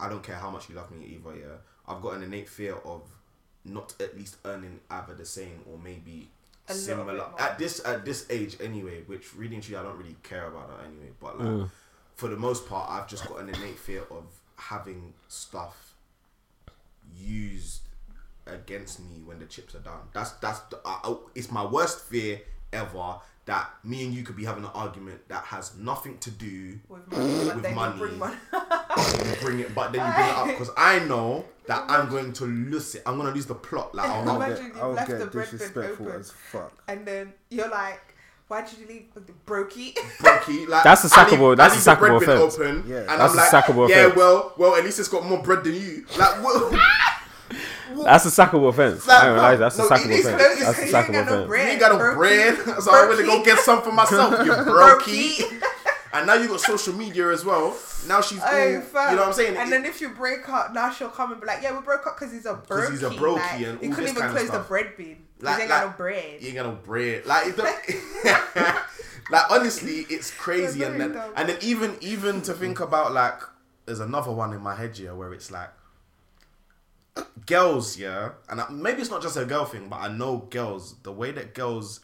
Speaker 2: I don't care how much you love me either, yeah. I've got an innate fear of not at least earning either the same or maybe
Speaker 4: A little bit
Speaker 2: similar
Speaker 4: more.
Speaker 2: at this at this age anyway, which really and truly I don't really care about that anyway. But like for the most part I've just got an innate fear of having stuff used against me when the chips are down. That's that's the, I I- it's my worst fear ever that me and you could be having an argument that has nothing to do
Speaker 4: with money but
Speaker 2: With
Speaker 4: then
Speaker 2: money.
Speaker 4: you bring money
Speaker 2: you bring it, but then you bring it up because I know that I'm going to lose it. I'm gonna lose the plot. Like I'll,
Speaker 4: Imagine
Speaker 3: get-
Speaker 4: you've
Speaker 3: I'll
Speaker 4: left
Speaker 3: get
Speaker 4: the bread bin
Speaker 3: disrespectful
Speaker 4: open.
Speaker 3: as fuck.
Speaker 4: and then you're like why did you leave with the brokey
Speaker 2: brokey. Like
Speaker 7: That's a
Speaker 2: I leave-
Speaker 7: sackable-
Speaker 2: I
Speaker 7: that's a
Speaker 2: leave the bread
Speaker 7: sackable
Speaker 2: bin
Speaker 7: offense.
Speaker 2: Open,
Speaker 3: Yeah.
Speaker 2: and
Speaker 7: That's
Speaker 2: I'm
Speaker 7: a
Speaker 2: like,
Speaker 7: sackable
Speaker 2: yeah,
Speaker 7: offense.
Speaker 2: well, well, at least it's got more bread than you. Like what?
Speaker 7: That's a sackable offense. I ain't realize that's a
Speaker 2: No, it
Speaker 7: sackable
Speaker 2: is-
Speaker 7: offense.
Speaker 2: no, it's-
Speaker 7: That's a
Speaker 2: you
Speaker 7: sackable offense.
Speaker 2: You ain't got no
Speaker 4: brokey.
Speaker 2: bread, so I'm gonna go get some for myself. You brokey.
Speaker 4: Brokey.
Speaker 2: And now you got social media as well. Now she's, all,
Speaker 4: Oh,
Speaker 2: you know
Speaker 4: fuck.
Speaker 2: what I'm saying?
Speaker 4: And
Speaker 2: It-
Speaker 4: then if you break up, now she'll come and be like, "Yeah, we broke up because he's a brokey.
Speaker 2: 'Cause he's a brokey
Speaker 4: like,
Speaker 2: and
Speaker 4: you
Speaker 2: all
Speaker 4: couldn't
Speaker 2: this
Speaker 4: even
Speaker 2: kind of
Speaker 4: close the
Speaker 2: stuff.
Speaker 4: bread bin.
Speaker 2: Like-
Speaker 4: you ain't got
Speaker 2: like-
Speaker 4: no bread.
Speaker 2: You ain't got no bread. Like it don't, like honestly, it's crazy.
Speaker 4: That's
Speaker 2: And
Speaker 4: very
Speaker 2: then
Speaker 4: dumb.
Speaker 2: and then even even to think about like there's another one in my head here where it's like girls, yeah, and I, maybe it's not just a girl thing, but I know girls the way that girls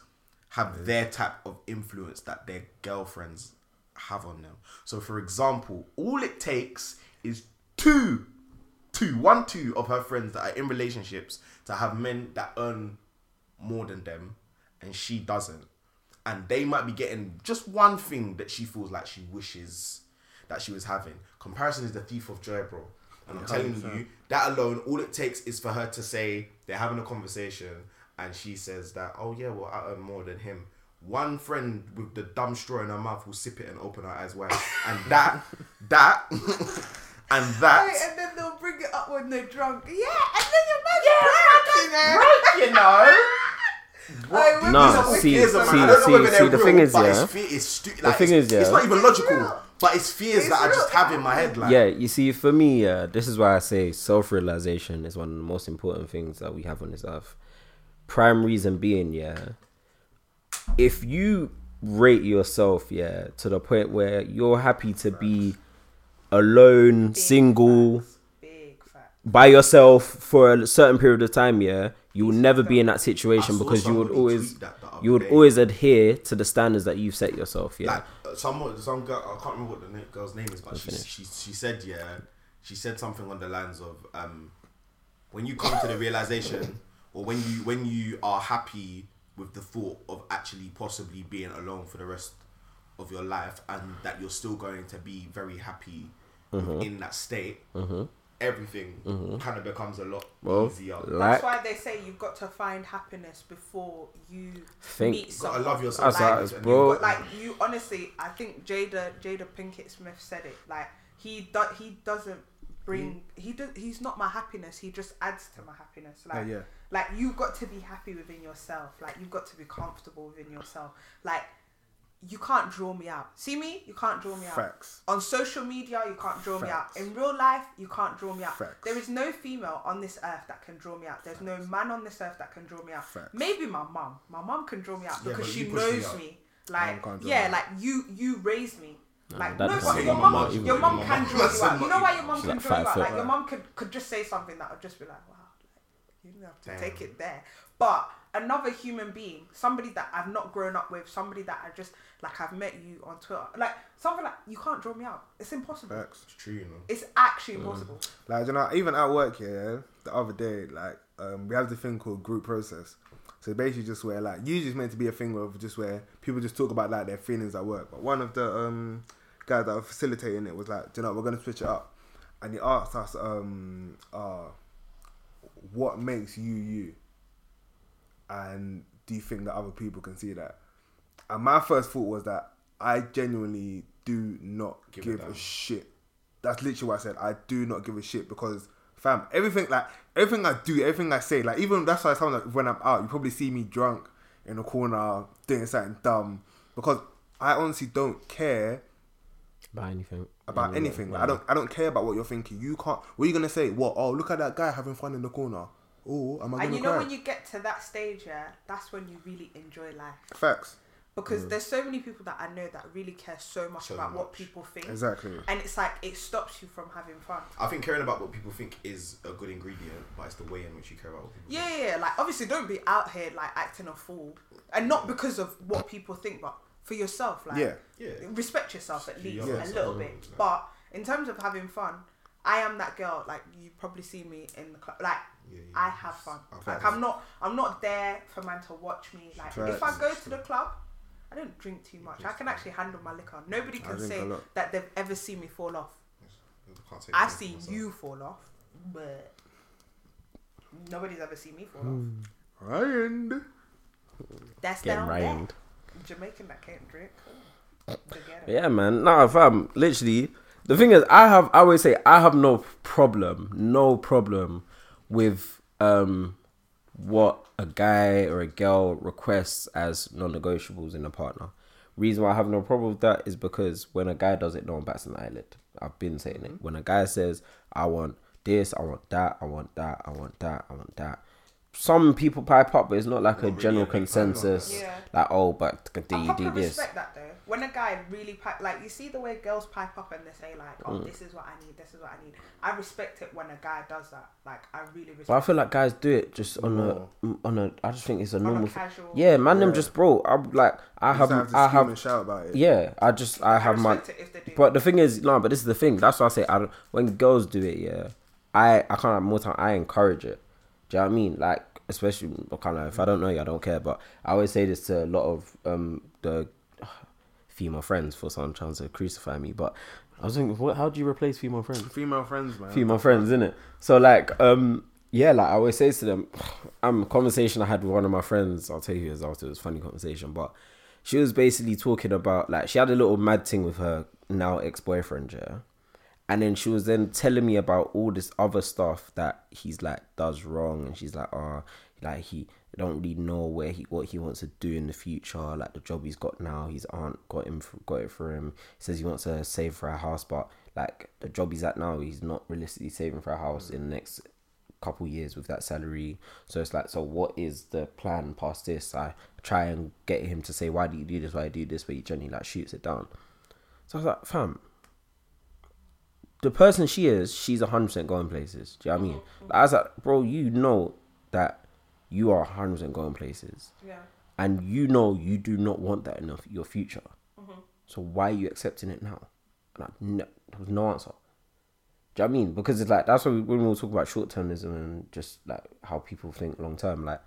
Speaker 2: have their type of influence that their girlfriends have on them. So for example, all it takes is two two, one, two of her friends that are in relationships to have men that earn more than them, and she doesn't. And they might be getting just one thing that she feels like she wishes that she was having. Comparison is the thief of joy, bro. And I'm telling you, that alone, all it takes is for her to say they're having a conversation, and she says that, oh yeah, well I earn more than him. One friend with the dumb straw in her mouth will sip it and open her eyes wide, and that, that, and that.
Speaker 4: Right, and then they'll bring it up when they're drunk. Yeah, and then your man's yeah,
Speaker 2: you
Speaker 4: you know.
Speaker 2: know.
Speaker 4: Like, when
Speaker 5: Nah,
Speaker 4: we were
Speaker 5: see, see,
Speaker 4: kids,
Speaker 2: Fears,
Speaker 5: see,
Speaker 2: man.
Speaker 4: I'm
Speaker 2: I
Speaker 4: like,
Speaker 2: don't know whether
Speaker 5: see,
Speaker 2: they're
Speaker 5: the
Speaker 2: real,
Speaker 5: thing is,
Speaker 2: but it's
Speaker 5: yeah.
Speaker 2: fear- it's stu- like,
Speaker 5: thing
Speaker 2: it's-
Speaker 5: is, yeah.
Speaker 2: it's not even logical,
Speaker 4: real.
Speaker 2: but it's fears
Speaker 4: It's
Speaker 2: that I just
Speaker 4: real.
Speaker 2: have in my head. Like,
Speaker 5: yeah, you see, for me, uh, this is why I say self realization is one of the most important things that we have on this earth. Prime reason being, yeah, if you rate yourself, yeah, to the point where you're happy to be alone, single,
Speaker 4: facts, Big fact.
Speaker 5: by yourself for a certain period of time, yeah, you will never be in that situation
Speaker 2: I saw
Speaker 5: because you would
Speaker 2: somebody
Speaker 5: always
Speaker 2: tweet that the other
Speaker 5: you would
Speaker 2: day.
Speaker 5: always adhere to the standards that you've set yourself. Yeah,
Speaker 2: like uh, someone, some girl, I can't remember what the na- girl's name is, but she, she she said yeah, she said something on the lines of um, when you come to the realization, or when you when you are happy with the thought of actually possibly being alone for the rest of your life, and that you're still going to be very happy
Speaker 5: Mm-hmm.
Speaker 2: in that state. Everything kind of becomes a lot
Speaker 5: well,
Speaker 2: easier.
Speaker 5: like
Speaker 4: That's why they say you've got to find happiness before you
Speaker 5: Think-
Speaker 4: meet
Speaker 2: Gotta
Speaker 4: someone.
Speaker 2: love yourself.
Speaker 5: That's
Speaker 4: Like,
Speaker 5: us,
Speaker 4: you've
Speaker 5: bro.
Speaker 4: got- like you honestly, I think Jada Jada Pinkett Smith said it. Like he do, he doesn't bring
Speaker 3: Mm.
Speaker 4: he do, he's not my happiness. He just adds to my happiness. Like
Speaker 3: yeah.
Speaker 4: like you've got to be happy within yourself. Like you've got to be comfortable within yourself. Like you can't draw me out. See me? You can't draw me out.
Speaker 3: Facts.
Speaker 4: On social media, you can't draw me out.
Speaker 3: Facts.
Speaker 4: In real life, you can't draw me out.
Speaker 3: Facts.
Speaker 4: There is no female on this earth that can draw me out. There's no man on this earth that can draw me out.
Speaker 3: Facts.
Speaker 4: Maybe my mum. My mum can draw me out
Speaker 2: Yeah,
Speaker 4: because
Speaker 2: but
Speaker 4: she
Speaker 2: you push me
Speaker 4: knows
Speaker 2: out.
Speaker 4: me. Like
Speaker 3: can't draw
Speaker 4: yeah,
Speaker 3: me
Speaker 4: like you you raised me. Like
Speaker 5: that
Speaker 4: no,
Speaker 5: doesn't
Speaker 4: but your
Speaker 5: even
Speaker 4: mum
Speaker 5: matter.
Speaker 4: your
Speaker 5: Even
Speaker 4: mum
Speaker 2: my
Speaker 4: can
Speaker 2: mum.
Speaker 4: draw you
Speaker 2: That's
Speaker 4: out. You
Speaker 2: not
Speaker 4: know why your
Speaker 2: even-
Speaker 4: mum
Speaker 5: She's
Speaker 4: can
Speaker 5: like
Speaker 4: draw you
Speaker 5: five
Speaker 4: out?
Speaker 5: foot,
Speaker 4: Like your
Speaker 5: right?
Speaker 4: mum could could just say something that would just be like, wow, like, you didn't have to take it there. But another human being, somebody that I've not grown up with, somebody that I just like I've met you on Twitter, like something like you can't draw me out. It's impossible.
Speaker 3: Facts.
Speaker 2: It's true, you know.
Speaker 4: It's actually impossible.
Speaker 3: Like you know, even at work, yeah. The other day, like um, we have this thing called group process. So basically, just where like usually it's meant to be a thing of just where people just talk about like their feelings at work. But one of the um, guys that were facilitating it was like, "Do you know, we're gonna switch it up, and he asked us, um, uh, what "Ah, makes you you. and do you think that other people can see that? And my first thought was that I genuinely do not give, a shit. That's literally what I said. I do not give a shit because fam, everything like everything I do, everything I say, like even that's why sometimes like when I'm out, you probably see me drunk in a corner doing something dumb because I honestly don't care
Speaker 5: About anything.
Speaker 3: about anything. Like, I don't I don't care about what you're thinking. You can't. What are you gonna say? What? Oh, look at that guy having fun in the corner. Oh, am I gonna
Speaker 4: And you know
Speaker 3: cry?
Speaker 4: when you get to that stage, yeah, that's when you really enjoy life.
Speaker 3: Facts.
Speaker 4: Because there's so many people that I know that really care Mm. so much about what people think.
Speaker 3: Exactly.
Speaker 4: And it's like it stops you from having fun.
Speaker 2: I think caring about what people think is a good ingredient, but it's the way in which you care about what people
Speaker 4: Yeah, yeah, yeah, like obviously don't be out here like acting a fool. And not because of what people think, but for yourself, like
Speaker 3: Yeah.
Speaker 2: Yeah.
Speaker 4: respect yourself at least
Speaker 2: Yeah.
Speaker 4: a little bit. But in terms of having fun, I am that girl. Like you probably see me in the club. Like
Speaker 2: Yeah, yeah.
Speaker 4: I have fun.
Speaker 2: I've
Speaker 4: Like
Speaker 2: had-
Speaker 4: I'm not. I'm not there for man to watch me. Like if I go to the club, I don't drink too much. I can actually handle my liquor. Nobody can
Speaker 3: drink
Speaker 4: say
Speaker 3: a lot.
Speaker 4: that they've ever seen me fall off.
Speaker 2: think. I can't say
Speaker 4: I've
Speaker 2: that for
Speaker 4: seen
Speaker 2: myself.
Speaker 4: you fall off, but nobody's ever seen me fall
Speaker 3: Ryan.
Speaker 4: off. That's
Speaker 5: Getting
Speaker 4: down
Speaker 5: rhymed.
Speaker 4: there. Jamaican that can't drink. Forget it.
Speaker 5: Yeah, man. Nah, fam. Literally, the thing is, I have. I always say I have no problem, no problem with um what a guy or a girl requests as non-negotiables in a partner. Reason why I have no problem with that is because when a guy does it, no one bats an eyelid. I've been saying it. When a guy says, "I want this, I want that, I want that, I want that, I want that," some people pipe up, but it's not like a general consensus.
Speaker 4: Yeah.
Speaker 5: Like, oh, but do
Speaker 4: I
Speaker 5: you
Speaker 4: proper
Speaker 5: do this?
Speaker 4: respect that though. When a guy really pipe, like you see the way girls pipe up and they say like,
Speaker 5: Mm.
Speaker 4: "Oh, this is what I need. This is what I need." I respect it when a guy does that. Like, I really respect.
Speaker 5: But I feel like guys do it just on a on a. I just think it's a normal. thing.
Speaker 4: casual-
Speaker 5: Yeah, man, them just bro. I'm like I
Speaker 3: I have,
Speaker 5: have
Speaker 3: to
Speaker 5: I
Speaker 3: scream and
Speaker 5: have
Speaker 3: shout about it.
Speaker 5: yeah. I just I have my.
Speaker 4: respect it if they do.
Speaker 5: But the thing is, no. But this is the thing. That's why I say I don't. When girls do it, yeah, I I can't more time. I encourage it. Do you know what I mean? Like especially kind of if I don't know you, I don't care. But I always say this to a lot of um the female friends for someone trying to crucify me. But I was thinking, what? How do you replace female friends?
Speaker 3: Female friends, man.
Speaker 5: female friends, innit? So like, um, yeah, like I always say to them, um, conversation I had with one of my friends, I'll tell you who it was after it was a funny conversation, but she was basically talking about like she had a little mad thing with her now ex boyfriend, yeah. And then she was then telling me about all this other stuff that he's like does wrong, and she's like, oh, like he don't really know where he what he wants to do in the future, like the job he's got now. His aunt got him for, got it for him. He says he wants to save for a house, but like the job he's at now, he's not realistically saving for a house in the next couple years with that salary. So it's like, so what is the plan past this? I try and get him to say, why do you do this? Why do you do this? But he generally like shoots it down. So I was like, fam, the person she is, she's 100% going places. Do you know what I mean? I was like, bro, you know that you are 100% going places.
Speaker 4: Yeah.
Speaker 5: And you know you do not want that in your- your future. So why are you accepting it now? And I, no, there was no answer. Do you know what I mean? Because it's like, that's why we, when we were talking about short termism and just like how people think long term, like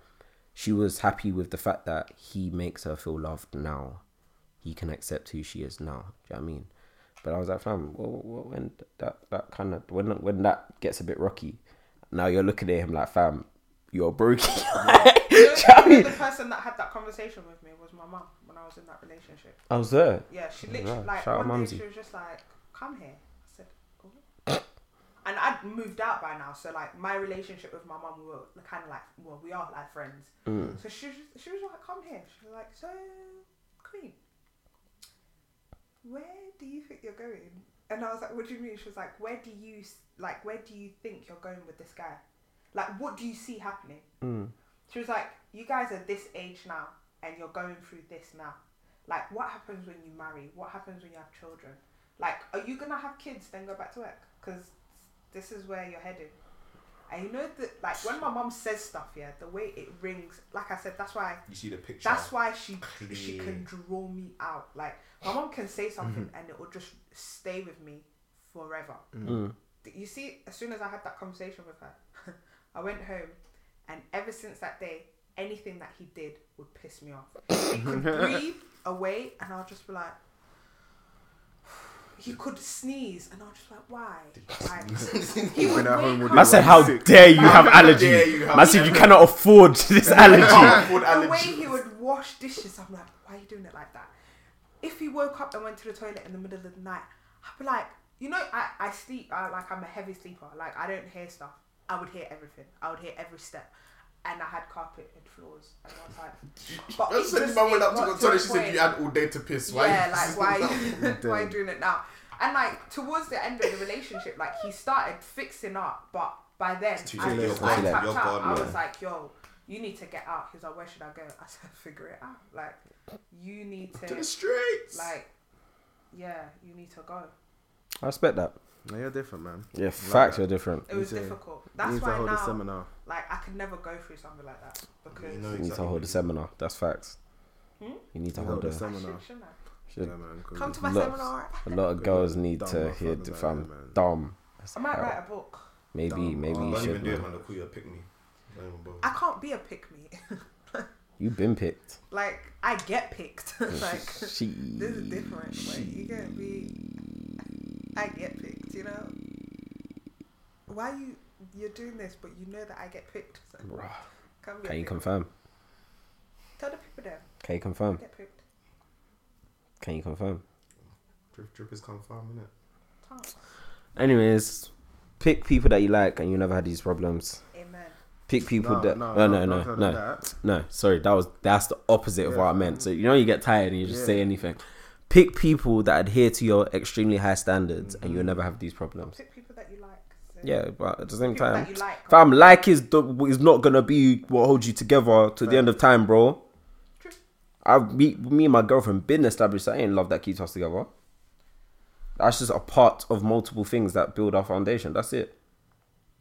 Speaker 5: she was happy with the fact that he makes her feel loved now. He can accept who she is now. Do you know what I mean? But I was like, fam, well, well, when that that kind of when when that gets a bit rocky, now you're looking at him like, fam, you're broke.
Speaker 4: You know,
Speaker 5: Do you know what I
Speaker 4: you know
Speaker 5: mean?
Speaker 4: the person that had that conversation with me was my mum when I was in that relationship.
Speaker 5: I was there.
Speaker 4: Yeah, she literally
Speaker 5: Right.
Speaker 4: like
Speaker 5: Shout out
Speaker 4: one day
Speaker 5: Mumsy.
Speaker 4: she was just like, "Come here." I said, "Oh." And I'd moved out by now, so like my relationship with my mum, we were kind of like, well, we are like friends.
Speaker 5: Mm.
Speaker 4: So she was, she was like, "Come here." She was like, "So, Queen, where do you think you're going?" And I was like, "What do you mean?" She was like, "Where do you s- like? Where do you think you're going with this guy? Like, what do you see happening?" She was like, "You guys are this age now, and you're going through this now. Like, what happens when you marry? What happens when you have children? Like, are you gonna have kids then go back to work? Because this is where you're headed." And you know that, like, when my mum says stuff, yeah, the way it rings. Like I said, that's why
Speaker 2: You see the picture.
Speaker 4: that's why she she can draw me out. Like my mom can say something and it will just stay with me forever.
Speaker 7: Mm.
Speaker 4: D- You see, as soon as I had that conversation with her, I went home, and ever since that day, anything that he did would piss me off. He could breathe away, and I'll just be like, he could sneeze, and I was just like, why? Like, he would
Speaker 3: When at home
Speaker 4: wake
Speaker 3: would
Speaker 4: up.
Speaker 3: be
Speaker 7: Man said, "How dare you have
Speaker 8: dare you
Speaker 7: allergy?"
Speaker 8: have
Speaker 7: Man said, "You
Speaker 8: allergy.
Speaker 7: cannot afford this allergy."
Speaker 8: Food
Speaker 4: the way
Speaker 8: allergy.
Speaker 4: he would wash dishes, I'm like, why are you doing it like that? If he woke up and went to the toilet in the middle of the night, I'd be like, you know, I, I sleep, I, like I'm a heavy sleeper. Like I don't hear stuff. I would hear everything. I would hear every step. And I had carpet and floors. And I was like, but
Speaker 8: That's
Speaker 4: it
Speaker 8: the
Speaker 4: just-
Speaker 8: man went
Speaker 4: it
Speaker 8: up to
Speaker 4: got
Speaker 8: go toilet.
Speaker 4: a
Speaker 8: She said
Speaker 4: point-
Speaker 8: you had all day to piss. Why?
Speaker 4: yeah, like why why are you doing it now? And like towards the end of the relationship, like he started fixing up, but by then I
Speaker 2: late.
Speaker 4: just
Speaker 2: You're
Speaker 4: I
Speaker 2: gone.
Speaker 4: tapped
Speaker 2: You're
Speaker 4: out.
Speaker 2: gone,
Speaker 4: I
Speaker 2: yeah.
Speaker 4: was like, yo, you need to get out. He was like, where should I go? I said, figure it out. Like you need to,
Speaker 8: to the streets.
Speaker 4: like yeah, you need to go.
Speaker 5: I respect that.
Speaker 3: No, you're different, man.
Speaker 5: Yeah, facts are different.
Speaker 4: It was
Speaker 3: to-
Speaker 4: difficult.
Speaker 3: you
Speaker 4: That's
Speaker 3: need to
Speaker 4: why
Speaker 3: hold a
Speaker 4: now,
Speaker 3: seminar.
Speaker 4: like I could never go through something like that because
Speaker 2: You know
Speaker 4: I
Speaker 5: You need to
Speaker 2: exactly.
Speaker 5: hold a seminar. That's facts.
Speaker 3: Hmm?
Speaker 5: You need to
Speaker 3: You
Speaker 5: hold
Speaker 3: hold a
Speaker 5: a.
Speaker 4: should,
Speaker 3: seminar.
Speaker 4: shouldn't I?
Speaker 3: Yeah,
Speaker 5: Should,
Speaker 3: man. 'cause
Speaker 4: Come
Speaker 3: it's-
Speaker 4: to my
Speaker 5: Look.
Speaker 4: seminar.
Speaker 5: a lot of girls need
Speaker 3: Dumb
Speaker 5: to hear
Speaker 3: motherfuckers
Speaker 5: the
Speaker 3: out
Speaker 5: fam
Speaker 3: there, man.
Speaker 5: dumb.
Speaker 4: I might
Speaker 5: Hell.
Speaker 4: write a book.
Speaker 5: Maybe,
Speaker 3: Dumb.
Speaker 5: maybe
Speaker 3: Oh,
Speaker 5: you
Speaker 2: Don't
Speaker 5: should.
Speaker 2: even do
Speaker 5: man.
Speaker 2: it, man. They'll call you a pick me. Don't even bother.
Speaker 4: I can't be a pick me.
Speaker 5: You've been picked.
Speaker 4: like I get picked. like
Speaker 5: She.
Speaker 4: this is different. Like you can't be. I get picked. You know. Why you you're doing this, but you know that I get picked. So
Speaker 5: Bruh.
Speaker 4: come get
Speaker 5: Can you
Speaker 4: picked.
Speaker 5: confirm?
Speaker 4: Tell the people there.
Speaker 5: Can you
Speaker 4: I
Speaker 5: confirm?
Speaker 4: get picked.
Speaker 5: Can you confirm?
Speaker 2: Drip, drip is confirmed, innit?
Speaker 4: Can't.
Speaker 5: Anyways, pick people that you like and you never had these problems.
Speaker 4: Amen.
Speaker 5: Pick people
Speaker 3: No,
Speaker 5: that. oh,
Speaker 3: no,
Speaker 5: No, no,
Speaker 3: no,
Speaker 5: no,
Speaker 3: don't
Speaker 5: no,
Speaker 3: tell
Speaker 5: no,
Speaker 3: them that.
Speaker 5: Sorry, that was that's the opposite of
Speaker 3: Yeah.
Speaker 5: what I meant. So you know you get tired and you just
Speaker 3: Yeah.
Speaker 5: say anything. Pick people that adhere to your extremely high standards and you'll never have these problems.
Speaker 4: Pick people that you like. So
Speaker 5: Yeah, but at the same
Speaker 4: People
Speaker 5: time,
Speaker 4: that you like.
Speaker 5: fam, like is the, is not gonna be what holds you together to the end of time, bro.
Speaker 4: True.
Speaker 5: I me, me and my girlfriend been established. That ain't love that keeps us together. That's just a part of multiple things that build our foundation. That's it.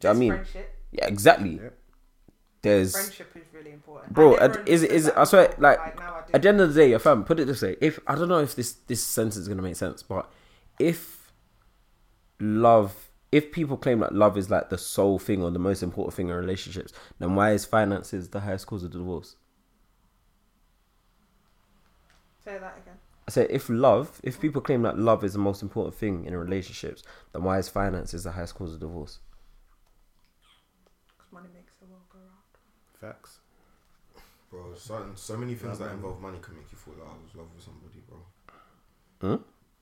Speaker 5: Do you know what I
Speaker 4: It's
Speaker 5: mean?
Speaker 4: friendship.
Speaker 5: Yeah, exactly.
Speaker 3: Yep.
Speaker 5: There's
Speaker 4: Friendship is really important.
Speaker 5: bro.
Speaker 4: I never
Speaker 5: At, is
Speaker 4: understood
Speaker 5: is
Speaker 4: that
Speaker 5: I swear,
Speaker 4: before,
Speaker 5: like
Speaker 4: now I do.
Speaker 5: at the end of the day, if I'm put it this way, if I don't know if this this sentence is gonna make sense, but if love, if people claim that love is like the sole thing or the most important thing in relationships, then why is finances the highest cause of divorce?
Speaker 4: Say that again.
Speaker 5: I say if love, if people claim that love is the most important thing in relationships, then why is finances the highest cause of divorce?
Speaker 4: 'Cause money makes the world go round.
Speaker 3: Facts.
Speaker 2: Bro, certain, so many things that involve money can make you fall out of love with somebody, bro.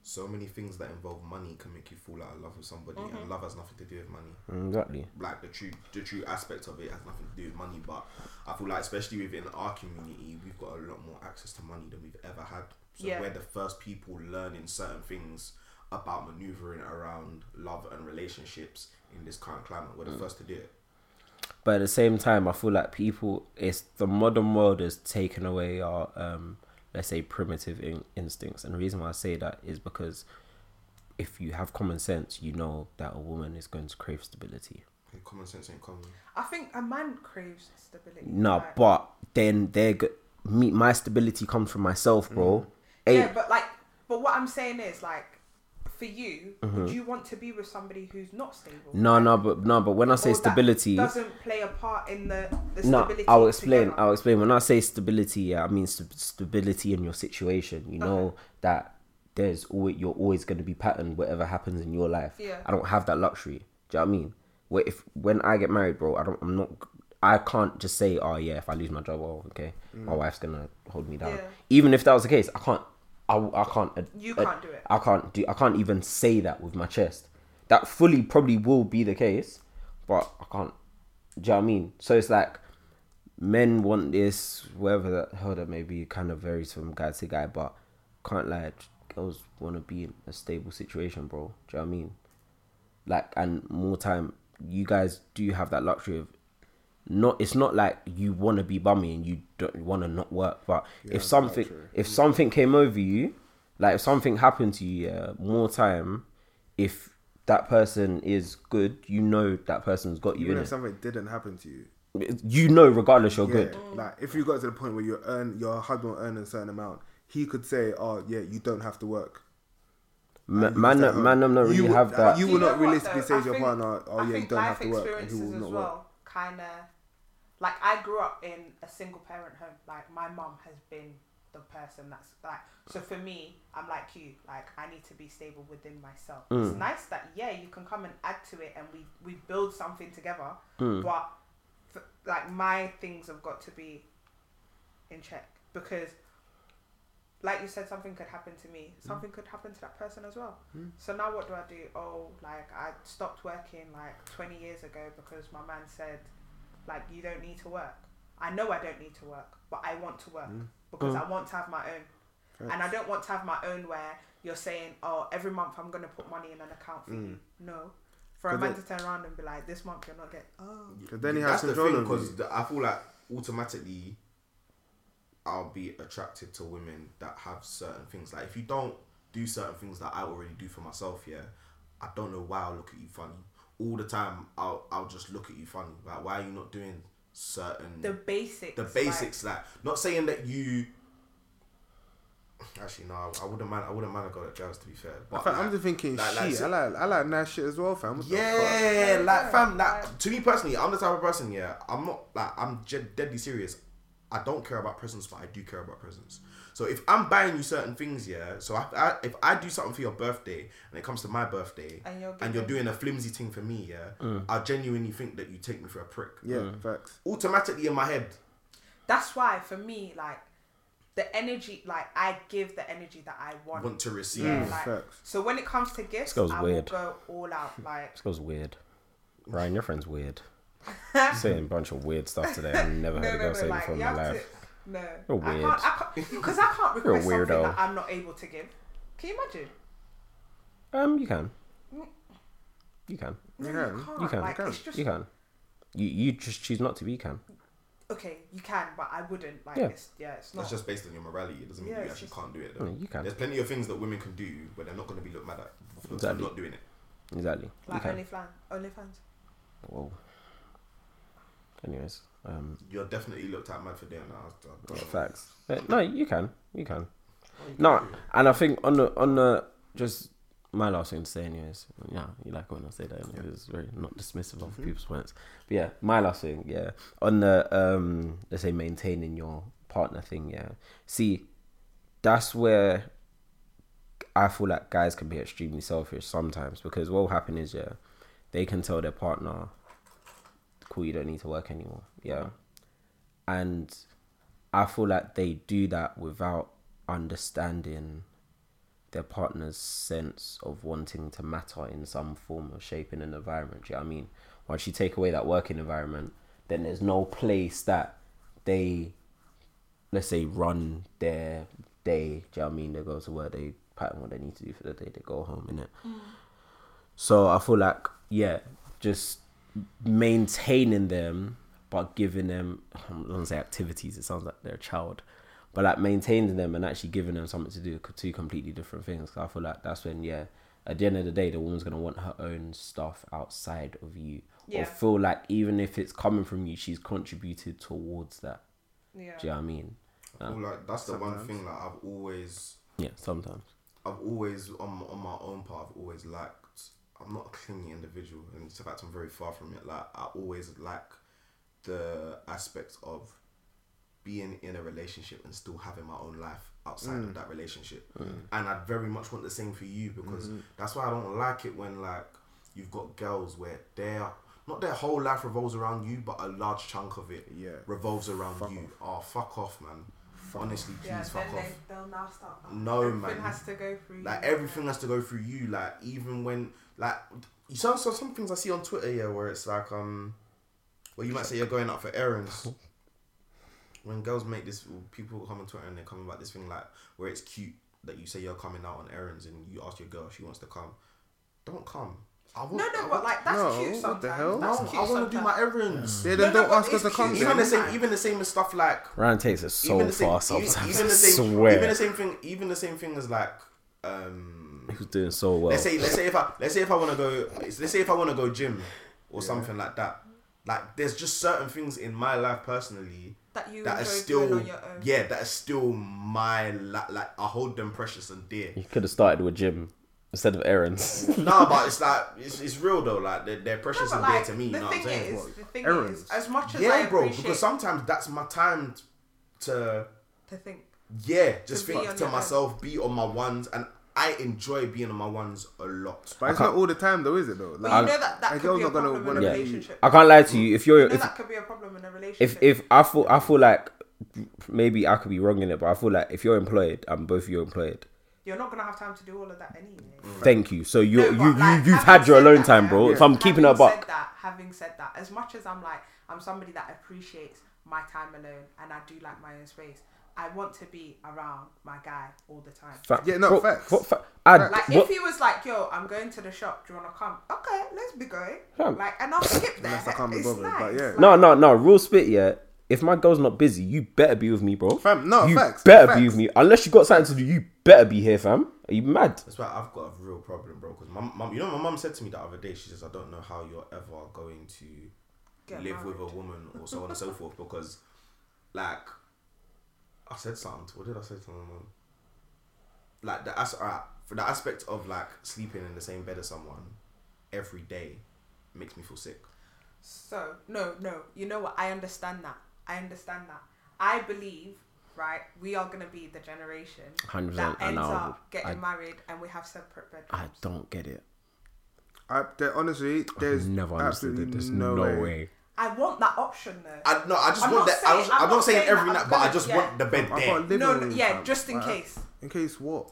Speaker 2: So many things that involve money can make you fall out of love with somebody, and love has nothing to do with money.
Speaker 5: Exactly.
Speaker 2: Like the true, the true aspect of it has nothing to do with money. But I feel like, especially within our community, we've got a lot more access to money than we've ever had. So
Speaker 4: Yeah.
Speaker 2: we're the first people learning certain things about maneuvering around love and relationships in this current climate. We're the first to do it.
Speaker 5: But at the same time, I feel like people, it's the modern world has taken away our, um, let's say, primitive in- instincts. And the reason why I say that is because if you have common sense, you know that a woman is going to crave stability.
Speaker 2: Okay, common sense ain't common.
Speaker 4: I think a man craves stability.
Speaker 5: No,
Speaker 4: like-
Speaker 5: but then they're go- me. My stability comes from myself, bro. Hey,
Speaker 4: Mm. Yeah, but like, but what I'm saying is like, for you,
Speaker 5: Mm-hmm.
Speaker 4: would you want to be with somebody who's not stable?
Speaker 5: no, no, but no, but when I say
Speaker 4: Or that
Speaker 5: stability,
Speaker 4: doesn't play a part in the, the
Speaker 5: No,
Speaker 4: stability.
Speaker 5: I'll explain.
Speaker 4: together.
Speaker 5: I'll explain. When I say stability, yeah, I mean st- stability in your situation. You know that there's always you're always going to be patterned whatever happens in your life.
Speaker 4: Yeah.
Speaker 5: I don't have that luxury. Do you know what I mean? Where if when I get married, bro, I don't. I'm not. I can't just say, oh yeah, if I lose my job, oh okay, my wife's gonna hold me down.
Speaker 4: Mm. Yeah.
Speaker 5: Even if that was the case, I can't. I, I can't. ad-
Speaker 4: You
Speaker 5: ad-
Speaker 4: can't do it.
Speaker 5: I can't do. I can't even say that with my chest. That fully probably will be the case, but I can't. Do you know what I mean? So it's like men want this, whatever the hell that may be, kind of varies from guy to guy, but can't lie, girls want to be in a stable situation, bro. Do you know what I mean? Like, and more time, you guys do have that luxury of not, it's not like you want to be bummy and you don't want to not work, but if something, if something came over you, like if something happened to you, yeah, more time, if that person is good, you know that person's got you
Speaker 3: Even
Speaker 5: in
Speaker 3: if
Speaker 5: it.
Speaker 3: something didn't happen to you,
Speaker 5: You know, regardless, you're
Speaker 3: yeah,
Speaker 5: good.
Speaker 3: like if you got to the point where you earn your husband will earn a certain amount, he could say, "Oh, yeah, you don't have to work."
Speaker 5: Ma-
Speaker 3: And you
Speaker 5: man,
Speaker 3: can say,
Speaker 5: man, I'm not
Speaker 3: "Oh,
Speaker 5: really
Speaker 3: you would-
Speaker 5: have that.
Speaker 3: You
Speaker 4: Do
Speaker 3: will
Speaker 4: know
Speaker 3: not
Speaker 4: what,
Speaker 3: realistically
Speaker 4: though?
Speaker 3: say
Speaker 4: I
Speaker 3: to your
Speaker 4: think-
Speaker 3: partner, "Oh,
Speaker 4: I
Speaker 3: yeah, you
Speaker 4: think
Speaker 3: don't
Speaker 4: life
Speaker 3: have to work," and he
Speaker 4: experiences
Speaker 3: will
Speaker 4: as
Speaker 3: not work.
Speaker 4: well kind of like I grew up in a single parent home. Like my mum has been the person that's like. So for me, I'm like you. Like I need to be stable within myself.
Speaker 3: Mm.
Speaker 4: It's nice that yeah, you can come and add to it, and we we build something together.
Speaker 3: Mm.
Speaker 4: But f like my things have got to be in check because. Like you said, something could happen to me. Something could happen to that person as well. So now what do I do? Oh, like I stopped working like 20 years ago because my man said, like, you don't need to work. I know I don't need to work, but I want to work because I want to have my own. And I don't want to have my own where you're saying, oh, every month I'm going to put money in an account for you. No. For a
Speaker 3: But
Speaker 4: man
Speaker 3: then-
Speaker 4: to turn around and be like, this month you're not getting, oh.
Speaker 3: Because then he has
Speaker 2: That's the
Speaker 3: control
Speaker 2: thing
Speaker 3: over
Speaker 2: because
Speaker 3: you.
Speaker 2: I feel like automatically I'll be attracted to women that have certain things. Like if you don't do certain things that I already do for myself, yeah, I don't know why I will look at you funny all the time. I'll I'll just look at you funny. Like why are you not doing certain
Speaker 4: The basics.
Speaker 2: the
Speaker 4: like-
Speaker 2: basics like, not saying that you actually no I, I wouldn't mind I wouldn't mind a girl that drives to be fair but
Speaker 3: In fact, I'm
Speaker 2: like-
Speaker 3: just thinking,
Speaker 2: like- like,
Speaker 3: shit,
Speaker 2: so-
Speaker 3: I like, I like nice shit as well, fam. What the fuck?
Speaker 2: yeah, like fam,
Speaker 4: Yeah.
Speaker 2: that to me personally, I'm the type of person. Yeah, I'm not like I'm je- deadly serious. I don't care about presents, but I do care about presents. So if I'm buying you certain things, yeah. So I, I, if I do something for your birthday and it comes to my birthday
Speaker 4: And you're
Speaker 2: doing a flimsy thing for me, yeah, I genuinely think that you take me for a prick.
Speaker 3: Yeah, facts.
Speaker 2: Automatically in my head,
Speaker 4: That's why for me, like, the energy, like, I give the energy that I want.
Speaker 2: want to receive.
Speaker 4: Yeah,
Speaker 3: Mm,
Speaker 4: like,
Speaker 3: facts.
Speaker 4: so when it comes to gifts,
Speaker 5: girl's
Speaker 4: I
Speaker 5: weird.
Speaker 4: will go all out. Like,
Speaker 5: This girl's weird. Ryan, your friend's weird. saying a bunch of weird stuff today. I've never heard a girl say before in
Speaker 4: you
Speaker 5: my
Speaker 4: have
Speaker 5: life.
Speaker 4: To, no,
Speaker 5: You're
Speaker 4: I
Speaker 5: weird.
Speaker 4: can't, I can't, because I can't
Speaker 5: You're a
Speaker 4: request something
Speaker 5: weirdo.
Speaker 4: that I'm not able to give. Can you imagine?
Speaker 5: Um, you can. You can.
Speaker 3: Yeah.
Speaker 4: You can't.
Speaker 5: You can.
Speaker 4: Like,
Speaker 5: you
Speaker 4: It's
Speaker 5: can.
Speaker 4: just,
Speaker 5: You can. You you just choose not to, but you can.
Speaker 4: Okay, you can, but I wouldn't. Like,
Speaker 5: Yeah.
Speaker 4: it's, yeah, it's not.
Speaker 2: That's just based on your morality. It doesn't mean
Speaker 4: Yeah,
Speaker 2: you
Speaker 4: it's
Speaker 2: actually
Speaker 4: just-
Speaker 2: can't do it. Though.
Speaker 5: No, you can.
Speaker 2: There's plenty of things that women can do, but they're not going to be looked mad at for
Speaker 5: Exactly.
Speaker 2: not doing it.
Speaker 5: Exactly. you
Speaker 4: like,
Speaker 5: can.
Speaker 4: only fans. Only fans.
Speaker 5: Whoa. Anyways, um,
Speaker 2: You're definitely looked at mad for doing that. I- I- I-
Speaker 5: facts. Uh, No, you can. You can. No, and I think on the on the just my last thing to say, anyways. Yeah, you like when I say that. Anyway, It's very not dismissive of people's points. But yeah, my last thing. Yeah, on the um, let's say maintaining your partner thing. Yeah, see, that's where I feel like guys can be extremely selfish sometimes because what will happen is yeah, they can tell their partner, "Cool, you don't need to work anymore." Yeah, and I feel like they do that without understanding their partner's sense of wanting to matter in some form of shape in an environment. Do you know what I mean? Once you take away that working environment, then there's no place that they, let's say, run their day. Do you know what I mean? They go to work, they pattern what they need to do for the day, they go home, innit? So I feel like, yeah, just maintaining them but giving them I'm not gonna say activities, it sounds like they're a child. But like maintaining them and actually giving them something to do are two completely different things. 'Cause I feel like that's when, yeah, at the end of the day, the woman's gonna want her own stuff outside of you,
Speaker 4: Yeah.
Speaker 5: or feel like even if it's coming from you, she's contributed towards that.
Speaker 4: Yeah.
Speaker 5: Do you know what I mean?
Speaker 2: I feel like that's the one thing that I've always,
Speaker 5: Yeah, sometimes.
Speaker 2: I've always on on my own part, I've always lacked. I'm not a clingy individual, and in fact, I'm very far from it. Like I always lack the aspect of being in a relationship and still having my own life outside of that relationship. And I very much want the same for you because that's why I don't like it when like you've got girls where their not their whole life revolves around you, but a large chunk of it
Speaker 3: Yeah.
Speaker 2: revolves around you. Oh fuck off, man. Honestly, please
Speaker 4: Yeah,
Speaker 2: fuck
Speaker 4: then
Speaker 2: off.
Speaker 4: they, they'll now start. oh,
Speaker 2: No,
Speaker 4: everything
Speaker 2: man.
Speaker 4: has to go through.
Speaker 2: Like
Speaker 4: you.
Speaker 2: everything has to go through you. Like even when like you saw so some things I see on Twitter yeah where it's like um, well you might say you're going out for errands. when girls make this, people come on Twitter and they come about this thing like where it's cute that you say you're coming out on errands and you ask your girl if she wants to come. Don't come. I want,
Speaker 4: No,
Speaker 2: I
Speaker 4: no,
Speaker 2: want-
Speaker 4: but like that's
Speaker 3: No,
Speaker 4: cute
Speaker 3: what the
Speaker 4: sometimes.
Speaker 3: hell?
Speaker 4: That's
Speaker 2: no,
Speaker 4: cute
Speaker 2: I want to do my
Speaker 4: sometimes.
Speaker 2: errands.
Speaker 3: Yeah, then
Speaker 4: No, no,
Speaker 3: don't
Speaker 4: but
Speaker 3: ask us
Speaker 4: it's
Speaker 3: to come
Speaker 4: cute.
Speaker 2: Even
Speaker 3: then.
Speaker 2: the same, even the same as stuff like
Speaker 5: Ryan takes it so
Speaker 2: even the
Speaker 5: far
Speaker 2: same, even,
Speaker 5: sometimes.
Speaker 2: even the same,
Speaker 5: I swear.
Speaker 2: even the same thing, even the same thing as like um,
Speaker 5: He was doing so well.
Speaker 2: let's say let's say if I let's say if I want to go let's say if I want to go gym or something like that. Like there's just certain things in my life personally
Speaker 4: That you
Speaker 2: that
Speaker 4: enjoy
Speaker 2: is still
Speaker 4: doing on your own.
Speaker 2: yeah that is still my li- like I hold them precious and dear.
Speaker 5: you could have started with Jim instead of errands.
Speaker 2: no, but it's like it's, it's real though. Like they're, they're
Speaker 4: No,
Speaker 2: precious
Speaker 4: but
Speaker 2: and
Speaker 4: like,
Speaker 2: dear to me. You
Speaker 4: the
Speaker 2: know what I'm
Speaker 4: thing
Speaker 2: saying?
Speaker 4: is, the thing
Speaker 3: Errands.
Speaker 4: is, as much as I
Speaker 2: yeah, bro.
Speaker 4: appreciate
Speaker 2: Because sometimes that's my time t- to
Speaker 4: to think,
Speaker 2: yeah, just
Speaker 4: be
Speaker 2: think
Speaker 4: on
Speaker 2: to
Speaker 4: your
Speaker 2: myself, be on my ones, and I enjoy being on my ones a lot.
Speaker 3: But it's not all the time though, is it though?
Speaker 4: But you know that that
Speaker 3: a
Speaker 4: could
Speaker 3: girl's
Speaker 4: be a
Speaker 3: not gonna
Speaker 4: problem in a
Speaker 3: wanna be-
Speaker 4: relationship.
Speaker 5: I can't lie to you. If
Speaker 4: You
Speaker 5: you're
Speaker 4: know
Speaker 5: if
Speaker 4: that could be a problem in a relationship.
Speaker 5: if if I feel I feel like maybe I could be wrong in it, but I feel like if you're employed, I'm both of you employed.
Speaker 4: you're not gonna have time to do all of that anyway.
Speaker 5: Thank you. So Mm. you
Speaker 4: No, but,
Speaker 5: you, you
Speaker 4: like,
Speaker 5: you've
Speaker 4: having
Speaker 5: had your
Speaker 4: said
Speaker 5: alone
Speaker 4: that,
Speaker 5: time,
Speaker 4: yeah,
Speaker 5: bro. If I'm
Speaker 4: having
Speaker 5: keeping a
Speaker 4: Said
Speaker 5: buck,
Speaker 4: that, having said that, as much as I'm like, I'm somebody that appreciates my time alone and I do like my own space. I want to be around my guy all the time.
Speaker 5: fa-
Speaker 3: Yeah, no,
Speaker 5: bro,
Speaker 3: facts.
Speaker 5: what fa- I,
Speaker 4: Like
Speaker 5: what-
Speaker 4: if he was like, "Yo, I'm going to the shop. Do you want to come?" Okay, let's be going.
Speaker 5: Fam.
Speaker 4: Like, and I'll skip that.
Speaker 3: Unless I can't be
Speaker 4: it's
Speaker 3: bothered,
Speaker 4: nice.
Speaker 3: but yeah.
Speaker 5: no, no, no. Real spit, yeah. If my girl's not busy, you better be with me, bro.
Speaker 3: Fam, no,
Speaker 5: you
Speaker 3: facts,
Speaker 5: better
Speaker 3: facts.
Speaker 5: be with me. Unless you got something to do, you better be here, fam. Are you mad?
Speaker 2: That's why I've got a real problem, bro. Because my mum, you know, my mum said to me the other day, she says, I don't know how you're ever going to
Speaker 4: Get
Speaker 2: live with a
Speaker 4: married.
Speaker 2: woman or so on and so forth because, like, I said something. To, what did I say to my mum? Like the as alright, for the aspect of like sleeping in the same bed as someone every day makes me feel sick.
Speaker 4: So no, no. You know what? I understand that. I understand that. I believe, right? We are gonna be the generation
Speaker 5: 100%,
Speaker 4: that
Speaker 5: and
Speaker 4: ends
Speaker 5: I'll-
Speaker 4: up getting
Speaker 5: I-
Speaker 4: married and we have separate bedrooms.
Speaker 5: I don't get it.
Speaker 3: I, there, honestly, there's
Speaker 5: Never understood
Speaker 3: absolutely
Speaker 5: it. There's
Speaker 3: no, way.
Speaker 4: I want that option though.
Speaker 2: I no, I just
Speaker 4: I'm
Speaker 2: want
Speaker 4: not
Speaker 2: that. I
Speaker 4: saying-
Speaker 2: was,
Speaker 4: I'm
Speaker 2: I'm,
Speaker 4: not
Speaker 2: not saying,
Speaker 4: saying
Speaker 2: every
Speaker 4: that
Speaker 2: night,
Speaker 4: I'm
Speaker 2: but I
Speaker 4: gonna-
Speaker 2: just
Speaker 4: yeah.
Speaker 2: want the bed
Speaker 3: I
Speaker 2: there.
Speaker 3: can't live
Speaker 4: no, no,
Speaker 3: alone,
Speaker 4: yeah,
Speaker 3: fam.
Speaker 4: just in
Speaker 3: Like,
Speaker 4: case.
Speaker 3: In case what?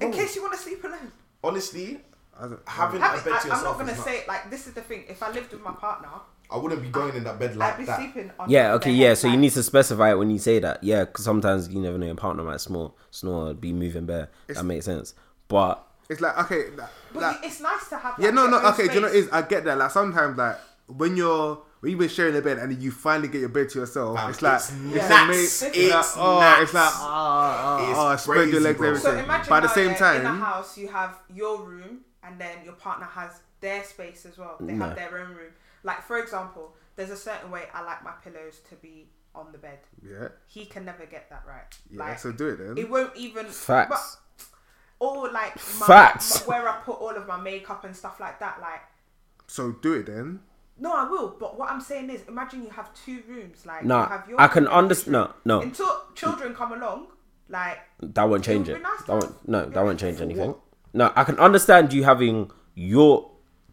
Speaker 4: In case you want to sleep alone.
Speaker 2: Honestly,
Speaker 3: I don't,
Speaker 2: having
Speaker 4: Have
Speaker 2: that
Speaker 4: it,
Speaker 2: bed
Speaker 4: I,
Speaker 2: to
Speaker 4: I'm not
Speaker 2: yourself,
Speaker 4: gonna
Speaker 2: is
Speaker 4: say it like this is the thing. If I lived with my partner,
Speaker 2: I wouldn't be going in that bed
Speaker 4: I'd
Speaker 2: like
Speaker 4: be
Speaker 2: that.
Speaker 4: sleeping on.
Speaker 5: Yeah,
Speaker 4: top of
Speaker 5: okay,
Speaker 4: their
Speaker 5: yeah.
Speaker 4: head,
Speaker 5: So you
Speaker 4: like-
Speaker 5: need to specify it when you say that. Yeah, because sometimes you never know your partner might snore, snore, be moving bare. that makes sense. But
Speaker 3: it's like okay, that,
Speaker 4: But
Speaker 3: like,
Speaker 4: you- it's nice to have. Like,
Speaker 3: yeah, no,
Speaker 4: your
Speaker 3: no,
Speaker 4: own
Speaker 3: okay. Do you know what it
Speaker 4: space.
Speaker 3: is? I get that. Like sometimes, like when you're when you've been sharing a bed and then you finally get your bed to yourself,
Speaker 2: Fam,
Speaker 3: it's like
Speaker 2: it's
Speaker 3: ama-
Speaker 2: nuts.
Speaker 3: like,
Speaker 2: It's
Speaker 3: oh,
Speaker 2: nuts.
Speaker 3: it's like ah, ah,
Speaker 2: It's
Speaker 3: ah, spread your
Speaker 2: crazy,
Speaker 3: legs,
Speaker 2: bro.
Speaker 3: everything.
Speaker 4: So imagine
Speaker 3: but at the
Speaker 4: now,
Speaker 3: same
Speaker 4: yeah, in a
Speaker 3: time,
Speaker 4: house you have your room and then your partner has their space as well. They have their own room. Like for example, there's a certain way I like my pillows to be on the bed.
Speaker 3: yeah,
Speaker 4: He can never get that right.
Speaker 3: yeah.
Speaker 4: like,
Speaker 3: so do it then.
Speaker 4: it won't even
Speaker 5: facts.
Speaker 4: but- or like my,
Speaker 5: Facts.
Speaker 4: my- where I put all of my makeup and stuff like that. Like
Speaker 3: so do it then.
Speaker 4: no, I will. But what I'm saying is, imagine you have two rooms. Like
Speaker 5: Nah,
Speaker 4: you have your
Speaker 5: I can
Speaker 4: room and
Speaker 5: underst-
Speaker 4: his room.
Speaker 5: no, no.
Speaker 4: Until children come along, like
Speaker 5: that won't change
Speaker 4: It
Speaker 5: it.
Speaker 4: would be nice to
Speaker 5: That
Speaker 4: have-
Speaker 5: won't no, that
Speaker 4: yeah.
Speaker 5: won't change
Speaker 4: For
Speaker 5: anything. No, I can understand you having your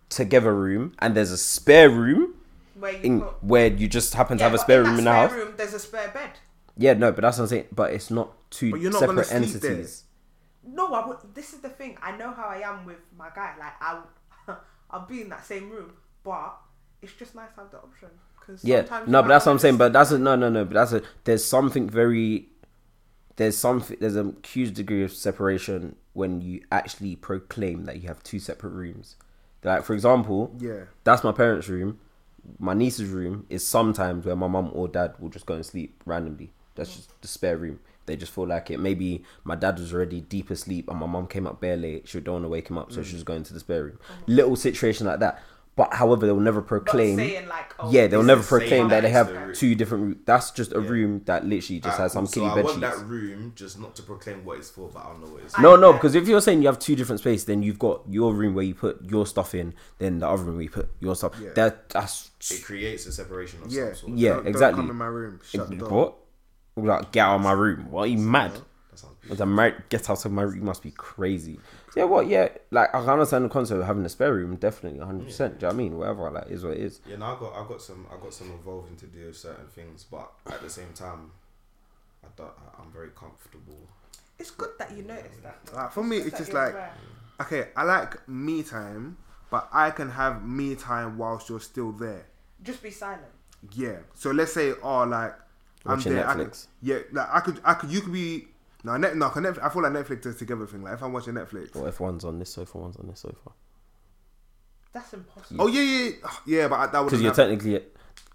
Speaker 5: together room and there's a spare room
Speaker 4: where you
Speaker 5: in,
Speaker 4: put,
Speaker 5: where you just happen to
Speaker 4: Yeah,
Speaker 5: have a
Speaker 4: but
Speaker 5: spare
Speaker 4: in
Speaker 5: room
Speaker 4: that
Speaker 5: in the
Speaker 4: spare
Speaker 5: house.
Speaker 4: room, there's a spare bed.
Speaker 5: Yeah, no, but that's what I'm saying. But it's not two
Speaker 3: But you're not gonna
Speaker 5: separate
Speaker 3: sleep there.
Speaker 5: entities.
Speaker 4: No, I would. This is the thing. I know how I am with my guy. Like I, I'll be in that same room, but it's just nice to have the option. Cause
Speaker 5: Yeah,
Speaker 4: sometimes
Speaker 5: no,
Speaker 4: you
Speaker 5: but
Speaker 4: might
Speaker 5: that's what I'm
Speaker 4: wanna
Speaker 5: saying.
Speaker 4: just-
Speaker 5: But that's a, no, no, no. But that's a there's something very there's something there's a huge degree of separation when you actually proclaim that you have two separate rooms. Like for example,
Speaker 3: Yeah.
Speaker 5: that's my parents' room. My niece's room is sometimes where my mum or dad will just go and sleep randomly. That's just the spare room. They just feel like it. Maybe my dad was already deep asleep and my mum came up bare late. She don't want to wake him up, so she was going to the spare room. Little situation like that. But however, they will never proclaim
Speaker 4: saying, like, oh,
Speaker 5: yeah, they'll
Speaker 4: this
Speaker 5: never
Speaker 4: is the same
Speaker 5: proclaim that they
Speaker 4: house,
Speaker 5: have
Speaker 4: right?
Speaker 5: two different. roo- That's just a room that literally just
Speaker 2: Alright,
Speaker 5: has some kitty
Speaker 2: cool. so
Speaker 5: bed
Speaker 2: I want
Speaker 5: sheets.
Speaker 2: that room just not to proclaim what it's for, but I don't know what it's for.
Speaker 5: No, no,
Speaker 4: Yeah.
Speaker 5: because if you're saying you have two different spaces, then you've got your room where you put your stuff in, then the other room where you put your stuff.
Speaker 3: Yeah.
Speaker 5: That that's
Speaker 2: It creates a separation of
Speaker 3: Yeah,
Speaker 2: some sort.
Speaker 5: Yeah,
Speaker 3: Don't- Don't
Speaker 5: exactly.
Speaker 3: come in my room. Shut the door.
Speaker 5: what? Like, get out of my room. What are you mad?
Speaker 2: That sounds
Speaker 5: As a mar- get out of my room, you must be crazy. So, yeah, what? Yeah, like I can understand the concept of having a spare room, definitely, hundred percent. Do you know what I mean? Whatever, like is what it is.
Speaker 2: Yeah, now I got I got some I got some evolving to do with certain things, but at the same time, I don't, I- I'm very comfortable.
Speaker 4: It's good that you noticed that.
Speaker 3: Like, for me, it's
Speaker 4: that
Speaker 3: just
Speaker 4: you're
Speaker 3: like,
Speaker 4: aware.
Speaker 3: okay, I like me time, but I can have me time whilst you're still there.
Speaker 4: Just be silent.
Speaker 3: Yeah. So let's say, oh, like
Speaker 5: Watching
Speaker 3: I'm there.
Speaker 5: Netflix.
Speaker 3: I could, yeah, like I could, I could, you could be. No, net, no, 'cause Netflix, I feel like Netflix is together thing. Like if I'm watching Netflix.
Speaker 5: Or if one's on this sofa, one's on this sofa.
Speaker 4: That's impossible.
Speaker 3: Oh yeah, yeah, yeah, yeah but I, that would.
Speaker 5: Because you're technically.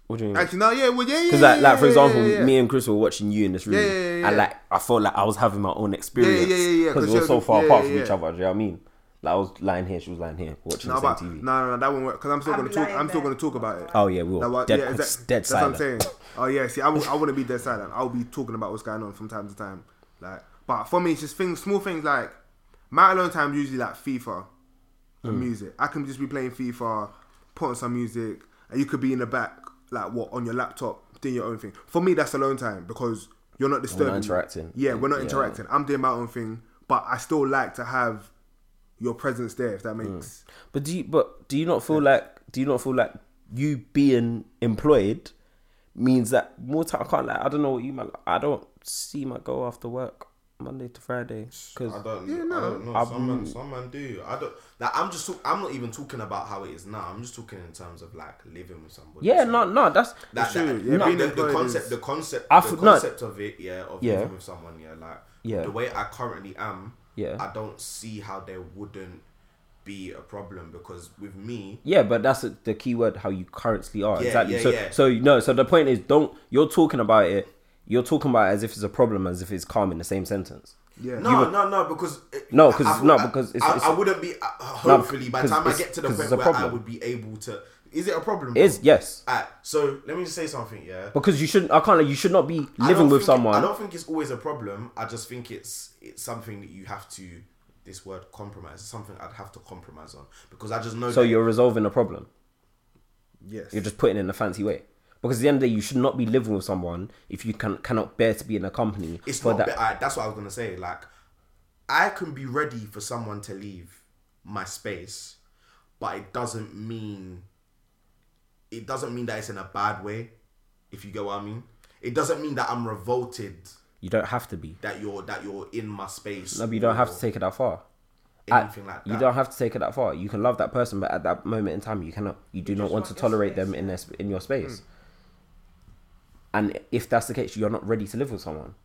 Speaker 5: What do you mean?
Speaker 3: Actually, no, yeah, well, yeah, yeah.
Speaker 5: Because
Speaker 3: yeah,
Speaker 5: like, like for
Speaker 3: yeah,
Speaker 5: example,
Speaker 3: yeah, yeah.
Speaker 5: me and Chris were watching you in this room,
Speaker 3: Yeah, yeah, yeah,
Speaker 5: and
Speaker 3: yeah.
Speaker 5: like I felt like I was having my own experience.
Speaker 3: yeah, yeah, yeah, 'cause
Speaker 5: Because we were
Speaker 3: you're-
Speaker 5: so far
Speaker 3: yeah,
Speaker 5: apart
Speaker 3: yeah,
Speaker 5: from each
Speaker 3: yeah.
Speaker 5: other. Do you know what I mean? Like I was lying here, she was lying here, watching
Speaker 3: No,
Speaker 5: the
Speaker 3: but
Speaker 5: same TV.
Speaker 3: no, no, no, that won't work. Because I'm still
Speaker 4: I'd
Speaker 3: gonna
Speaker 4: be
Speaker 3: talk.
Speaker 4: lying
Speaker 3: I'm still
Speaker 4: there.
Speaker 3: gonna talk about it.
Speaker 5: Oh yeah, we were
Speaker 3: That wa-
Speaker 5: dead,
Speaker 3: yeah,
Speaker 5: dead,
Speaker 3: exact-
Speaker 5: dead
Speaker 3: that's
Speaker 5: silent.
Speaker 3: what I'm saying. Oh yeah, see, I w- I wouldn't be dead silent. I'll be talking about what's going on from time to time. Like, but for me, it's just things, small things like my alone time usually like FIFA
Speaker 5: Hmm.
Speaker 3: and music. I can just be playing FIFA, putting some music, and you could be in the back, like what on your laptop doing your own thing. For me, that's alone time because you're not disturbing. me.
Speaker 5: interacting.
Speaker 3: Yeah, we're not interacting. I'm doing my own thing, but I still like to have your presence there. If that
Speaker 5: Hmm.
Speaker 3: makes
Speaker 5: But do you but do you not feel like do you not feel like you being employed means that more time I can't like I don't know what you man I don't see my girl after work Monday to Friday
Speaker 2: I
Speaker 5: because
Speaker 2: don't, I don't know. Some man, some man do. I don't. Like, I'm just. talk- I'm not even talking about how it is now. I'm just talking in terms of like living with somebody.
Speaker 5: yeah
Speaker 2: So
Speaker 5: no no that's
Speaker 2: That,
Speaker 3: true.
Speaker 2: that,
Speaker 3: Yeah,
Speaker 2: no,
Speaker 3: being
Speaker 2: the, the
Speaker 3: employed
Speaker 2: concept,
Speaker 3: is-
Speaker 2: the concept,
Speaker 5: I
Speaker 2: the
Speaker 5: f- no.
Speaker 2: concept of it, yeah, of
Speaker 5: Yeah.
Speaker 2: living with someone, yeah, like
Speaker 5: Yeah.
Speaker 2: the way I currently am,
Speaker 5: Yeah.
Speaker 2: I don't see how there wouldn't be a problem because with me,
Speaker 5: yeah but that's the key word how you currently are
Speaker 2: Yeah,
Speaker 5: exactly
Speaker 2: yeah,
Speaker 5: so
Speaker 2: yeah.
Speaker 5: so no so the point is don't you're talking about it you're talking about it as if it's a problem as if it's calm in the same sentence
Speaker 3: yeah,
Speaker 2: no, no, no, because it-
Speaker 5: No, 'cause
Speaker 2: I- I
Speaker 5: it's-
Speaker 2: thought
Speaker 5: no,
Speaker 2: I-
Speaker 5: because it's-
Speaker 2: I,
Speaker 5: it's-
Speaker 2: I wouldn't be. uh, Hopefully, by the
Speaker 5: 'cause
Speaker 2: time I
Speaker 5: it's-
Speaker 2: get to the
Speaker 5: 'cause it's
Speaker 2: point
Speaker 5: a
Speaker 2: where I
Speaker 5: problem.
Speaker 2: would be able to, is it a problem?
Speaker 5: It is yes
Speaker 2: Alright, so let me just say something, yeah.
Speaker 5: because you shouldn't I can't like, you should not be
Speaker 2: I
Speaker 5: living
Speaker 2: don't
Speaker 5: with
Speaker 2: think-
Speaker 5: someone
Speaker 2: I don't think it's always a problem. I just think it's it's something that you have to. This word compromise is something I'd have to compromise on because I just know.
Speaker 5: so
Speaker 2: that-
Speaker 5: you're resolving a problem
Speaker 3: yes,
Speaker 5: You're just putting it in a fancy way. Because at the end of the day, you should not be living with someone if you can cannot bear to be in a company.
Speaker 2: It's
Speaker 5: for
Speaker 2: not. That. that's what I was gonna say. Like, I can be ready for someone to leave my space, but it doesn't mean. It doesn't mean that it's in a bad way, if you get what I mean. It doesn't mean that I'm revolted
Speaker 5: You don't have to be.
Speaker 2: that you're that you're in my space.
Speaker 5: No, but you don't have
Speaker 2: or
Speaker 5: to take it that far. At-
Speaker 2: anything like that.
Speaker 5: You don't have to take it that far. You can love that person, but at that moment in time, you cannot. You do not want
Speaker 4: want
Speaker 5: to
Speaker 4: your
Speaker 5: tolerate
Speaker 4: space, Hmm.
Speaker 5: them in their sp- in your space. And if that's the case, you're not ready to live with someone.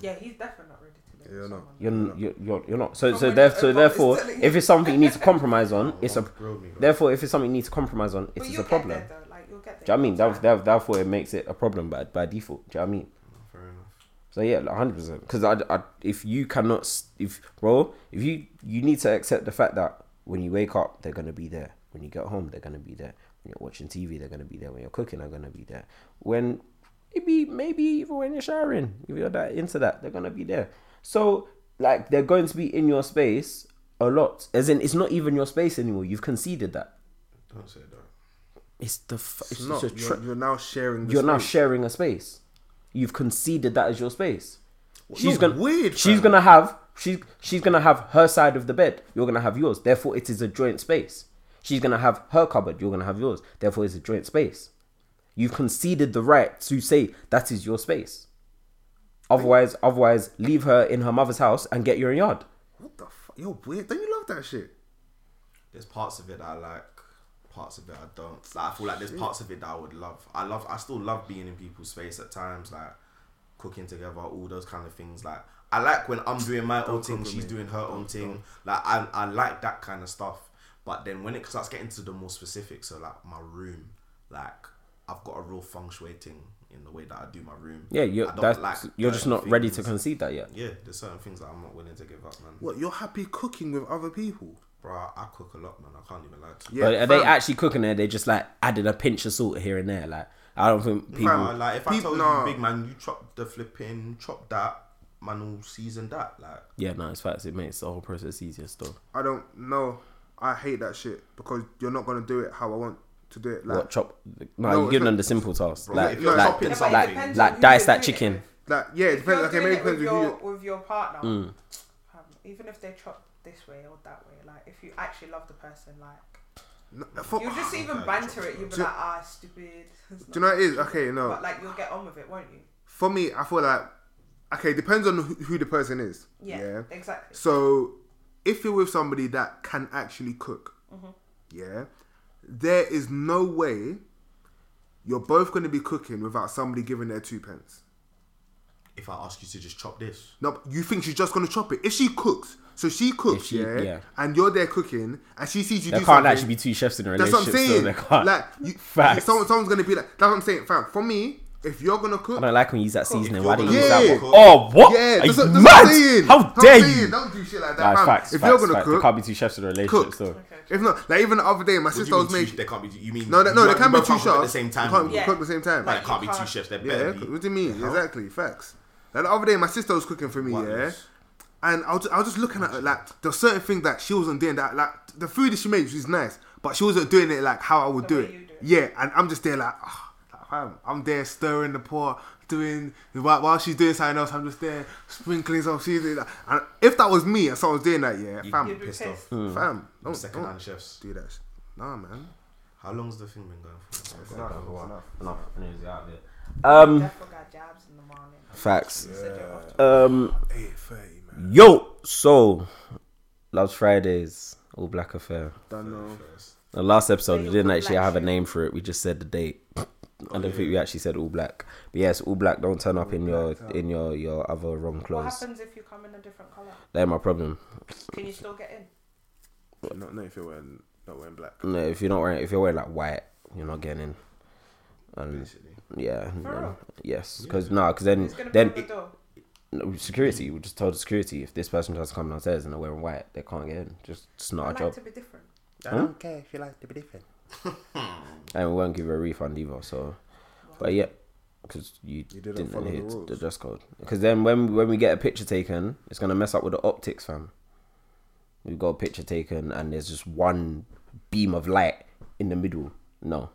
Speaker 4: Yeah, he's definitely not ready to live.
Speaker 3: Oh. Yeah,
Speaker 4: with
Speaker 3: no.
Speaker 4: someone.
Speaker 5: You're n- you're, you're, you're not. So
Speaker 4: From
Speaker 5: so
Speaker 4: when
Speaker 5: there,
Speaker 4: your
Speaker 5: so
Speaker 4: own mum is
Speaker 5: therefore,
Speaker 4: telling
Speaker 5: if
Speaker 4: you.
Speaker 5: it's something you need to compromise on, it's a.
Speaker 2: grilled me, bro.
Speaker 5: Therefore, if it's something you need to compromise on, it
Speaker 4: But
Speaker 5: is
Speaker 4: you'll
Speaker 5: a
Speaker 4: get
Speaker 5: problem.
Speaker 4: There, though. Like you'll get there.
Speaker 5: Do you know what I mean?
Speaker 4: That's
Speaker 5: That, that, therefore, it makes it a problem by, by default. Do you know what I mean?
Speaker 2: Fair enough.
Speaker 5: So yeah, like, 100%. Because I, I, if you cannot, s- if bro, if you you need to accept the fact that when you wake up, they're gonna be there. When you get home, they're gonna be there. When you're watching TV, they're gonna be there. When you're cooking, they're gonna be there. When maybe maybe even when you're showering, if you're that into that, they're gonna be there. So like they're going to be in your space a lot. As in, it's not even your space anymore. You've conceded that.
Speaker 2: Don't say that.
Speaker 5: It's the f- it's,
Speaker 3: it's
Speaker 5: just
Speaker 3: not.
Speaker 5: a
Speaker 3: You're,
Speaker 5: tra-
Speaker 3: you're now sharing. The
Speaker 5: you're now
Speaker 3: space.
Speaker 5: sharing a space. You've conceded that as your space. She's
Speaker 3: you're
Speaker 5: gonna
Speaker 3: weird,
Speaker 5: she's
Speaker 3: fam.
Speaker 5: gonna have she's she's gonna have her side of the bed. You're gonna have yours. Therefore, it is a joint space. She's gonna have her cupboard. You're gonna have yours. Therefore, it's a joint space. You've conceded the right to say that is your space. Otherwise, otherwise, leave her in her mother's house and get your own yard.
Speaker 3: What the fuck? You're weird. Don't you love that shit?
Speaker 2: There's parts of it that I like, parts of it I don't. Like I feel like there's parts of it that I would love. I love. I still love being in people's space at times, like cooking together, all those kind of things. Like I like when I'm doing my own thing, she's doing her own thing. Like I, I like that kind of stuff. But then when it starts getting to the more specific, so like my room, like I've got a real feng shui thing in the way that I do my room.
Speaker 5: Yeah,
Speaker 2: I
Speaker 5: you're
Speaker 2: don't
Speaker 5: that's,
Speaker 2: like
Speaker 5: you're just
Speaker 2: certain
Speaker 5: not ready to
Speaker 2: things.
Speaker 5: concede that yet.
Speaker 2: Yeah, there's certain things that I'm not willing to give up, man.
Speaker 3: What? You're happy cooking with other people?
Speaker 2: Bro, I cook a lot, man. I can't even lie to you.
Speaker 3: Yeah,
Speaker 5: but are they
Speaker 3: fam.
Speaker 5: actually cooking it? They just like added a pinch of salt here and there. Like I don't think people.
Speaker 2: Bro, like if I
Speaker 3: people-
Speaker 2: told
Speaker 3: nah.
Speaker 2: you, big man, you chop the flipping, chop that, man, will season that. Like,
Speaker 5: Yeah, no, it's facts. It makes the whole process easier still.
Speaker 3: I don't know. I hate that shit because you're not gonna do it how I want to do it. Like,
Speaker 5: What chop? No,
Speaker 3: No,
Speaker 5: you're
Speaker 3: it's
Speaker 5: giving
Speaker 3: not-
Speaker 5: them the simple tasks.
Speaker 2: Bro,
Speaker 5: like,
Speaker 2: if you're
Speaker 5: like,
Speaker 2: chopping
Speaker 5: like,
Speaker 2: something-
Speaker 5: like,
Speaker 2: It depends
Speaker 4: on who
Speaker 5: dice
Speaker 4: you're
Speaker 5: that
Speaker 4: doing it
Speaker 5: chicken.
Speaker 4: with.
Speaker 3: like yeah, it
Speaker 4: If you're
Speaker 3: depends. Like, it
Speaker 4: doing
Speaker 3: maybe
Speaker 4: it
Speaker 3: depends
Speaker 4: with
Speaker 3: with
Speaker 4: your
Speaker 3: you.
Speaker 4: with your partner,
Speaker 5: Mm.
Speaker 4: um, even if they chop this way or that way, like if you actually love the person, like
Speaker 3: No, fuck-
Speaker 4: you'll just even banter it. You'll be
Speaker 3: Do-
Speaker 4: like, ah, stupid. It's
Speaker 3: Do you
Speaker 4: not-
Speaker 3: know what it is? Okay, no.
Speaker 4: But like you'll get on with it, won't you?
Speaker 3: For me, I feel like okay, depends on who, who the person is.
Speaker 4: Yeah, exactly.
Speaker 3: So if you're with somebody that can actually cook,
Speaker 4: Mm-hmm.
Speaker 3: yeah, there is no way you're both going to be cooking without somebody giving their two pence.
Speaker 2: if I ask you to just chop this,
Speaker 3: No, you think she's just going to chop it? If she cooks, so she cooks,
Speaker 5: she-
Speaker 3: yeah,
Speaker 5: yeah.
Speaker 3: and you're there cooking, and she sees you
Speaker 5: There
Speaker 3: do
Speaker 5: can't
Speaker 3: something.
Speaker 5: actually be two chefs in a
Speaker 3: That's
Speaker 5: relationship.
Speaker 3: what I'm saying.
Speaker 5: So they can't.
Speaker 3: Like, you,
Speaker 5: Facts.
Speaker 3: Someone, someone's going to be like, that's what I'm saying, fam. For me, if you're going to cook,
Speaker 5: I don't like when you use that seasoning. Why do you
Speaker 3: gonna
Speaker 5: use
Speaker 3: cook-
Speaker 5: that
Speaker 3: Yeah.
Speaker 5: one? Oh, what?
Speaker 3: yeah,
Speaker 5: Are
Speaker 3: that's,
Speaker 5: you
Speaker 3: what- that's what I'm
Speaker 5: mad?
Speaker 3: saying.
Speaker 5: How
Speaker 3: That's what
Speaker 5: dare
Speaker 3: I'm saying.
Speaker 5: you?
Speaker 3: Don't do shit like that,
Speaker 5: Like,
Speaker 3: fam.
Speaker 5: facts,
Speaker 3: if
Speaker 5: facts,
Speaker 3: you're going to
Speaker 5: facts. There
Speaker 3: cook,
Speaker 5: can't be two chefs in a relationship.
Speaker 3: cook.
Speaker 5: So
Speaker 3: If not, like even the other day, my
Speaker 2: What do you
Speaker 3: sister
Speaker 2: mean
Speaker 3: was
Speaker 2: two-
Speaker 3: making.
Speaker 2: They can't be. You mean
Speaker 3: No, no,
Speaker 2: you can't-
Speaker 3: no, they
Speaker 2: you
Speaker 3: can be
Speaker 2: both
Speaker 3: two
Speaker 2: cook at
Speaker 3: shots.
Speaker 2: the same
Speaker 3: You
Speaker 2: time.
Speaker 3: can't
Speaker 4: Yeah.
Speaker 3: cook at the same time.
Speaker 2: Like,
Speaker 4: you
Speaker 2: it can't be two
Speaker 4: can't-
Speaker 2: chefs. They're
Speaker 3: yeah,
Speaker 2: better. be.
Speaker 3: what do you mean? Exactly, facts. Like the other day, my sister was cooking for me,
Speaker 2: What
Speaker 3: yeah,
Speaker 2: else?
Speaker 3: and I was, I was just looking at her like there's certain things that she wasn't doing that like the food that she made was nice, but she wasn't doing it like how I would
Speaker 4: The
Speaker 3: do
Speaker 4: way
Speaker 3: it.
Speaker 4: you do it.
Speaker 3: Yeah, and I'm just there like, ah, like, fam, I'm there stirring the pot, doing while, while she's doing something else. I'm just there sprinkling some seasoning. And if that was me and someone was doing that, yeah,
Speaker 2: You-
Speaker 3: fam,
Speaker 4: You'd be
Speaker 2: Pissed
Speaker 4: pissed.
Speaker 2: off.
Speaker 3: Hmm. fam, don't,
Speaker 2: second
Speaker 3: don't
Speaker 2: hand chefs.
Speaker 3: do that. shit. Nah, man.
Speaker 2: How long's the thing been going for?
Speaker 5: Enough. Anyways, out there. Um,
Speaker 4: Definitely got jabs in the morning.
Speaker 5: Facts.
Speaker 4: You said you're off to-
Speaker 5: Um,
Speaker 3: Eight thirty, man.
Speaker 5: yo, so Love's Fridays, All Black Affair.
Speaker 3: Don't know.
Speaker 5: The last episode, we
Speaker 4: Yeah,
Speaker 5: didn't
Speaker 4: All
Speaker 5: actually
Speaker 4: Black
Speaker 5: have a
Speaker 4: shit.
Speaker 5: name for it. We just said the date. I don't think we actually said all black, but yes, all black. Don't turn up in your in your your other wrong
Speaker 4: What
Speaker 5: clothes.
Speaker 4: happens if you come in a different colour?
Speaker 5: They're my problem.
Speaker 4: Can you still get in?
Speaker 3: Not know if you're wearing not wearing black.
Speaker 5: No, if you're not wearing, if you're wearing like white, you're not getting in. And yeah,
Speaker 4: For
Speaker 5: no.
Speaker 4: real?
Speaker 5: yes, because no, because
Speaker 4: Who's
Speaker 5: then
Speaker 4: gonna
Speaker 5: then
Speaker 4: be at the door?
Speaker 5: no, security. We just told security if this person tries to come downstairs and they're wearing white, they can't get in. Just it's not
Speaker 4: I
Speaker 5: our
Speaker 4: like
Speaker 5: job,
Speaker 4: to be different.
Speaker 5: I don't
Speaker 9: care if you like to be different.
Speaker 5: and we won't give her a refund either. So, but yeah, because you,
Speaker 3: didn't
Speaker 5: didn't,
Speaker 3: follow the
Speaker 5: adhere to
Speaker 3: rules.
Speaker 5: the dress code. Because then when when we get a picture taken, it's gonna mess up with the optics, fam. We've got a picture taken, and there's just one beam of light in the middle. No,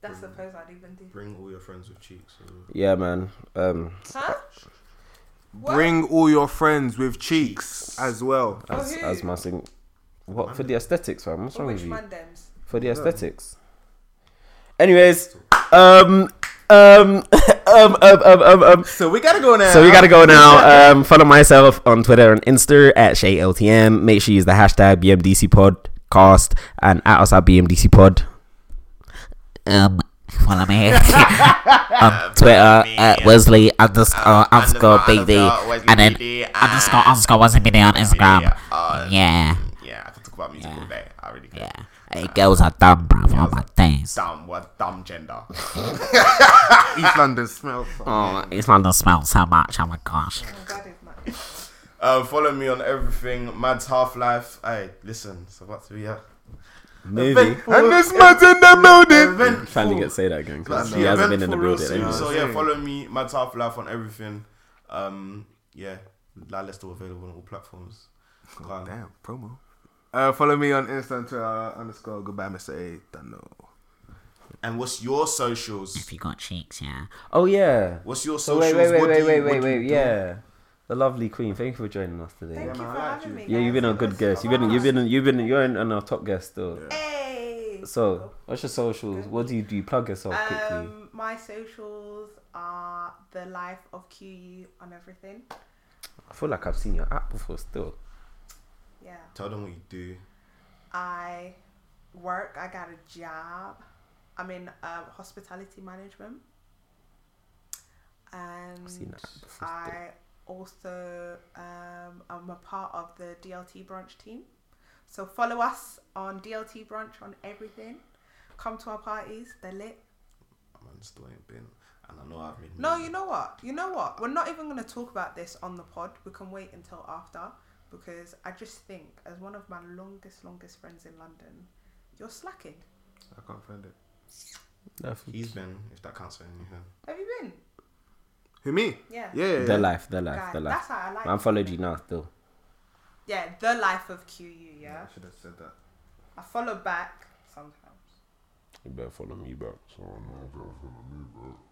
Speaker 4: That's the pose I'd even do.
Speaker 2: Bring all your friends with cheeks. so-
Speaker 5: yeah, man. Um,
Speaker 4: Huh? What?
Speaker 3: Bring all your friends with cheeks as well.
Speaker 4: For
Speaker 5: as
Speaker 4: who?
Speaker 5: as my sing. What for the aesthetics, fam? What's
Speaker 4: Oh, For
Speaker 5: wrong
Speaker 4: which
Speaker 5: with you?
Speaker 4: mandems?
Speaker 5: For the aesthetics. Anyways, um, um, um, um, um, um, um.
Speaker 3: So we gotta go now.
Speaker 5: So we gotta go now. Um, follow myself on Twitter and Insta at ShayLTM. Make sure you use the hashtag BMDC Podcast and at us at BMDC Pod.
Speaker 6: um, follow me on Twitter at Wesley underscore underscore BD and then underscore underscore Wesley BD on Instagram. Yeah,
Speaker 2: Yeah, I could talk about music all day. I really could.
Speaker 6: yeah. Hey, girls are dumb, bro. Oh my days.
Speaker 2: Dumb, what dumb gender.
Speaker 3: East London smells.
Speaker 6: Oh, East London smells so much. Oh my gosh.
Speaker 4: I'm glad it's not.
Speaker 2: Uh, follow me on everything. Mad's Half Life. Hey, listen, it's about to be a
Speaker 5: Movie.
Speaker 3: And this man's in the building.
Speaker 2: event.
Speaker 5: Finally get say that again
Speaker 2: That's
Speaker 5: because
Speaker 2: the
Speaker 5: he hasn't
Speaker 2: event
Speaker 5: been in the
Speaker 2: for real
Speaker 5: building.
Speaker 2: soon.
Speaker 5: anyway.
Speaker 2: So yeah, follow me, Mad's Half Life on everything. Um, yeah, like, let's still available on all platforms. Can't-
Speaker 3: Damn promo. Uh, follow me on Insta and Twitter underscore goodbye Mr A. Don't know.
Speaker 2: And what's your socials?
Speaker 6: If you got cheeks, yeah.
Speaker 5: Oh yeah.
Speaker 2: What's your
Speaker 5: So
Speaker 2: socials?
Speaker 5: wait, wait, wait,
Speaker 2: What do
Speaker 5: wait,
Speaker 2: you-
Speaker 5: wait,
Speaker 2: what
Speaker 5: wait,
Speaker 2: do you
Speaker 5: wait.
Speaker 2: do?
Speaker 5: Yeah, the lovely queen. Thank you for joining us today.
Speaker 4: Thank you
Speaker 3: man,
Speaker 4: for
Speaker 3: I like
Speaker 4: having
Speaker 3: you.
Speaker 4: me.
Speaker 5: Yeah, you've
Speaker 4: guys.
Speaker 5: been a good
Speaker 4: This
Speaker 5: guest.
Speaker 4: is
Speaker 5: You've been, you've
Speaker 4: fun.
Speaker 5: been, you've been, you're in on our top guest still.
Speaker 4: Hey.
Speaker 5: So, what's your socials? What do you do? You plug yourself quickly.
Speaker 4: Um, my socials are the life of QU on everything.
Speaker 5: I feel like I've seen your app before. Still,
Speaker 4: Yeah.
Speaker 2: Tell them what you do.
Speaker 4: I work. I got a job. I'm in um, hospitality management.
Speaker 5: seen
Speaker 4: And
Speaker 5: that before.
Speaker 4: I also um, I'm a part of the DLT branch team. So follow us on DLT branch on everything. Come to our parties. They're lit.
Speaker 2: Man, still ain't been. And I know I've been.
Speaker 4: No, you know what? You know what? We're not even going to talk about this on the pod. We can wait until after because I just think, as one of my longest, longest friends in London, you're slacking.
Speaker 3: I can't find it.
Speaker 2: He's been, if that counts for anything.
Speaker 4: Have you been?
Speaker 3: Who me?
Speaker 4: Yeah.
Speaker 3: Yeah. yeah,
Speaker 5: their
Speaker 3: yeah.
Speaker 5: life, their life,
Speaker 4: Guy,
Speaker 5: their life.
Speaker 4: that's how I like
Speaker 5: I'm
Speaker 4: it.
Speaker 5: followed you now. Still,
Speaker 4: Yeah, the life of QU, yeah.
Speaker 3: I should have said that.
Speaker 4: I follow back sometimes.
Speaker 9: You better follow me back. So I know you better follow me back.